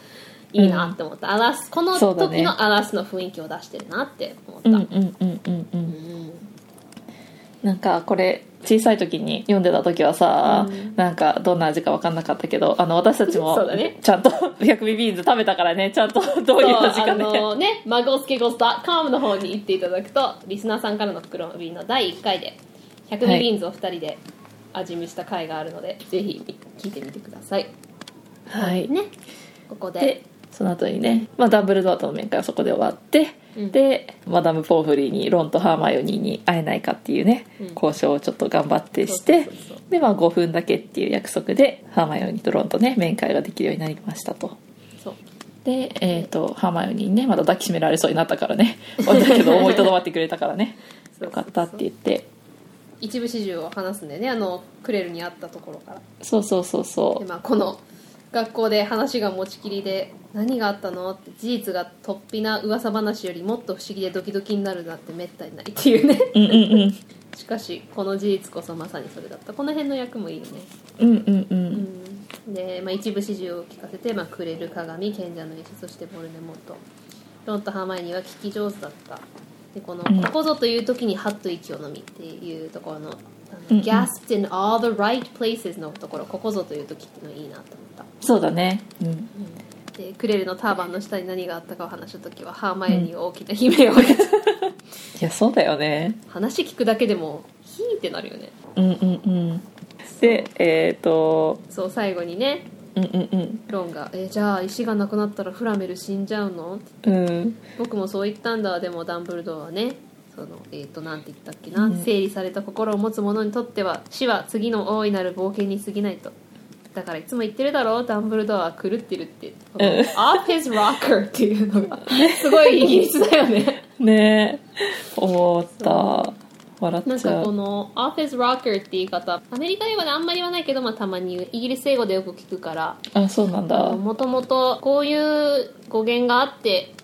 [SPEAKER 3] いいなって思った、アラスこの
[SPEAKER 4] そうだね
[SPEAKER 3] 時の「アラス」の雰囲気を出してるなって思った、
[SPEAKER 4] うんうんうんうんうんなんかこれ小さい時に読んでた時はさ、なんかどんな味か分かんなかったけどあの私たちも
[SPEAKER 3] そうだね
[SPEAKER 4] ちゃんと 百味ビーンズ食べたからねちゃんと どう
[SPEAKER 3] そう
[SPEAKER 4] いう味か
[SPEAKER 3] あ
[SPEAKER 4] ね
[SPEAKER 3] の ね、マゴスケゴス .com の方に行っていただくとリスナーさんからの袋瓶の第1回で100ミリーンズを2人で味見した回があるので、ぜひ聞いてみてください
[SPEAKER 4] はい
[SPEAKER 3] ねここで
[SPEAKER 4] でその後にね、まあ、ダンブルドアとの面会はそこで終わって、
[SPEAKER 3] うん
[SPEAKER 4] でマダム・ポーフリーにロンとハーマイオニーに会えないかっていうね、
[SPEAKER 3] うん
[SPEAKER 4] 交渉をちょっと頑張ってして
[SPEAKER 3] そうそうそう
[SPEAKER 4] で、まあ、5分だけっていう約束でハーマイオニーとロンとね面会ができるようになりましたと。
[SPEAKER 3] そう
[SPEAKER 4] で、えー、とハーマイオニーにねまだ抱きしめられそうになったから ねだけど思いとどまってくれたからね
[SPEAKER 3] そうそうそう
[SPEAKER 4] よかったって言って
[SPEAKER 3] 一部始終を話すんでねあのクレルに会ったところから
[SPEAKER 4] そうそうそうそ
[SPEAKER 3] で
[SPEAKER 4] う
[SPEAKER 3] まあこの学校で話が持ちきりで何があったのって事実が突飛な噂話よりもっと不思議でドキドキになるなってめったにないっていうね
[SPEAKER 4] うんうん
[SPEAKER 3] しかしこの事実こそまさにそれだったこの辺の役もいいよね、
[SPEAKER 4] うんうんうんうん
[SPEAKER 3] うん、で、まあ、一部始終を聞かせて、まあ、くれる鏡賢者の石そしてボルデモットロンとハーマイオニーは聞き上手だったでこの、
[SPEAKER 4] うん
[SPEAKER 3] ここぞという時にハッと息を飲みっていうところのあの
[SPEAKER 4] うんうん
[SPEAKER 3] gasped in all the right places のところここぞという時っていうのいいなと思った
[SPEAKER 4] そうだねうん
[SPEAKER 3] でクレルのターバンの下に何があったかを話した時はハーマイオニーは大きな悲鳴を上げた、
[SPEAKER 4] いやそうだよね
[SPEAKER 3] 話聞くだけでもヒーってなるよね
[SPEAKER 4] うんうんうんでえっ、と
[SPEAKER 3] そう最後にね
[SPEAKER 4] うんうん
[SPEAKER 3] ロンが「えじゃあ石がなくなったらフラメル死んじゃうの?
[SPEAKER 4] うんうん」
[SPEAKER 3] 僕もそう言ったんだでもダンブルドアはねそのえっ、となんて言ったっけな、整理された心を持つ者にとっては死は次の大いなる冒険に過ぎないとだからいつも言ってるだろうダンブルドアは狂ってるって「この Off his rocker」っていうのがすごいイギリスだよね
[SPEAKER 4] ねえ思った笑
[SPEAKER 3] な
[SPEAKER 4] っ
[SPEAKER 3] ん
[SPEAKER 4] ち
[SPEAKER 3] か
[SPEAKER 4] ゃ
[SPEAKER 3] こ
[SPEAKER 4] う
[SPEAKER 3] の「オフィス・ロッカー」って言い方アメリカ英語であんまり言わないけど、まあ、たまに言うイギリス英語でよく聞くから
[SPEAKER 4] あそうなんだ
[SPEAKER 3] もともとこういう語源があって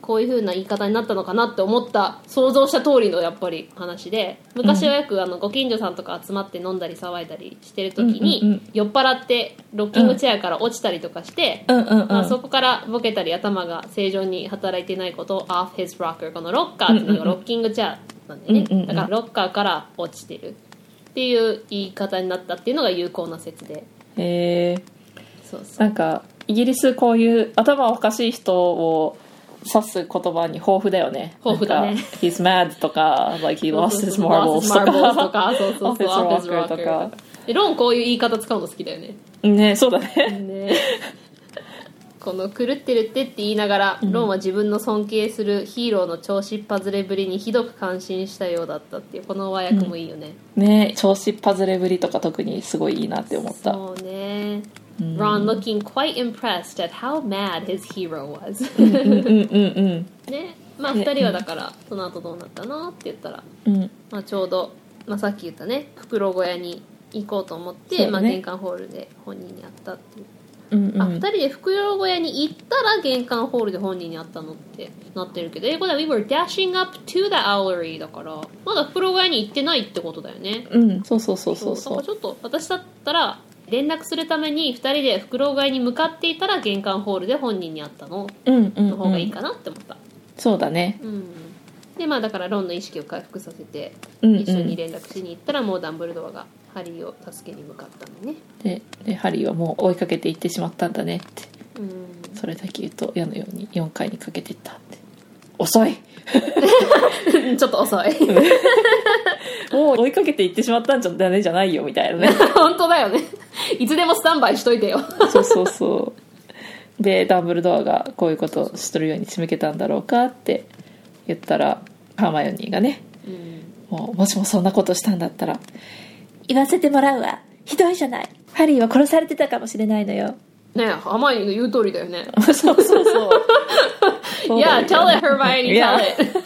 [SPEAKER 3] こういう風な言い方になったのかなって思った想像した通りのやっぱり話で昔はよくあのご近所さんとか集まって飲んだり騒いだりしてる時に、
[SPEAKER 4] うんうんうん
[SPEAKER 3] 酔っ払ってロッキングチェアから落ちたりとかして、
[SPEAKER 4] うんうんうん
[SPEAKER 3] まあ、そこからボケたり頭が正常に働いてないことを off his rocker このロッカーっていうのがロッキングチェアなんでね、
[SPEAKER 4] うんうんうん
[SPEAKER 3] だからロッカーから落ちてるっていう言い方になったっていうのが有効な説で
[SPEAKER 4] えー、
[SPEAKER 3] そうそ
[SPEAKER 4] な
[SPEAKER 3] う
[SPEAKER 4] んかイギリスこういう頭おかしい人を指す言葉に豊富だよね
[SPEAKER 3] 豊富だね
[SPEAKER 4] なんか He's mad とか Like he lost
[SPEAKER 3] そ
[SPEAKER 4] his
[SPEAKER 3] うそうそう
[SPEAKER 4] marbles とか
[SPEAKER 3] Lost his marbles とかそうそうそう
[SPEAKER 4] Off his
[SPEAKER 3] Off his
[SPEAKER 4] rocker とか
[SPEAKER 3] rocker とかでロンこういう言い方使うの好きだよね
[SPEAKER 4] ねそうだね
[SPEAKER 3] ね この「狂ってるって」って言いながら、ロンは自分の尊敬するヒーローの調子っぱずれぶりにひどく感心したようだったっていうこの和訳もいいよね、
[SPEAKER 4] ね調子っぱずれぶりとか特にすごいいいなって思った
[SPEAKER 3] そうね。Ron looking quite impressed at how mad his hero was.
[SPEAKER 4] うんうん
[SPEAKER 3] ね。まあ、二人はだから、その後どうなったのって言ったら、
[SPEAKER 4] うんうん
[SPEAKER 3] まあ、ちょうど、まあ、さっき言ったね、袋小屋に行こうと思って、
[SPEAKER 4] そうね
[SPEAKER 3] まあ、玄関ホールで本人に会ったっていう。
[SPEAKER 4] うんう
[SPEAKER 3] あ、二
[SPEAKER 4] ん
[SPEAKER 3] 人で袋小屋に行ったら玄関ホールで本人に会ったのってなってるけど、英語では We were dashing up to the owlery だから、まだ袋小屋に行ってないってことだよね。
[SPEAKER 4] うんそうそうそうそう
[SPEAKER 3] だ
[SPEAKER 4] そ
[SPEAKER 3] からちょっと私だったら連絡するために2人でフクロウ買いに向かっていたら玄関ホールで本人に会ったの
[SPEAKER 4] ううんうん
[SPEAKER 3] の方がいい
[SPEAKER 4] うん
[SPEAKER 3] かなって思った
[SPEAKER 4] そうだね
[SPEAKER 3] うん、でまあだからロンの意識を回復させて
[SPEAKER 4] うんうん
[SPEAKER 3] 一緒に連絡しに行ったらもうダンブルドアがハリーを助けに向かったのね
[SPEAKER 4] ででハリーはもう追いかけていってしまったんだねって
[SPEAKER 3] うん
[SPEAKER 4] それだけ言うと矢のように4回にかけていったって遅い
[SPEAKER 3] ちょっと遅い
[SPEAKER 4] もう追いかけていってしまったんじゃダメじゃないよみたいなね
[SPEAKER 3] 本当だよねいつでもスタンバイしといてよ
[SPEAKER 4] そうそうそうでダンブルドアがこういうことをしとるように仕向けたんだろうかって言ったらハーマヨニーがね
[SPEAKER 3] うん
[SPEAKER 4] もうもしもそんなことしたんだったら言わせてもらうわひどいじゃないハリーは殺されてたかもしれないのよ
[SPEAKER 3] ねえハーマイオニーの言う通りだよね
[SPEAKER 4] そうそうそう そうだ
[SPEAKER 3] Yeah,
[SPEAKER 4] よ
[SPEAKER 3] tell it, Hermione,
[SPEAKER 4] Yeah.
[SPEAKER 3] tell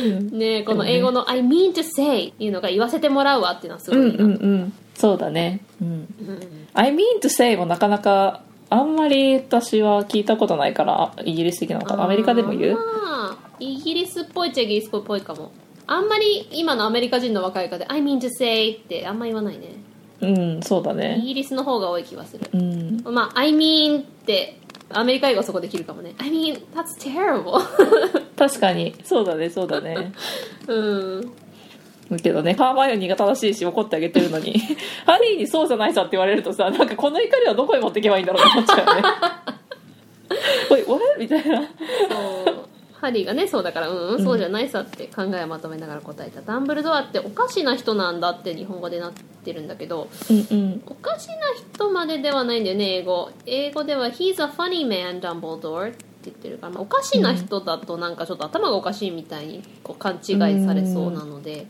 [SPEAKER 3] it. ねえこの英語の「I mean to say」っていうのが言わせてもらうわっていうのはすご
[SPEAKER 4] うん
[SPEAKER 3] いな
[SPEAKER 4] うんうんそうだねうん
[SPEAKER 3] うん
[SPEAKER 4] 「I mean to say」もなかなかあんまり私は聞いたことないからイギリス的なのかなアメリカでも言う
[SPEAKER 3] あーイギリスっぽいっちゃイギリスっぽいかもあんまり今のアメリカ人の若い方で「I mean to say」ってあんま言わないね
[SPEAKER 4] うんそうだ
[SPEAKER 3] イ
[SPEAKER 4] ね
[SPEAKER 3] ギリスの方が多い気はする
[SPEAKER 4] うん
[SPEAKER 3] まあ「I mean」ってアメリカ英語そこできるかもね「I mean that's terrible
[SPEAKER 4] 確かにそうだねそうだね」
[SPEAKER 3] うん
[SPEAKER 4] だけどねハーマイオニーが正しいし怒ってあげてるのに ハリーに「そうじゃないさ」って言われるとさなんかこの怒りはどこへ持っていけばいいんだろうって思っちゃうよ ねおい俺みたいな
[SPEAKER 3] そうハリーがねそうだからうん、うん、そうじゃないさって考えをまとめながら答えたダンブルドアっておかしな人なんだって日本語でなってるんだけど
[SPEAKER 4] うんうん
[SPEAKER 3] おかしな人までではないんだよね英語英語では「He's a funny man Dumbledore」って言ってるから、まあおかしな人だとなんかちょっと頭がおかしいみたいにこう勘違いされそうなので、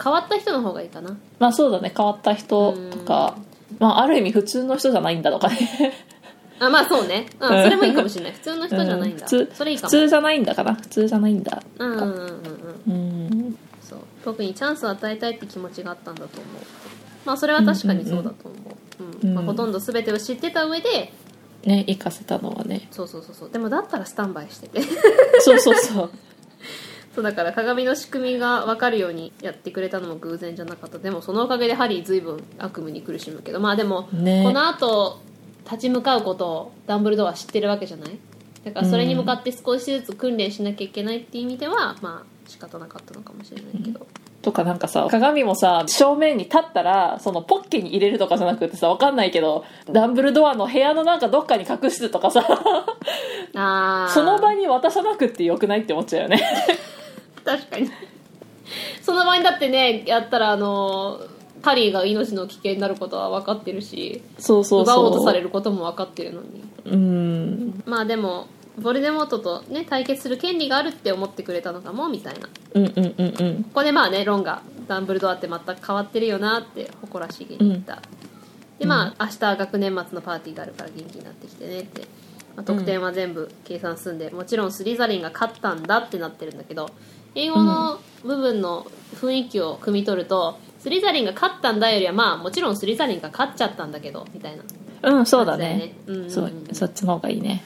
[SPEAKER 3] 変わった人の方がいいかな
[SPEAKER 4] まあそうだね変わった人とか、まあ、ある意味普通の人じゃないんだとかね
[SPEAKER 3] あまあそうね、うん、
[SPEAKER 4] うん
[SPEAKER 3] それもいいかもしれない普通の人じゃないん
[SPEAKER 4] う
[SPEAKER 3] だ、
[SPEAKER 4] 普通
[SPEAKER 3] それいいか
[SPEAKER 4] 普
[SPEAKER 3] も
[SPEAKER 4] 通じゃないんだかな普通じゃないんだ
[SPEAKER 3] うんうんうんうん
[SPEAKER 4] うん
[SPEAKER 3] そう特にチャンスを与えたいって気持ちがあったんだと思うまあそれは確かにそうだと思ううんまあ
[SPEAKER 4] うん
[SPEAKER 3] ほとんど全てを知ってた上で
[SPEAKER 4] ね行かせたのはね
[SPEAKER 3] そうそうそうそうでもだったらスタンバイして て
[SPEAKER 4] そうそうそう
[SPEAKER 3] そうだから鏡の仕組みが分かるようにやってくれたのも偶然じゃなかったでもそのおかげでハリー随分悪夢に苦しむけどまあでも、
[SPEAKER 4] ね
[SPEAKER 3] この後立ち向かうことをダンブルドアは知ってるわけじゃないだからそれに向かって少しずつ訓練しなきゃいけないっていう意味ではまあ仕方なかったのかもしれないけど、
[SPEAKER 4] とかなんかさ鏡もさ正面に立ったらそのポッケに入れるとかじゃなくてさわかんないけどダンブルドアの部屋のなんかどっかに隠すとかさ
[SPEAKER 3] ああ
[SPEAKER 4] その場に渡さなくってよくないって思っちゃうよね
[SPEAKER 3] 確かにその場にだってねやったらあのハリーが命の危険になることは分かってるし
[SPEAKER 4] そうそうそう
[SPEAKER 3] 奪おうとされることも分かってるのに
[SPEAKER 4] うん
[SPEAKER 3] まあでもヴォルデモートとね対決する権利があるって思ってくれたのかもみたいなこ
[SPEAKER 4] うんうんうんうん
[SPEAKER 3] こでまあねロンがダンブルドアって全く変わってるよなって誇らしげに言った、でまあ明日学年末のパーティーがあるから元気になってきてねって、まあ、得点は全部計算済んで、もちろんスリザリンが勝ったんだってなってるんだけど英語の部分の雰囲気を汲み取ると、スリザリンが勝ったんだよりはまあもちろんスリザリンが勝っちゃったんだけどみたいな
[SPEAKER 4] うんそうだね
[SPEAKER 3] そうだねうん
[SPEAKER 4] そうそっちの方がいいね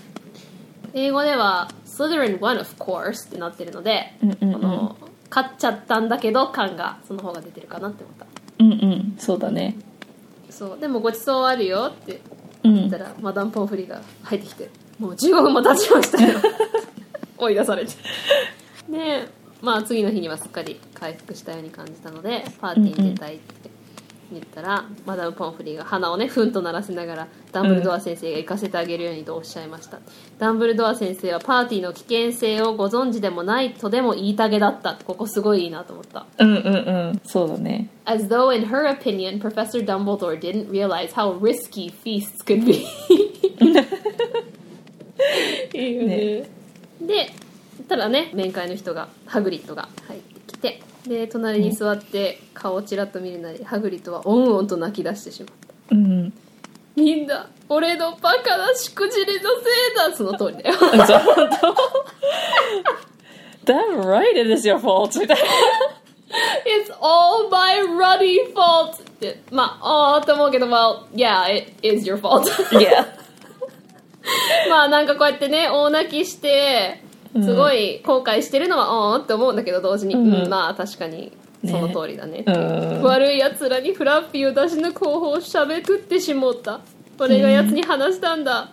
[SPEAKER 3] 英語では「Slytherin won of course」ってなってるので、
[SPEAKER 4] うんうんう
[SPEAKER 3] こ
[SPEAKER 4] ん
[SPEAKER 3] の勝っちゃったんだけど感がその方が出てるかなって思った
[SPEAKER 4] うんうんそうだね
[SPEAKER 3] そうでもごちそうあるよって
[SPEAKER 4] う
[SPEAKER 3] 言っ
[SPEAKER 4] ん
[SPEAKER 3] たら、マダム・ポンフリーが入ってきてもう15分も経ちましたよ 追い出されて でまあ次の日にはすっかり回復したように感じたのでパーティーに出たいって言ったら、マダム・ポンフリーが鼻をねふんと鳴らせながらダンブルドア先生が行かせてあげるようにとおっしゃいました、ダンブルドア先生はパーティーの危険性をご存知でもないとでも言いたげだったここすごいいいなと思った
[SPEAKER 4] うんうんうんそうだね
[SPEAKER 3] As though, in her opinion, Professor Dumbledore didn't realize how risky feasts could be. いいよねで、ただね、面会の人が、ハグリッドが入ってきて、で、隣に座って顔をちらっと見るなり、ハグリッドはオンオンと泣き出してしまった。
[SPEAKER 4] うん
[SPEAKER 3] みんな、俺のバカなしくじりのせいだその通りだよ。
[SPEAKER 4] そう本当 Damn right it is your fault みたいな
[SPEAKER 3] It's all my ruddy fault! って、まあ、あーって思うけど、well, yeah, it is your fault.
[SPEAKER 4] Yeah
[SPEAKER 3] まあなんかこうやってね大泣きしてすごい後悔してるのはうんって思うんだけど同時に、
[SPEAKER 4] ん
[SPEAKER 3] うんまあ確かにその通りだね
[SPEAKER 4] うん
[SPEAKER 3] 悪いやつらにフラッピーを出し抜く方法をしゃべくってしもうた俺がやつに話したんだ、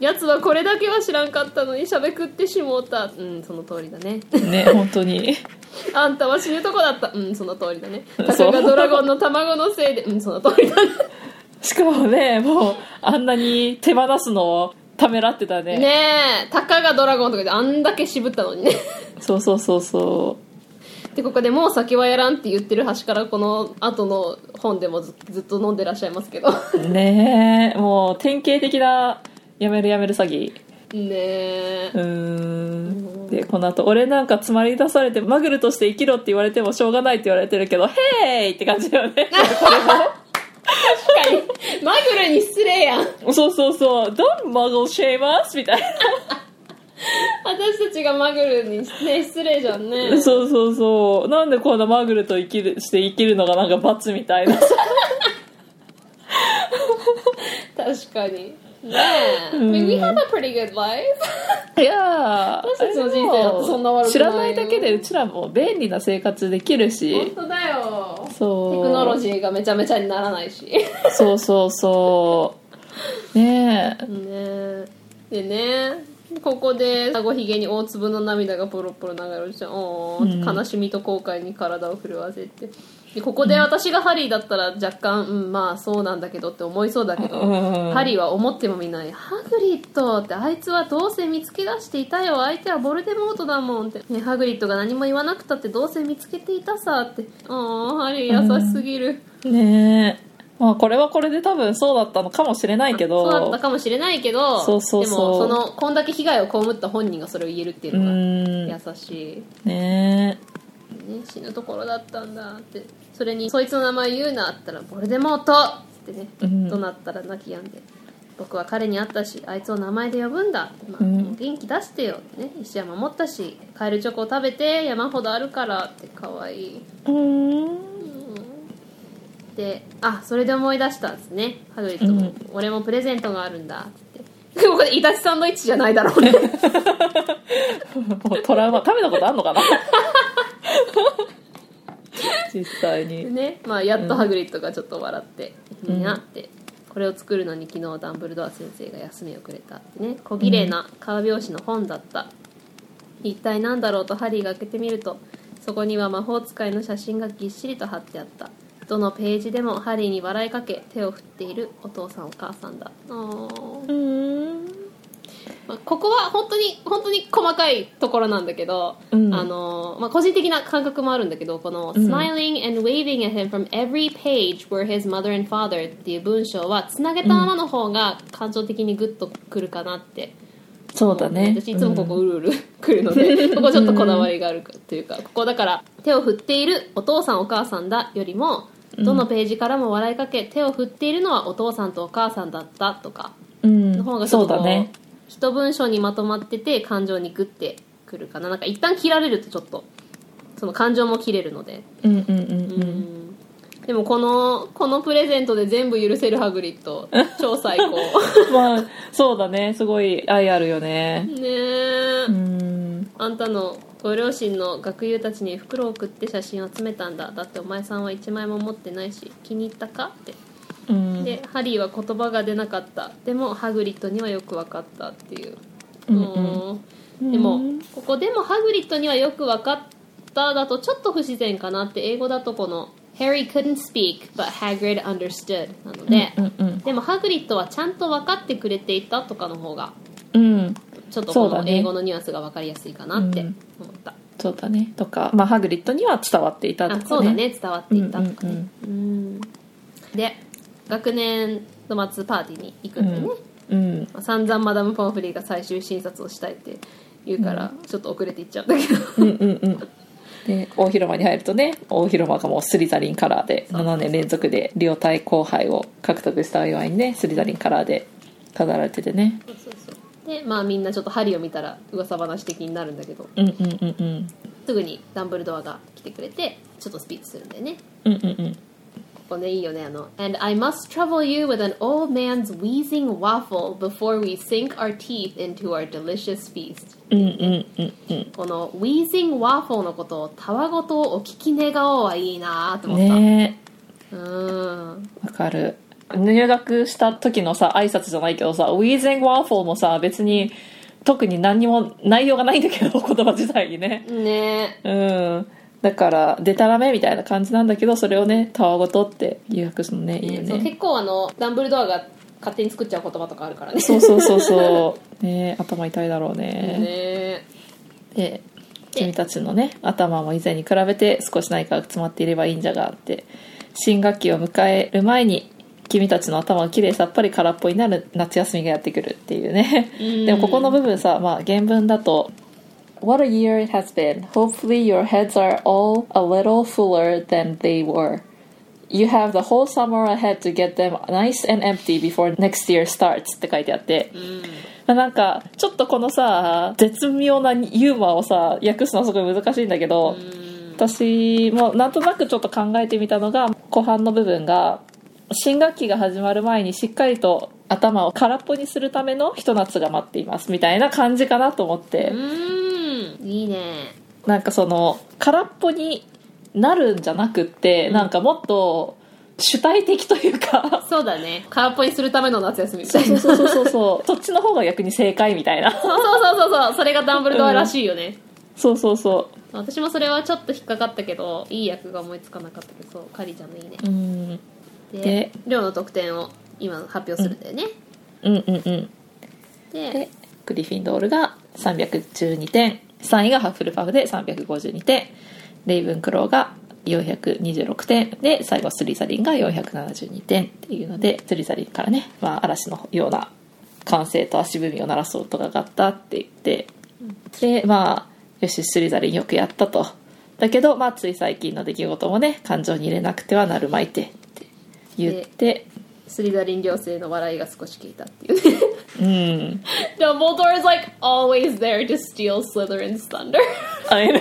[SPEAKER 3] やつはこれだけは知らんかったのにしゃべくってしもうたうんその通り だね
[SPEAKER 4] ね本当に
[SPEAKER 3] あんたは死ぬとこだったうんその通りだねた
[SPEAKER 4] そ
[SPEAKER 3] か
[SPEAKER 4] う
[SPEAKER 3] がドラゴンの卵のせいでうんその通りだね
[SPEAKER 4] しかもねもうあんなに手放すのをためらってた ね
[SPEAKER 3] ねえたかがドラゴンとかであんだけ渋ったのにね
[SPEAKER 4] そうそうそうそ
[SPEAKER 3] でここでもう酒はやらんって言ってる端からこの後の本でもずずっと飲んでらっしゃいます けどね
[SPEAKER 4] うねえもう典型的なやめるやめる詐欺
[SPEAKER 3] え
[SPEAKER 4] うーんでこの後俺なんか詰まり出されてマグルとして生きろって言われてもしょうがないって言われてるけど「ヘーイ!」って感じだよね
[SPEAKER 3] 確かにマグルに失礼やん
[SPEAKER 4] そうそうそう「Don't muggle shame us」みたい
[SPEAKER 3] 私たちがマグルに、ね、失礼じゃんね
[SPEAKER 4] な そうそうそうなんでこんなマグルと生きるして生きるのがなんか罰み たいなさ
[SPEAKER 3] 確かにねえ、I mean, we have a pretty good life
[SPEAKER 4] いやー
[SPEAKER 3] 私たちの人生だってそんな悪くないよ
[SPEAKER 4] 知らないだけでうちらも便利な生活できる
[SPEAKER 3] 本
[SPEAKER 4] し
[SPEAKER 3] 当だよ
[SPEAKER 4] そう
[SPEAKER 3] テクノロジーがめちゃめちゃにならないしね
[SPEAKER 4] そうそうそうねえ
[SPEAKER 3] えでねここであごひげに大粒の涙がポロポロ流れ落ちておー悲しみと後悔に体を震わせてでここで私がハリーだったら若干、うん、まあそうなんだけどって思いそうだけど、
[SPEAKER 4] うん
[SPEAKER 3] ハリーは思ってもみないハグリッドってあいつはどうせ見つけ出していたよ相手はボルデモートだもんって、ね、ハグリッドが何も言わなくたってどうせ見つけていたさってああハリー優しすぎる、
[SPEAKER 4] ねえまあこれはこれで多分そうだったのかもしれないけど
[SPEAKER 3] そうだったかもしれないけど
[SPEAKER 4] そうそうそう
[SPEAKER 3] でもそのこんだけ被害を被った本人がそれを言えるっていう
[SPEAKER 4] う
[SPEAKER 3] の
[SPEAKER 4] ん
[SPEAKER 3] が優しい、
[SPEAKER 4] ね
[SPEAKER 3] ね、死ぬところだったんだってそれにそいつの名前言うなあったらボルデモートってね、
[SPEAKER 4] うん
[SPEAKER 3] 怒鳴ったら泣き止んで僕は彼に会ったしあいつを名前で呼ぶんだ、ま
[SPEAKER 4] う
[SPEAKER 3] あ
[SPEAKER 4] ん
[SPEAKER 3] 元気出してよってね石山守ったしカエルチョコを食べて山ほどあるからってかわいい
[SPEAKER 4] えうん
[SPEAKER 3] であそれで思い出したんですねハグリッドも、俺もプレゼントがあるんだって でもこれイタチサンドイッチじゃないだろうね
[SPEAKER 4] もうトラウマ食べたことあんのかな 実際に
[SPEAKER 3] ねまあやっとハグリッドがちょっと笑って「いいな」って、これを作るのに昨日ダンブルドア先生が休みをくれたってね小綺麗なカー拍子の本だった、一体何だろうとハリーが開けてみるとそこには魔法使いの写真がぎっしりと貼ってあったどのページでもハリーに笑いかけ手を振っているお父さんお母さんだあーまあ、ここは本当に本当に細かいところなんだけど、
[SPEAKER 4] うん
[SPEAKER 3] あのまあ、個人的な感覚もあるんだけどこの「smiling and waving at him from every page were his mother and father」っていう文章はつなげたままの方が感情的にグッとくるかなって、
[SPEAKER 4] そうだね
[SPEAKER 3] 私いつもここうるうる来る のでここちょっとこだわりがあるというかここだから手を振っているお父さんお母さんだよりもどのページからも笑いかけ手を振っているのはお父さんとお母さんだったとか
[SPEAKER 4] うん
[SPEAKER 3] の方がち
[SPEAKER 4] そ
[SPEAKER 3] ょっ
[SPEAKER 4] う
[SPEAKER 3] と
[SPEAKER 4] だ
[SPEAKER 3] こう
[SPEAKER 4] ね
[SPEAKER 3] 一文章にまとまってて感情にグッてくるかななんか一旦切られるとちょっとその感情も切れるので
[SPEAKER 4] うんうんうん
[SPEAKER 3] う
[SPEAKER 4] うん
[SPEAKER 3] んでもこのこのプレゼントで全部許せるハグリッド超最 高
[SPEAKER 4] まあそうだねすごい愛あるよね
[SPEAKER 3] ねえ、
[SPEAKER 4] うん
[SPEAKER 3] あんたのご両親の学友たちに袋を送って写真を集めたんだだってお前さんは1枚も持ってないし気に入ったかって
[SPEAKER 4] うん
[SPEAKER 3] でハリーは言葉が出なかったでもハグリッドにはよく分かったっていう
[SPEAKER 4] うんうん
[SPEAKER 3] うんでもここでもハグリッドにはよく分かっただとちょっと不自然かなって英語だとこの「Harry couldn't speak but Hagrid understood」なので、
[SPEAKER 4] うんうん
[SPEAKER 3] でもハグリッドはちゃんと分かってくれていたとかの方が
[SPEAKER 4] うん
[SPEAKER 3] ちょっと
[SPEAKER 4] そ
[SPEAKER 3] こ
[SPEAKER 4] うだ
[SPEAKER 3] の
[SPEAKER 4] ね
[SPEAKER 3] 英語のニュアンスが分かりやすいかなって思った、
[SPEAKER 4] そうだねとか、まあ、ハグリッドには伝わっていたとか、
[SPEAKER 3] あ
[SPEAKER 4] ね、
[SPEAKER 3] そうだね伝わっていたとかね、
[SPEAKER 4] うんうん
[SPEAKER 3] うんで学年の末パーティーに行くんでね、
[SPEAKER 4] うん
[SPEAKER 3] まあ散々マダム・ポンフリーが最終診察をしたいって言うから、ちょっと遅れて行っちゃうんだ けど
[SPEAKER 4] うんうんうんで大広間に入るとね大広間がもうスリザリンカラーで7年連続で両対後輩を獲得したお祝いにねスリザリンカラーで飾られててね
[SPEAKER 3] でまあみんなちょっとハリーを見たら噂話的になるんだけど
[SPEAKER 4] うんうんうんうん
[SPEAKER 3] すぐにダンブルドアが来てくれてちょっとスピーチするんだよね
[SPEAKER 4] うんうんうん
[SPEAKER 3] ここねいいよねあの「And I must trouble you with an old man's wheezing waffle before we sink our teeth into our delicious feast」
[SPEAKER 4] うんうんうんうん
[SPEAKER 3] この「wheezing waffle」のことをたわごとをお聞き願おうはいいなと
[SPEAKER 4] うん
[SPEAKER 3] 思った、
[SPEAKER 4] ね
[SPEAKER 3] うーん
[SPEAKER 4] えわかる入学した時のさ挨拶じゃないけどさ「ウィーゼン・ワーフォー」もさ別に特に何にも内容がないんだけど 言葉自体にね
[SPEAKER 3] ね
[SPEAKER 4] うんだからでたらめみたいな感じなんだけどそれをねたわごとって誘惑するのねいいよ
[SPEAKER 3] そう
[SPEAKER 4] ね
[SPEAKER 3] 結構あのダンブルドアが勝手に作っちゃう言葉とかあるからね
[SPEAKER 4] そうそうそうそうね頭痛いだろう
[SPEAKER 3] ね
[SPEAKER 4] で君たちのね頭も以前に比べて少し何かが詰まっていればいいんじゃがって新学期を迎える前に君たちの頭がきれいさっぱり空っぽになる夏休みがやってくるっていうね
[SPEAKER 3] うん
[SPEAKER 4] でもここの部分さ、まあ、原文だと「What a year it has been hopefully your heads are all a little fuller than they were You have the whole summer ahead to get them nice and empty before next year starts」って書いてあって、まあなんかちょっとこのさ絶妙なユーモアをさ訳すのはすごい難しいんだけど、私もなんとなくちょっと考えてみたのが後半の部分が新学期が始まる前にしっかりと頭を空っぽにするためのひと夏が待っていますみたいな感じかなと思って、
[SPEAKER 3] うーんいいね
[SPEAKER 4] なんかその空っぽになるんじゃなくって、なんかもっと主体的というか
[SPEAKER 3] そうだね空っぽにするための夏休みみた
[SPEAKER 4] そう
[SPEAKER 3] いな
[SPEAKER 4] そうそうそう そうそっちの方が逆に正解みたいな
[SPEAKER 3] そうそうそうそうそうそれがダンブルドアらしいよね、
[SPEAKER 4] そうそうそう
[SPEAKER 3] 私もそれはちょっと引っかかったけどいい役が思いつかなかったけどそうカリちゃんのいいね
[SPEAKER 4] うん
[SPEAKER 3] で
[SPEAKER 4] で
[SPEAKER 3] 量の得点を今発表するんだよね、
[SPEAKER 4] うんうんうん
[SPEAKER 3] で
[SPEAKER 4] でグリフィンドールが312点3位がハッフルパフで352点レイブンクローが426点で最後スリザリンが472点っていうのでスリザリンからね、まあ、嵐のような歓声と足踏みを鳴らす音が上がったって言ってでまあよしスリザリンよくやったとだけど、まあ、つい最近の出来事もね感情に入れなくてはなるまいてって言って
[SPEAKER 3] スリザリン両生の笑いが少し効いたっ ていうね
[SPEAKER 4] うん
[SPEAKER 3] でも Dumbledore is like always there to steal Slytherin's thunder
[SPEAKER 4] I know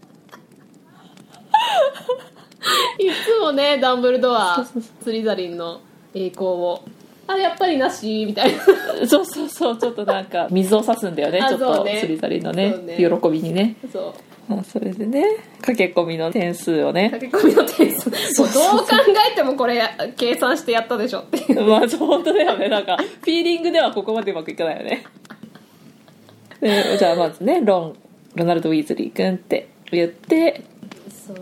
[SPEAKER 3] いつもねダンブルドアスリザリンの栄光をあやっぱりなしみたいな
[SPEAKER 4] そうそうそうちょっとなんか水を差すんだよね
[SPEAKER 3] あ
[SPEAKER 4] ちょっ
[SPEAKER 3] そ
[SPEAKER 4] と
[SPEAKER 3] うね
[SPEAKER 4] スリザリンのね
[SPEAKER 3] そうね
[SPEAKER 4] 喜びにね
[SPEAKER 3] そう
[SPEAKER 4] まあそれでね駆け込みの点数をね
[SPEAKER 3] 駆け込みの点数もうどう考えてもこれ計算してやったでしょっていう
[SPEAKER 4] まあ本当だよねなんかフィーリングではここまでうまくいかないよねでじゃあまずねロンロナルド・ウィーズリー君って言って
[SPEAKER 3] そう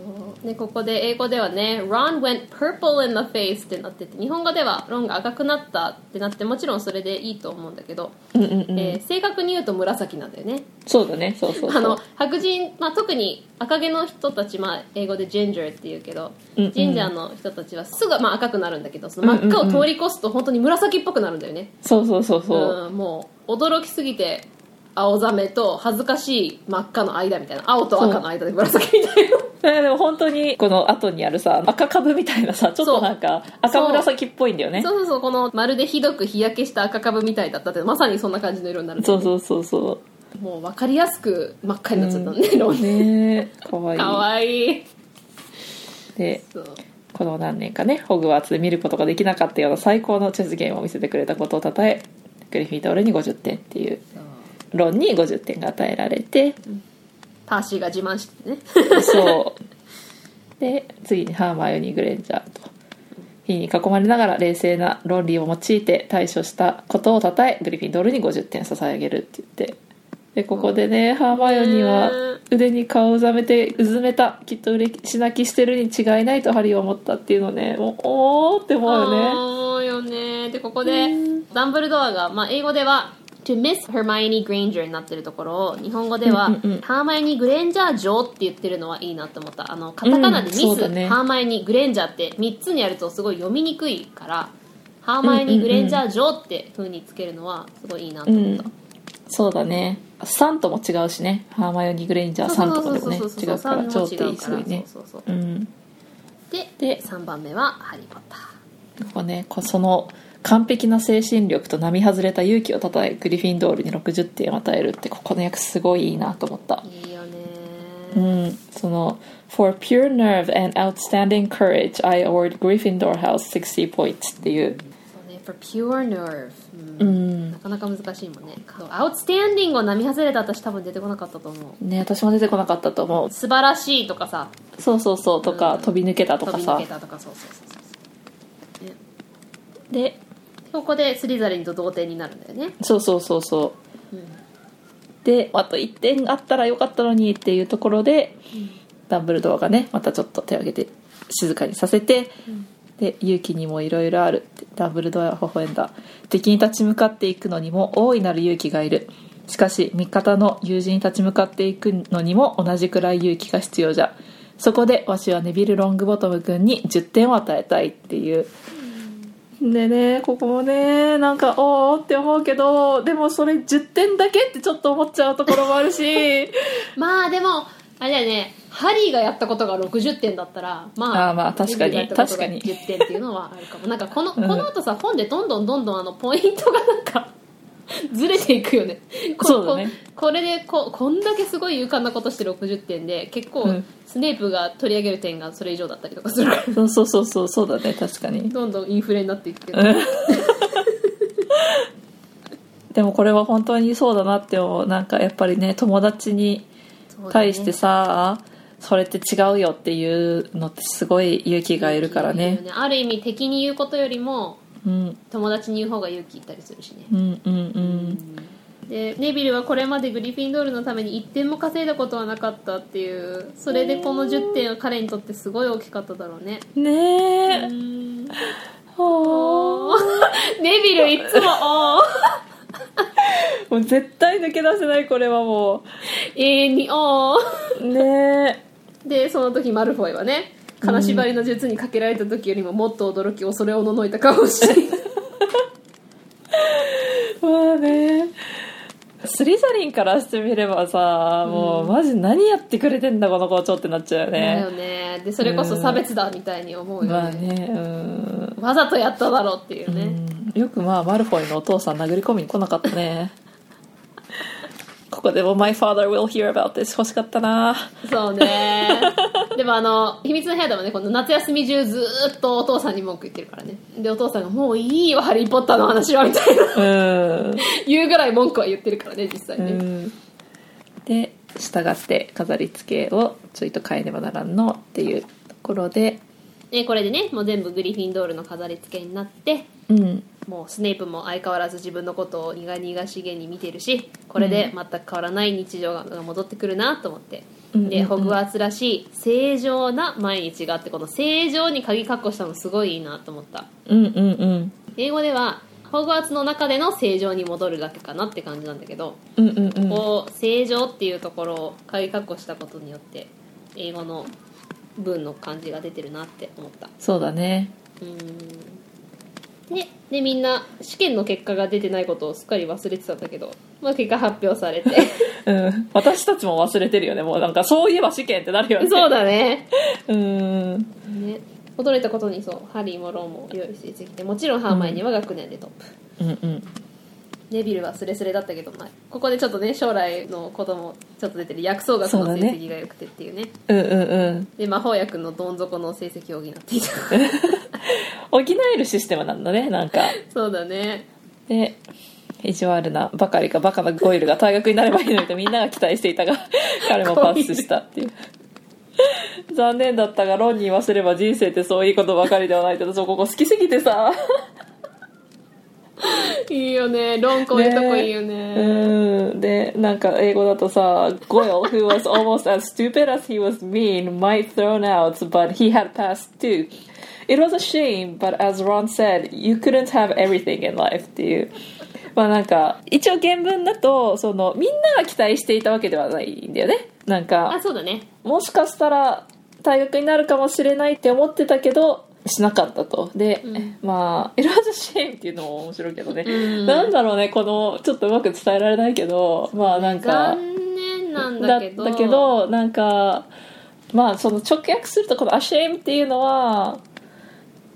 [SPEAKER 3] でここで英語ではね「Ron went purple in the face」ってなってて日本語では「ロンが赤くなった」ってなってもちろんそれでいいと思うんだけど、
[SPEAKER 4] うんうんうん、
[SPEAKER 3] えー正確に言うと紫なんだよね
[SPEAKER 4] そうだねそうそうそう
[SPEAKER 3] あの白人、まあ、特に赤毛の人たち、まあ、英語でジェンジャーって言うけど、
[SPEAKER 4] うんうん
[SPEAKER 3] ジェンジャーの人たちはすぐ、まあ、赤くなるんだけどその真っ赤を通り越すと本当に紫っぽくなるんだよね、
[SPEAKER 4] そうそうそう
[SPEAKER 3] う
[SPEAKER 4] そう、
[SPEAKER 3] んもう驚きすぎて青ざめと恥ずかしい真っ赤の間みたいな青と赤の間で紫みた
[SPEAKER 4] ね
[SPEAKER 3] いな
[SPEAKER 4] でも本当にこの後にあるさ赤株みたいなさちょっとなんか赤紫っぽいんだよね
[SPEAKER 3] そうそうそうこのまるでひどく日焼けした赤株みたいだったってまさにそんな感じの色になる
[SPEAKER 4] そうそうそうそ
[SPEAKER 3] もう分かりやすく真っ赤になっちゃったね、ロ
[SPEAKER 4] う
[SPEAKER 3] ン
[SPEAKER 4] ねえかわいい
[SPEAKER 3] かわいい
[SPEAKER 4] で
[SPEAKER 3] そう
[SPEAKER 4] この何年かねホグワーツで見ることができなかったような最高のチェスゲームを見せてくれたことをたたえグリフィンドールに50点っていう論に50点が与えられて
[SPEAKER 3] パーシーが自慢してね
[SPEAKER 4] そうで次にハーマイオニー・グレンジャーと火に囲まれながら冷静な論理を用いて対処したことをたたえグリフィンドールに50点捧げるって言ってでここでね、ハーマイオニーは腕に顔をざめてうずめたきっと嬉し泣きしてるに違いないとハリーは思ったっていうのねもうおおって思うよね
[SPEAKER 3] 思うよねでここでダンブルドアが、まあ、英語では「to miss Hermione Granger」になってるところを日本語では「
[SPEAKER 4] うんうんうん
[SPEAKER 3] ハーマイオニー・グレンジャー城」って言ってるのはいいなと思ったあのカタカナで「ミス、
[SPEAKER 4] うんそうだね
[SPEAKER 3] ハーマイオニー・グレンジャー」って3つにやるとすごい読みにくいから「ハーマイオニー・グレンジャー城」って風につけるのはすごいいいなと
[SPEAKER 4] う
[SPEAKER 3] 思った、
[SPEAKER 4] んそうだねサンとも違うしねハーマイオニー・グレンジャーさんとかでもね
[SPEAKER 3] そうそう
[SPEAKER 4] 違
[SPEAKER 3] そう
[SPEAKER 4] う
[SPEAKER 3] そ
[SPEAKER 4] か
[SPEAKER 3] う
[SPEAKER 4] ら
[SPEAKER 3] そ
[SPEAKER 4] 超
[SPEAKER 3] う
[SPEAKER 4] っていいすごいね
[SPEAKER 3] そうそうそ
[SPEAKER 4] う
[SPEAKER 3] う
[SPEAKER 4] ん
[SPEAKER 3] で
[SPEAKER 4] で
[SPEAKER 3] 3番目は「ハリー・ポッター」
[SPEAKER 4] こうねこうその完璧な精神力と並外れた勇気をたたえグリフィンドールに60点を与えるってここの役すごいいいなと思った
[SPEAKER 3] いいよね
[SPEAKER 4] うんその「For pure nerve and outstanding courage I award Gryffindor House 60 points」っていう
[SPEAKER 3] そうね For pure nerve、うん
[SPEAKER 4] うん
[SPEAKER 3] なかなか難しいもんねアウトステンディングを並外れた私多分出てこなかったと思う
[SPEAKER 4] ね私も出てこなかったと思う
[SPEAKER 3] 素晴らしいとかさ
[SPEAKER 4] そうそうそうとか、飛び抜けたと
[SPEAKER 3] 飛
[SPEAKER 4] か
[SPEAKER 3] び
[SPEAKER 4] さ
[SPEAKER 3] 抜けたとかそうそうそうそう
[SPEAKER 4] で
[SPEAKER 3] ここでスリザリンと同点になるんだよね
[SPEAKER 4] そうそうそうそう、であと1点あったらよかったのにっていうところで、ダンブルドアがねまたちょっと手を挙げて静かにさせて、で勇気にもいろいろあるってダンブルドアは微笑んだ敵に立ち向かっていくのにも大いなる勇気がいるしかし味方の友人に立ち向かっていくのにも同じくらい勇気が必要じゃそこでわしはネビル・ロングボトム君に10点を与えたいっていうでねここもねなんかおーって思うけどでもそれ10点だけってちょっと思っちゃうところもあるし
[SPEAKER 3] まあでもあれだよねハリーがやったことが60点だったらまあ
[SPEAKER 4] あーまあ確かに
[SPEAKER 3] ヘンリーがやったことが
[SPEAKER 4] 確かに
[SPEAKER 3] 10点っていうのはあるかもなんかこのこ
[SPEAKER 4] ん
[SPEAKER 3] の後さ本でどんどんどんどんあのポイントがなんか ずれていくよねこ
[SPEAKER 4] そうだね
[SPEAKER 3] ここれでここんだけすごい勇敢なことして60点で結
[SPEAKER 4] う
[SPEAKER 3] 構
[SPEAKER 4] ん
[SPEAKER 3] スネープが取り上げる点がそれ以上だったりとかするから
[SPEAKER 4] そうそうそうそうそうだね確かに
[SPEAKER 3] どんどんインフレになっていくけど、
[SPEAKER 4] でもこれは本当にそうだなって思うなんかやっぱりね友達に対してさそ,、れって違うよっていうのってすごい勇気がいるからね
[SPEAKER 3] ある意味敵に言うことよりも
[SPEAKER 4] うん
[SPEAKER 3] 友達に言う方が勇気いったりするしね
[SPEAKER 4] うんうんうん
[SPEAKER 3] でネビルはこれまでグリフィンドールのために1点も稼いだことはなかったっていうそれでこの10点は彼にとってすごい大きかっただろうね
[SPEAKER 4] ねえほー
[SPEAKER 3] ネビルいつも「おー
[SPEAKER 4] もう絶対抜け出せないこれはも
[SPEAKER 3] 永遠にお
[SPEAKER 4] う
[SPEAKER 3] ー
[SPEAKER 4] ね
[SPEAKER 3] でその時マルフォイはね金縛りの術にかけられた時よりももっと驚き恐れおののいた顔をして
[SPEAKER 4] えまあねスリザリンからしてみればさもうマジ何やってくれてんだこの校長ってなっちゃうよ
[SPEAKER 3] だ
[SPEAKER 4] ね
[SPEAKER 3] よねでそれこそ差別だみたいに思うよ
[SPEAKER 4] まあ
[SPEAKER 3] ね,、
[SPEAKER 4] ねうん
[SPEAKER 3] わざとやっただろうっていうね、
[SPEAKER 4] うんよくまあマルフォイのお父さん殴り込みに来なかったねここでも「My father will hear about this」欲しかったな
[SPEAKER 3] そうねでもあの秘密の部屋でもねこの夏休み中ずーっとお父さんに文句言ってるからねでお父さんが「もういいよハリー・ポッターの話は」みたいな
[SPEAKER 4] うん、
[SPEAKER 3] 言うぐらい文句は言ってるからね実際
[SPEAKER 4] う
[SPEAKER 3] ね、
[SPEAKER 4] ん、で従って飾り付けをちょいと変えねばならんのっていうところで
[SPEAKER 3] でこれでねもう全部グリフィンドールの飾り付けになって
[SPEAKER 4] うん
[SPEAKER 3] もうスネープも相変わらず自分のことを苦々しげに見てるしこれで全く変わらない日常が戻ってくるなと思って、
[SPEAKER 4] うんうんう
[SPEAKER 3] で
[SPEAKER 4] ん
[SPEAKER 3] ホグワーツらしい正常な毎日があってこの正常に鍵括弧したのすごいいいなと思った
[SPEAKER 4] うんうんうん
[SPEAKER 3] 英語ではホグワーツの中での正常に戻るだけかなって感じなんだけど、
[SPEAKER 4] うんうんうん
[SPEAKER 3] こう正常っていうところを鍵括弧したことによって英語の文の感じが出てるなって思った
[SPEAKER 4] そうだね
[SPEAKER 3] うーんででみんな試験の結果が出てないことをすっかり忘れてたんだけど、まあ、結果発表されて
[SPEAKER 4] うん私たちも忘れてるよねもうなんかそういえば試験ってなるよね
[SPEAKER 3] そうだね
[SPEAKER 4] うん
[SPEAKER 3] ね驚いたことにそうハリーもロンも用意してきてもちろんハーマイには学年でトップ、
[SPEAKER 4] うんうん
[SPEAKER 3] ネビルはスレスレだったけど、まあ、ここでちょっとね将来の子供ちょっと出てる薬草学
[SPEAKER 4] そう
[SPEAKER 3] の
[SPEAKER 4] だね
[SPEAKER 3] 成績が良くてっていうね
[SPEAKER 4] うんうんうん
[SPEAKER 3] で魔法薬のどん底の成績を補っていた
[SPEAKER 4] 補えるシステムなんだねなんか
[SPEAKER 3] そうだね
[SPEAKER 4] で意地悪なばかりかバカなゴイルが退学になればいいのにとみんなが期待していたが彼もパスしたっていう残念だったがロンに言わせれば人生ってそういいことばかりではないって私もここ好きすぎてさ
[SPEAKER 3] いいよねロンこういうとこいいよ
[SPEAKER 4] う
[SPEAKER 3] ね
[SPEAKER 4] ーんでなんか英語だとさ「Goyle who was almost as stupid as he was mean might thrown out but he had passed too it was a shame but as Ron said you couldn't have everything in life」っていうまあなんか一応原文だとそのみんなが期待していたわけではないんだよねなん
[SPEAKER 3] あ
[SPEAKER 4] か
[SPEAKER 3] そうだね
[SPEAKER 4] もしかしたら大学になるかもしれないって思ってたけどしなかったとで、まあ「It was a shame」っていうのも面白いけどね、
[SPEAKER 3] ん
[SPEAKER 4] なんだろうねこのちょっとうまく伝えられないけどまあなんか
[SPEAKER 3] 残念なんだけど
[SPEAKER 4] だどなんかまあその直訳するとこの「a shame」っていうのは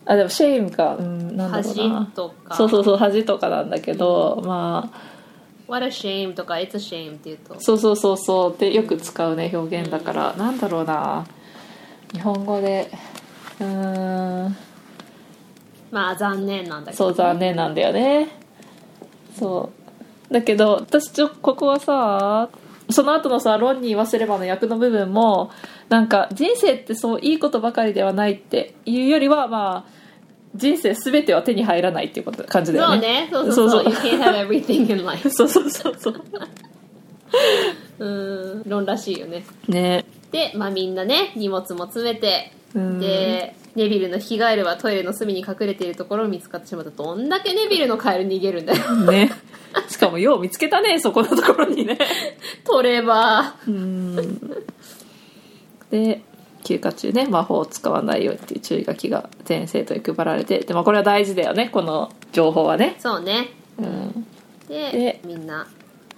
[SPEAKER 4] あでも「shame か」うんなんだろうな
[SPEAKER 3] 恥とか
[SPEAKER 4] そうそうそう恥とかなんだけど、まあ
[SPEAKER 3] What a shame とか It's a shame って言うと
[SPEAKER 4] そうそうそうそうでよく使うね表現だから、なんだろうな日本語でうーん
[SPEAKER 3] まあ残念なんだけど
[SPEAKER 4] そう残念なんだよねそうだけど私ちょここはさその後のさロンに言わせればの役の部分もなんか人生ってそういいことばかりではないっていうよりはまあ人生全ては手に入らないっていうこと感じだ
[SPEAKER 3] そ
[SPEAKER 4] よ
[SPEAKER 3] う
[SPEAKER 4] ね
[SPEAKER 3] ね。そうそうそ
[SPEAKER 4] そ
[SPEAKER 3] う。
[SPEAKER 4] う
[SPEAKER 3] You can't have everything in life.
[SPEAKER 4] そうそうそうそう
[SPEAKER 3] うーん。論らしいよね。
[SPEAKER 4] ね
[SPEAKER 3] で、まあみんなね、荷物も詰めて、
[SPEAKER 4] うん
[SPEAKER 3] で、ネビルのヒガエルはトイレの隅に隠れているところを見つかってしまった。どんだけネビルのカエル逃げるんだよ。
[SPEAKER 4] ねしかもよう見つけたねそこのところにね
[SPEAKER 3] 取れば。
[SPEAKER 4] で休暇中ね魔法を使わないようにっていう注意書きが全生徒に配られてで、まあ、これは大事だよねこの情報はね
[SPEAKER 3] そうね。
[SPEAKER 4] うん
[SPEAKER 3] で、
[SPEAKER 4] で
[SPEAKER 3] みんな、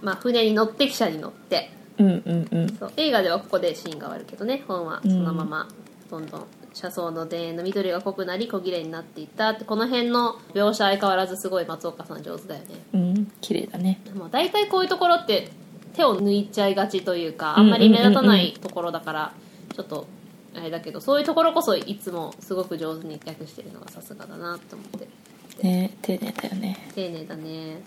[SPEAKER 3] まあ船に乗って、汽車に乗って。
[SPEAKER 4] うんうんうん
[SPEAKER 3] そう映画ではここでシーンが終わるけどね本はそのままどんどん車窓の田園の緑が濃くなり小切れになっていったってこの辺の描写相変わらずすごい松岡さん上手だよね
[SPEAKER 4] うん綺麗だね
[SPEAKER 3] もう大体こういうところって手を抜いちゃいがちというかあんまり目立たないところだからちょっとあれだけどそういうところこそいつもすごく上手に訳してるのがさすがだなと思って
[SPEAKER 4] ね丁寧だよね
[SPEAKER 3] 丁寧だね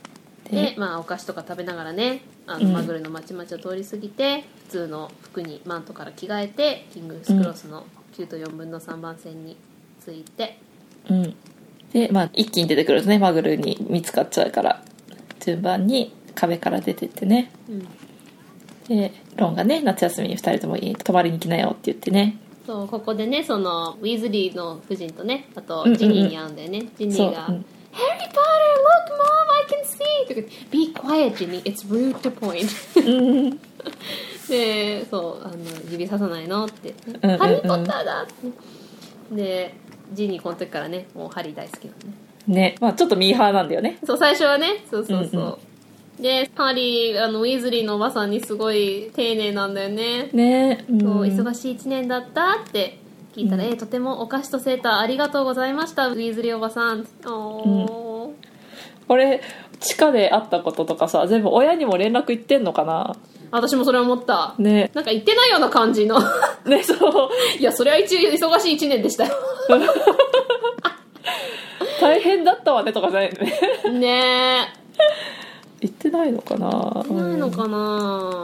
[SPEAKER 4] で
[SPEAKER 3] でまあお菓子とか食べながらねあの、
[SPEAKER 4] うん
[SPEAKER 3] マグルのまちまちを通り過ぎて普通の服にマントから着替えてキングスクロスの9と4分の3番線について、
[SPEAKER 4] うんでまあ一気に出てくるんですねマグルに見つかっちゃうから順番に壁から出てってね
[SPEAKER 3] うん、
[SPEAKER 4] でロンがね夏休みに2人とも家に泊まりに来なよって言ってね
[SPEAKER 3] そうここでねそのウィズリーの夫人とねあ
[SPEAKER 4] う
[SPEAKER 3] と
[SPEAKER 4] んうんうん
[SPEAKER 3] ジニーに会うんだよね、ジニーが
[SPEAKER 4] そ
[SPEAKER 3] 「
[SPEAKER 4] ううん
[SPEAKER 3] Harry Potter, look, mom, I can see!」とか「Be quiet, Ginny, it's rude to point
[SPEAKER 4] うん」
[SPEAKER 3] でそうあの「指ささないの?」って「
[SPEAKER 4] うんうんうん
[SPEAKER 3] ハリー・ポッターだ!」ってでジニーこの時からねもうハリー大好きなのね
[SPEAKER 4] ねまあちょっとミーハーなんだよね
[SPEAKER 3] そう最初はねそうそうそう、
[SPEAKER 4] うん
[SPEAKER 3] でハリーあのウィズリーのおばさんにすごい丁寧なんだよね、
[SPEAKER 4] ねうん
[SPEAKER 3] そう忙しい1年だったって聞いたら、えーとてもお菓子とセーターありがとうございましたウィズリーおばさんおー、
[SPEAKER 4] これ地下で会ったこととかさ全部親にも連絡行ってんのかな
[SPEAKER 3] 私もそれ思った、
[SPEAKER 4] ね
[SPEAKER 3] なんか言ってないような感じの
[SPEAKER 4] ねそう
[SPEAKER 3] いやそれは一忙しい1年でした よ
[SPEAKER 4] 大変だったわねとかじゃないのね
[SPEAKER 3] ね
[SPEAKER 4] 行ってないのかな
[SPEAKER 3] えないのかな、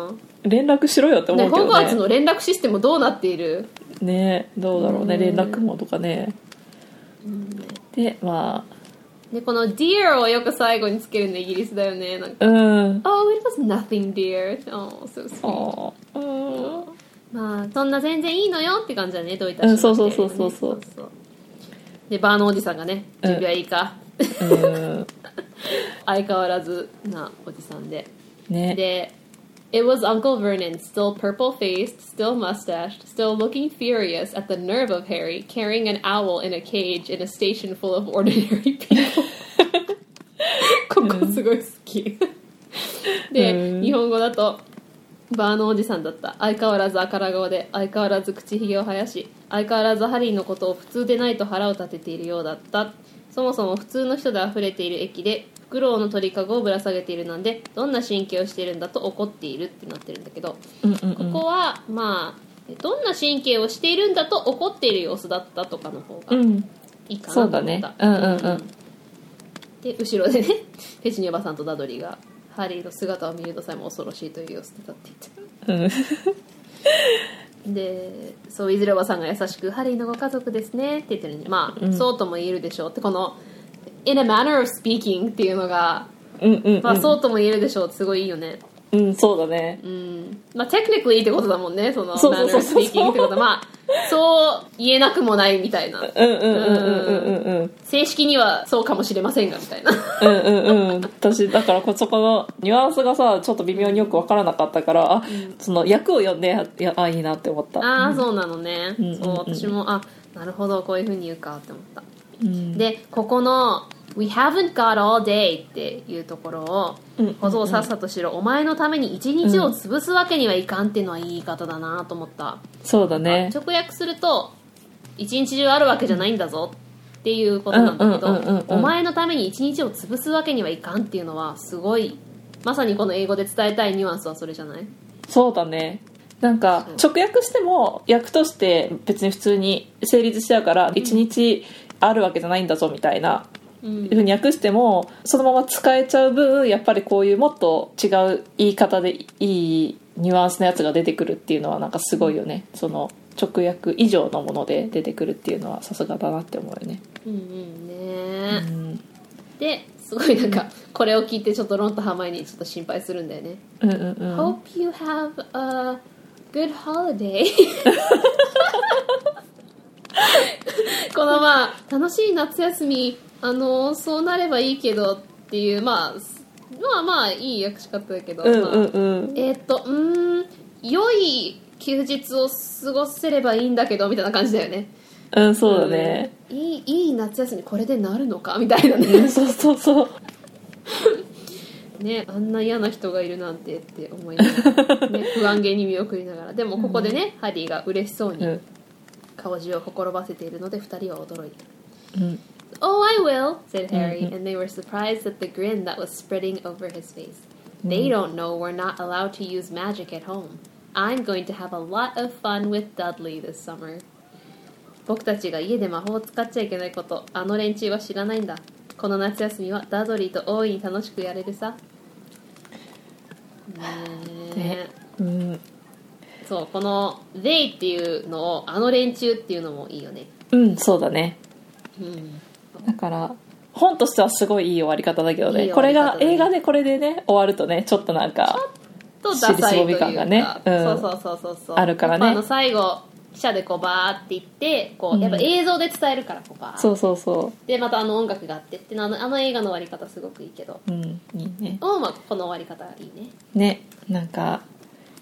[SPEAKER 4] うん連絡しろよって
[SPEAKER 3] ね
[SPEAKER 4] 思うけ
[SPEAKER 3] ホグワーツ
[SPEAKER 4] どね
[SPEAKER 3] の連絡システムどうなっている
[SPEAKER 4] ねどうだろうね連絡網とかねでま
[SPEAKER 3] でこの「dear」をよく最後につけるのイギリスだよねなんか
[SPEAKER 4] あうんあ
[SPEAKER 3] Oh, it was nothing, dear. Oh, so sweet.
[SPEAKER 4] ーうん
[SPEAKER 3] まあ、そんな全然いいのよって感じだね、どういたしまして
[SPEAKER 4] うんそうそうそうそう
[SPEAKER 3] そうで、バーのおじさんがね、
[SPEAKER 4] うん
[SPEAKER 3] 準備はいいか。
[SPEAKER 4] うん
[SPEAKER 3] 相変わらずなおじさんで。
[SPEAKER 4] ね
[SPEAKER 3] で、It was Uncle Vernon, still purple faced, still mustached, still looking furious at the nerve of Harry carrying an owl in a cage in a station full of ordinary people. ここすごい好き。
[SPEAKER 4] う
[SPEAKER 3] で、
[SPEAKER 4] ん
[SPEAKER 3] 日本語だと、バーのおじさんだった。相変わらずあから顔で、相変わらず口ひげを生やし、相変わらずハリーのことを普通でないと腹を立てているようだった。そもそも普通の人で溢れている駅で、フクロウの鳥かごをぶら下げているなんで、どんな神経をしているんだと怒っているってなってるんだけど、
[SPEAKER 4] うんうんう
[SPEAKER 3] こ
[SPEAKER 4] ん
[SPEAKER 3] こは、まあ、どんな神経をしているんだと怒っている様子だったとかの方
[SPEAKER 4] う
[SPEAKER 3] が
[SPEAKER 4] ん
[SPEAKER 3] いいかなと
[SPEAKER 4] そ
[SPEAKER 3] 思
[SPEAKER 4] う
[SPEAKER 3] った。
[SPEAKER 4] だねうんうんうん
[SPEAKER 3] で後ろでね ペチュニおばさんとダドリーがハリーの姿を見るとさえも恐ろしいという様子で立っていて
[SPEAKER 4] うん
[SPEAKER 3] でそういずれおばさんが優しく「ハリーのご家族ですね」って言ってるのにまあ、
[SPEAKER 4] うん
[SPEAKER 3] そうとも言えるでしょうってこの「in a manner of speaking」っていうのが、
[SPEAKER 4] うんうん
[SPEAKER 3] まあ、そうとも言えるでしょうってすごいいいよね
[SPEAKER 4] うんそうだね
[SPEAKER 3] うんまあ technically ってことだもんねその「
[SPEAKER 4] そうそう
[SPEAKER 3] manner
[SPEAKER 4] そ
[SPEAKER 3] of
[SPEAKER 4] うそう
[SPEAKER 3] speaking」ってことはまあそう言えなくもないみたいな
[SPEAKER 4] うんうんうんうんうんうんうん
[SPEAKER 3] 正式にはそうかもしれませんがみたいな
[SPEAKER 4] うんうんうん、私だからこそこのニュアンスがさちょっと微妙によく分からなかったから、あその役を読んでいやあいいなって思った
[SPEAKER 3] ああそうなのね、
[SPEAKER 4] うん
[SPEAKER 3] そ
[SPEAKER 4] うん
[SPEAKER 3] う
[SPEAKER 4] うん
[SPEAKER 3] 私もあなるほどこういうふうに言うかって思った
[SPEAKER 4] うん
[SPEAKER 3] でここの「We haven't got all day」っていうところを
[SPEAKER 4] うん
[SPEAKER 3] 「小僧さっさとしろ、お前のために一日を潰すわけにはいかん」っていうのはいい言い方だなと思った、
[SPEAKER 4] そうだね
[SPEAKER 3] 直訳すると「一日中あるわけじゃないんだぞ」っていうことなんだけ
[SPEAKER 4] うんうんうんうん
[SPEAKER 3] ど
[SPEAKER 4] うん
[SPEAKER 3] 「お前のために一日を潰すわけにはいかん」っていうのはすごいまさにこの英語で伝えたいニュアンスはそれじゃない
[SPEAKER 4] そうだねなんか直訳しても役として別に普通に成立しちゃうから一日あるわけじゃないんだぞみたいな
[SPEAKER 3] うん
[SPEAKER 4] ふうに訳してもそのまま使えちゃう分やっぱりこういうもっと違う言い方でいいニュアンスのやつが出てくるっていうのはなんかすごいよねその直訳以上のもので出てくるっていうのはさすがだなって思うよね、
[SPEAKER 3] うんうん
[SPEAKER 4] う
[SPEAKER 3] ね
[SPEAKER 4] ん、
[SPEAKER 3] ですごいなんかこれを聞いてちょっとロンとハマイにちょっと心配するんだよね
[SPEAKER 4] うんうんうん
[SPEAKER 3] Hope you have a good holiday このまあ楽しい夏休みあのそうなればいいけどっていうまあすまあまあいい訳し方だけど、
[SPEAKER 4] うんうん
[SPEAKER 3] まあ
[SPEAKER 4] うん
[SPEAKER 3] えーっ、とうーん良い休日を過ごせればいいんだけどみたいな感じだよね
[SPEAKER 4] うんそうだね、
[SPEAKER 3] うんいいいい夏休みこれでなるのかみたいなね
[SPEAKER 4] うん、そうそうそう
[SPEAKER 3] ね、あんな嫌な人がいるなんてって思いなが ら、ね、不安げに見送りながらでもここでね、ハリーが嬉しそう
[SPEAKER 4] う
[SPEAKER 3] に
[SPEAKER 4] ん
[SPEAKER 3] 顔中をほころばせているので2人は驚いた
[SPEAKER 4] うん、
[SPEAKER 3] 「Oh I will!」said Harry、
[SPEAKER 4] うん
[SPEAKER 3] and they were surprised at the grin that was spreading over his face They don't know we're not allowed to use magic at home I'm going to have a lot of fun with Dudley this summer 僕たちが家で魔法を使っちゃいけないことあの連中は知らないんだこの夏休みはダドリーと大いに楽しくやれるさねえ
[SPEAKER 4] ねうん
[SPEAKER 3] そうこの「they」っていうのをあの連中っていうのもいいよね
[SPEAKER 4] うん、そうだね
[SPEAKER 3] うん
[SPEAKER 4] だから本としてはすごいいい終わり方だけどね
[SPEAKER 3] いい
[SPEAKER 4] これ
[SPEAKER 3] 終わり
[SPEAKER 4] が
[SPEAKER 3] 方だね
[SPEAKER 4] 映画でこれでね終わるとねちょっとなんか
[SPEAKER 3] とダサいという
[SPEAKER 4] 尻すぼみ
[SPEAKER 3] か、
[SPEAKER 4] 感がねうん
[SPEAKER 3] そうそうそうそうそう
[SPEAKER 4] あるからね
[SPEAKER 3] やっぱあの最後記者でこうバーって言ってこ
[SPEAKER 4] うん
[SPEAKER 3] うやっぱ映像で伝えるからこうバーって
[SPEAKER 4] そうそうそ
[SPEAKER 3] でまたあの音楽があってっていうのはあのあの映画の終わり方すごくいいけど
[SPEAKER 4] ううんいいね
[SPEAKER 3] うんまあこの終わり方がいいね
[SPEAKER 4] ねなんか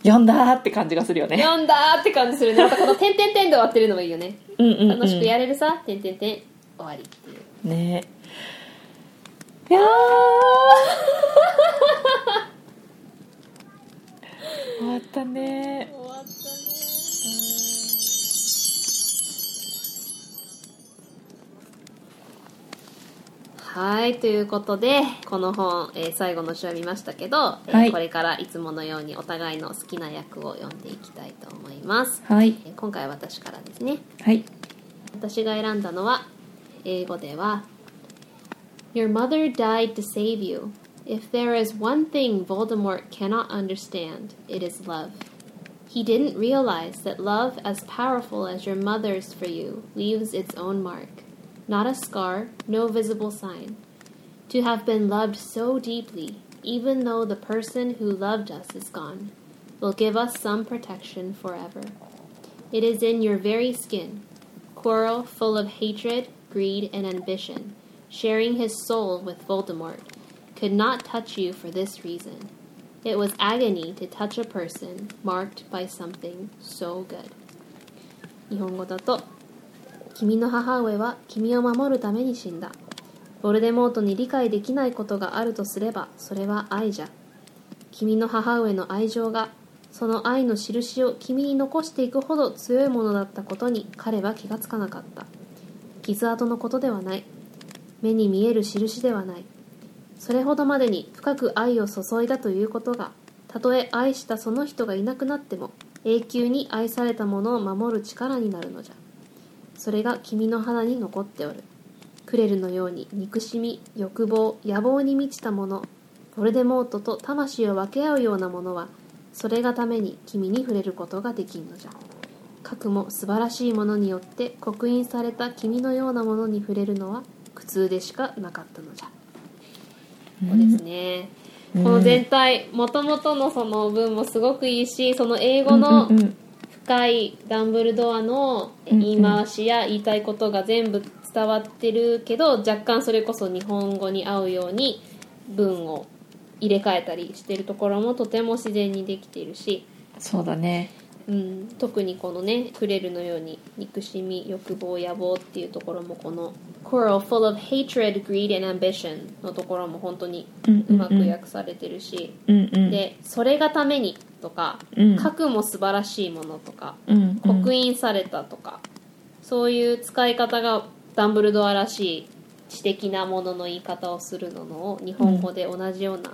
[SPEAKER 4] 読んだーって感じがするよね
[SPEAKER 3] 読んだーって感じするねまたこの「点点点」で終わってるのもいいよね
[SPEAKER 4] うんうん、うん、
[SPEAKER 3] 楽しくやれるさ「点点点」終わりっていう
[SPEAKER 4] ねいやー終わったね
[SPEAKER 3] 終わったねはいということでこの本、えー最後の詩は見ましたけど、えー
[SPEAKER 4] はい
[SPEAKER 3] これからいつものようにお互いの好きな役を読んでいきたいと思います、
[SPEAKER 4] はい
[SPEAKER 3] えー今回は私からですね
[SPEAKER 4] はい
[SPEAKER 3] 私が選んだのは英語では Your mother died to save you. If there is one thing Voldemort cannot understand, it is love. He didn't realize that love as powerful as your mother's for you leaves its own mark. Not a scar, no visible sign. To have been loved so deeply, even though the person who loved us is gone, will give us some protection forever. It is in your very skin, Quirrell full of hatred, greed, and ambition, sharing his soul with Voldemort, could not touch you for this reason. It was agony to touch a person marked by something so good. 日本語だと君の母上は君を守るために死んだ。ヴォルデモートに理解できないことがあるとすれば、それは愛じゃ。君の母上の愛情がその愛の印を君に残していくほど強いものだったことに彼は気がつかなかった傷跡のことではない目に見える印ではないそれほどまでに深く愛を注いだということがたとえ愛したその人がいなくなっても永久に愛されたものを守る力になるのじゃそれが君の肌に残っておるクレルのように憎しみ欲望野望に満ちたものヴォルデモートと魂を分け合うようなものはそれがために君に触れることができんのじゃかくも素晴らしいものによって刻印された君のようなものに触れるのは苦痛でしかなかったのじゃそうですね、この全体もともとのその文もすごくいいしその英語の
[SPEAKER 4] うんうん
[SPEAKER 3] 深いダンブルドアの
[SPEAKER 4] んうん
[SPEAKER 3] 言い回しや言いたいことが全部伝わってるけど若干それこそ日本語に合うように文を入れ替えたりしてるところもとても自然にできているし、
[SPEAKER 4] そうだね
[SPEAKER 3] うん、特にこのねクレルのように憎しみ欲望野望っていうところもこの「Coral full of hatred, greed and ambition」のところも本当に
[SPEAKER 4] うん
[SPEAKER 3] う
[SPEAKER 4] うん
[SPEAKER 3] まく訳されてるし、
[SPEAKER 4] うんうん
[SPEAKER 3] で「それがために」とか
[SPEAKER 4] うん
[SPEAKER 3] 「書くも素晴らしいもの」とか
[SPEAKER 4] うんうん
[SPEAKER 3] 刻印されたとか、そういう使い方がダンブルドアらしい知的なものの言い方をするのを日本語で同じような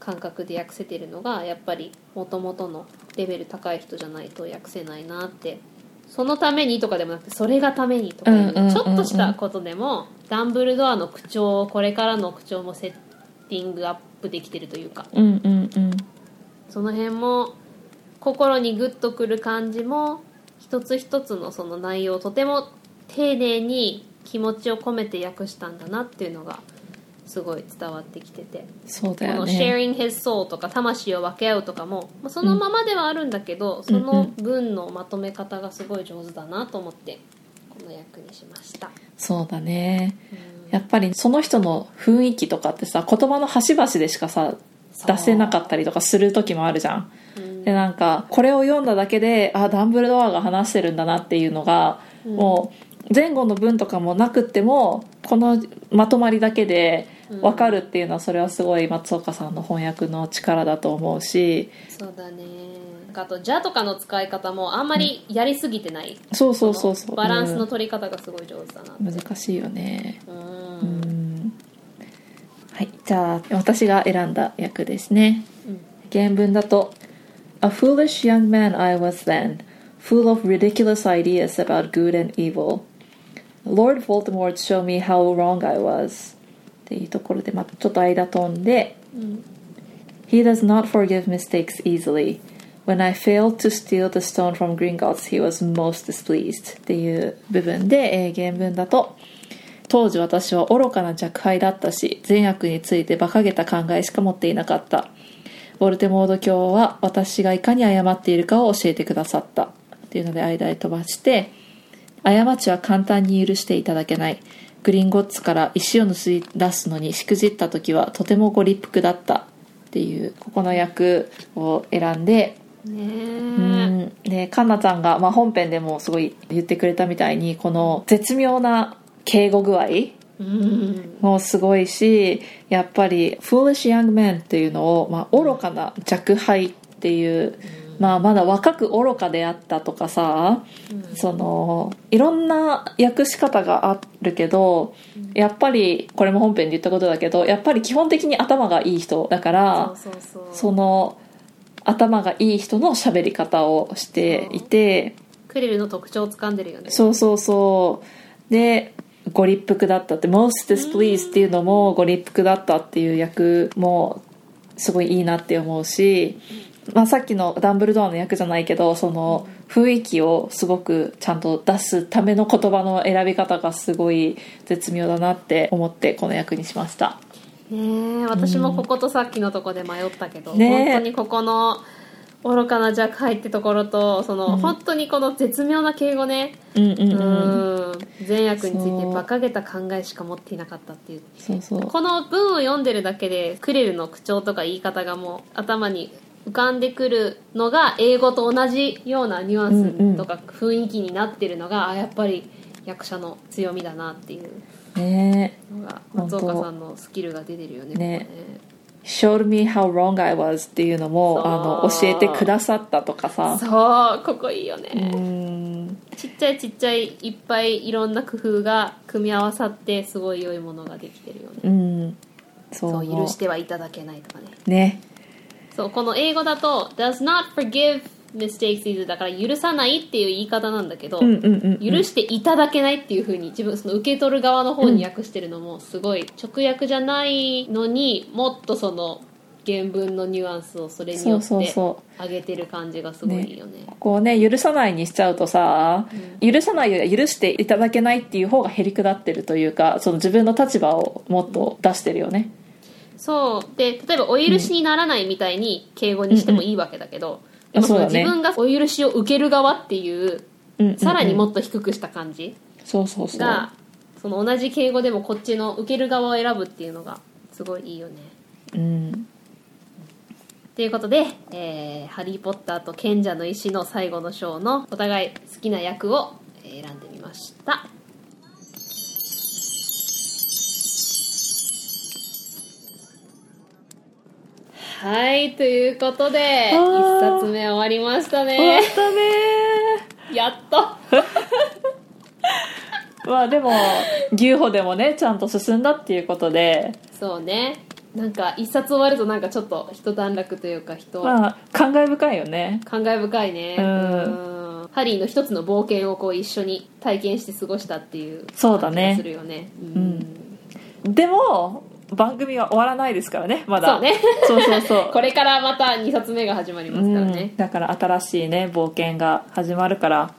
[SPEAKER 3] 感覚で訳せてるのがやっぱり元々のレベル高い人じゃないと訳せないなってそのためにとかでもなくてそれがためにとかいう
[SPEAKER 4] うんうんうんうん
[SPEAKER 3] ちょっとしたことでもダンブルドアの口調をこれからの口調もセッティングアップできてるというか
[SPEAKER 4] うんうんうん
[SPEAKER 3] その辺も心にグッとくる感じも一つ一つのその内容をとても丁寧に気持ちを込めて訳したんだなっていうのがすごい伝わってきてて、
[SPEAKER 4] そうだ
[SPEAKER 3] こ
[SPEAKER 4] よ
[SPEAKER 3] の「
[SPEAKER 4] ね
[SPEAKER 3] sharing his soul」とか「魂を分け合う」とかも、まあ、そのままではあるんだけど、その文のまとめ方がすごい上手だなと思ってこの役にしました。
[SPEAKER 4] そうだね
[SPEAKER 3] うん
[SPEAKER 4] やっぱりその人の雰囲気とかってさ言葉の端々でしかさ出せなかったりとかする時もあるじゃん
[SPEAKER 3] うん
[SPEAKER 4] でなんかこれを読んだだけであダンブルドアが話してるんだなっていうのが、
[SPEAKER 3] うん
[SPEAKER 4] もう前後の文とかもなくってもこのまとまりだけで分かるっていうのはそれはすごい松岡さんの翻訳の力だと思うし
[SPEAKER 3] そうだねなんかあと「じゃ」とかの使い方もあんまりやりすぎてない、
[SPEAKER 4] そうそうそうそう
[SPEAKER 3] バランスの
[SPEAKER 4] うん
[SPEAKER 3] 取り方がすごい上手だな
[SPEAKER 4] 難しいよね
[SPEAKER 3] うん
[SPEAKER 4] うんはいじゃあ私が選んだ役ですね
[SPEAKER 3] うん
[SPEAKER 4] 原文だと A foolish young man I was then, full of ridiculous ideas about good and evil. Lord Voldemort showed me how wrong I was. っていうところで、まあ、ちょっと間飛んで、He does not forgive mistakes easily. When I failed to steal the stone from Gringotts, he was most displeased. っていう部分で、えー原文だと、当時私は愚かな弱敗だったし、善悪について馬鹿げた考えしか持っていなかった。ヴォルテモード教は私がいかに誤っているかを教えてくださった。っていうので間へ飛ばして、過ちは簡単に許していただけない。グリンゴッツから石を盗み出すのにしくじった時はとてもご立腹だった。っていう、ここの役を選んで、
[SPEAKER 3] ねえ
[SPEAKER 4] うんでカンナちゃんが、まあ、本編でもすごい言ってくれたみたいにこの絶妙な敬語具合
[SPEAKER 3] うん
[SPEAKER 4] もすごいしやっぱり「foolish young man」っていうのを、まあ、愚かな弱敗っていう、まあ、まだ若く愚かであったとかさ、そのいろんな訳し方があるけどやっぱりこれも本編で言ったことだけどやっぱり基本的に頭がいい人だから。
[SPEAKER 3] そうそうそう
[SPEAKER 4] その頭がいい人の喋り方をしていて
[SPEAKER 3] クリルの特徴を掴んでるよね
[SPEAKER 4] そうそうそうでご立腹だったって「most displeased」っていうのもご立腹だったっていう役もすごいいいなって思うし、まあ、さっきのダンブルドアの役じゃないけどその雰囲気をすごくちゃんと出すための言葉の選び方がすごい絶妙だなって思ってこの役にしました。
[SPEAKER 3] ねえ私もこことさっきのとこで迷ったけど、
[SPEAKER 4] ねえ
[SPEAKER 3] 本当にここの愚かな弱敗ってところとその、
[SPEAKER 4] うん
[SPEAKER 3] 本当にこの絶妙な敬語ね、
[SPEAKER 4] うんうん
[SPEAKER 3] う
[SPEAKER 4] うん、
[SPEAKER 3] ん善悪について
[SPEAKER 4] そう
[SPEAKER 3] 馬鹿げた考えしか持っていなかったっていう
[SPEAKER 4] そうそう
[SPEAKER 3] この文を読んでるだけでクレルの口調とか言い方がもう頭に浮かんでくるのが英語と同じようなニュアンスとか雰囲気になってるのが、あやっぱり役者の強みだなっていう
[SPEAKER 4] ね
[SPEAKER 3] のが
[SPEAKER 4] 本
[SPEAKER 3] 松
[SPEAKER 4] 当
[SPEAKER 3] 岡さんのスキルが出てるよね
[SPEAKER 4] ね showed me how wrong I was っていうのも
[SPEAKER 3] そう
[SPEAKER 4] あの教えてくださったとか
[SPEAKER 3] ここ
[SPEAKER 4] さ
[SPEAKER 3] ねそうここいいよ
[SPEAKER 4] う
[SPEAKER 3] ね、
[SPEAKER 4] ん
[SPEAKER 3] ちっちゃいちっちゃいいっぱいいろんな工夫が組み合わさってすごい良いものができてるよね
[SPEAKER 4] うんそう
[SPEAKER 3] そう
[SPEAKER 4] 思
[SPEAKER 3] 許してはいただけないとかね
[SPEAKER 4] ね
[SPEAKER 3] そうこの英語だと「does not forgive mistakes either」だから許さないっていう言い方なんだけど、
[SPEAKER 4] うんうんうん
[SPEAKER 3] 許していただけないっていう風に自分その受け取る側の方に訳してるのもすごい直訳じゃないのにもっとその原文のニュアンスをそれによって
[SPEAKER 4] そうそうそ
[SPEAKER 3] 上げてる感じがすごいいいよね
[SPEAKER 4] ここをね許さないにしちゃうとさ、許さないよりは許していただけないっていう方がへりくだってるというかその自分の立場をもっと出してるよね
[SPEAKER 3] そうで例えばお許しにならないみたいに敬語にしてもいいわけだけど、でもその
[SPEAKER 4] あそうだ
[SPEAKER 3] 自
[SPEAKER 4] ね
[SPEAKER 3] 分がお許しを受ける側っていう
[SPEAKER 4] うんうんうん
[SPEAKER 3] さらにもっと低くした感じ、
[SPEAKER 4] そうそうそう
[SPEAKER 3] がその同じ敬語でもこっちの受ける側を選ぶっていうのがすごいいいよね
[SPEAKER 4] うん
[SPEAKER 3] ということで「えーハリー・ポッターと賢者の石」の最後の章のお互い好きな役をえー選んでみましたはいということで
[SPEAKER 4] あー
[SPEAKER 3] 1冊目終わりました
[SPEAKER 4] 終わ
[SPEAKER 3] ね
[SPEAKER 4] ったね
[SPEAKER 3] やっと
[SPEAKER 4] ーまあでも牛歩でもねちゃんと進んだっていうことで
[SPEAKER 3] そうねなんか一冊終わるとなんかちょっと一段落というか人
[SPEAKER 4] まあ感慨深いよね
[SPEAKER 3] 感慨深いね
[SPEAKER 4] うん
[SPEAKER 3] うんハリーの一つの冒険をこう一緒に体験して過ごしたっていう
[SPEAKER 4] そうだね
[SPEAKER 3] 感じがするよねうん
[SPEAKER 4] でも番組は終わらないですからねまだ
[SPEAKER 3] そうね
[SPEAKER 4] そうそう そう
[SPEAKER 3] これからまた2冊目が始まりますか
[SPEAKER 4] う
[SPEAKER 3] らね
[SPEAKER 4] んだから新しいね冒険が始まるから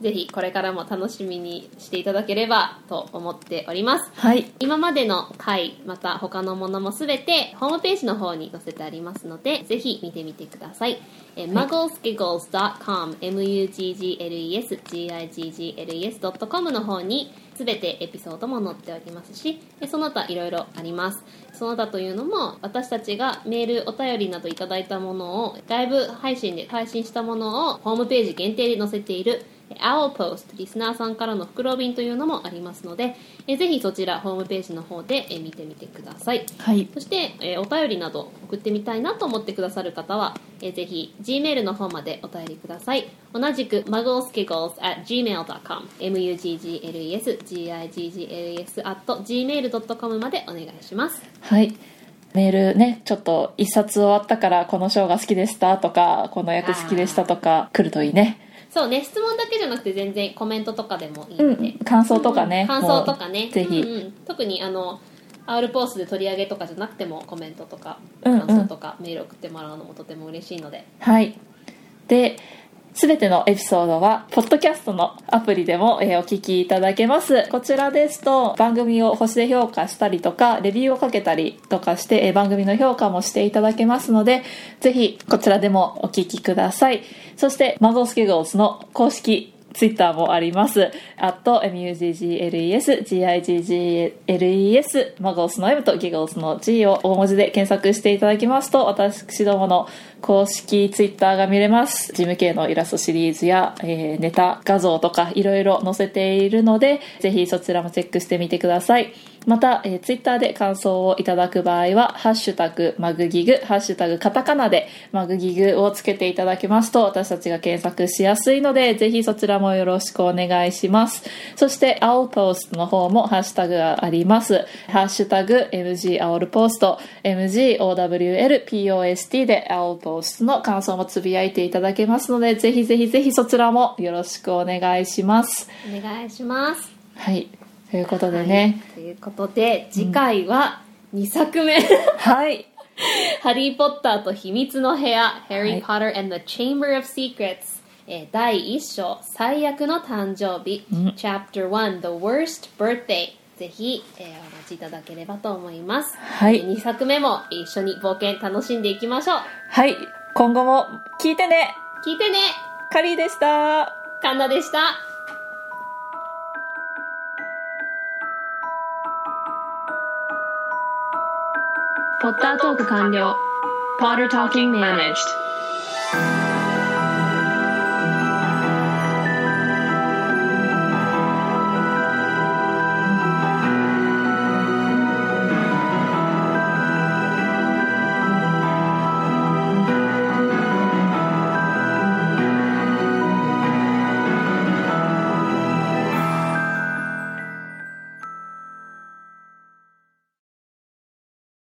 [SPEAKER 3] ぜひこれからも楽しみにしていただければと思っております
[SPEAKER 4] はい
[SPEAKER 3] 今までの回また他のものもすべてホームページの方に載せてありますのでぜひ見てみてください、えー mugglesgiggles.com muggles.giggles.com の方にすべてエピソードも載っておりますしえーその他いろいろありますその他というのも私たちがメールお便りなどいただいたものをライブ配信で配信したものをホームページ限定で載せているえ Owl Post リスナーさんからの袋便というのもありますのでえぜひそちらホームページの方でえ見てみてください
[SPEAKER 4] はい
[SPEAKER 3] そして、えーお便りなど送ってみたいなと思ってくださる方は、えーぜひ Gmail の方までお便りください同じく mugglesgiggles.gmail.com muggles.giggles.gmail.com までお願いします
[SPEAKER 4] はいメールねちょっと一冊終わったからこの章が好きでしたとかこの役好きでしたとか来るといいね
[SPEAKER 3] そうね質問だけじゃなくて全然コメントとかでもいいので、
[SPEAKER 4] うん感想とかね、
[SPEAKER 3] 感想とかね
[SPEAKER 4] もうぜひ
[SPEAKER 3] うんうん特にあのアウルポースで取り上げとかじゃなくてもコメントとか
[SPEAKER 4] うんうん
[SPEAKER 3] 感想とかメール送ってもらうのもとても嬉しいので、
[SPEAKER 4] はい。で、すべてのエピソードは、ポッドキャストのアプリでも、えーお聞きいただけます。こちらですと、番組を星で評価したりとか、レビューをかけたりとかして、えー番組の評価もしていただけますので、ぜひ、こちらでもお聞きください。そして、マゴスケゴーズの公式、ツイッターもあります。あと、muggles, giggles, マゴスの M とギゴスの G を大文字で検索していただきますと、私どもの公式ツイッターが見れます。ジム系のイラストシリーズや、えーネタ、画像とかいろいろ載せているので、ぜひそちらもチェックしてみてください。また、えー、ツイッターで感想をいただく場合は、ハッシュタグマグギグ、ハッシュタグカタカナでマグギグをつけていただけますと、私たちが検索しやすいので、ぜひそちらもよろしくお願いします。そして、アオルポストの方もハッシュタグがあります。ハッシュタグ MG アオルポスト、MGOWLPOST でアオルポストの感想もつぶやいていただけますので、ぜひぜひぜひそちらもよろしくお願いします。
[SPEAKER 3] お願いします
[SPEAKER 4] はい。ということでね。
[SPEAKER 3] はいということで次回は2作目、
[SPEAKER 4] はい
[SPEAKER 3] ハリー・ポッターと秘密の部屋、ハリ
[SPEAKER 4] はい
[SPEAKER 3] ー・ポッター and the Chamber of Secrets、えー第1章、最悪の誕生日、Chapter 1、The Worst Birthday。ぜひ、えーお待ちいただければと思います。
[SPEAKER 4] はい
[SPEAKER 3] 2作目も一緒に冒険楽しんでいきましょう。
[SPEAKER 4] はい。今後も聞いてね
[SPEAKER 3] 聞いてね
[SPEAKER 4] カリーでした
[SPEAKER 3] カンナでした。
[SPEAKER 2] ポッタートーク完了。Potter Talking Managed.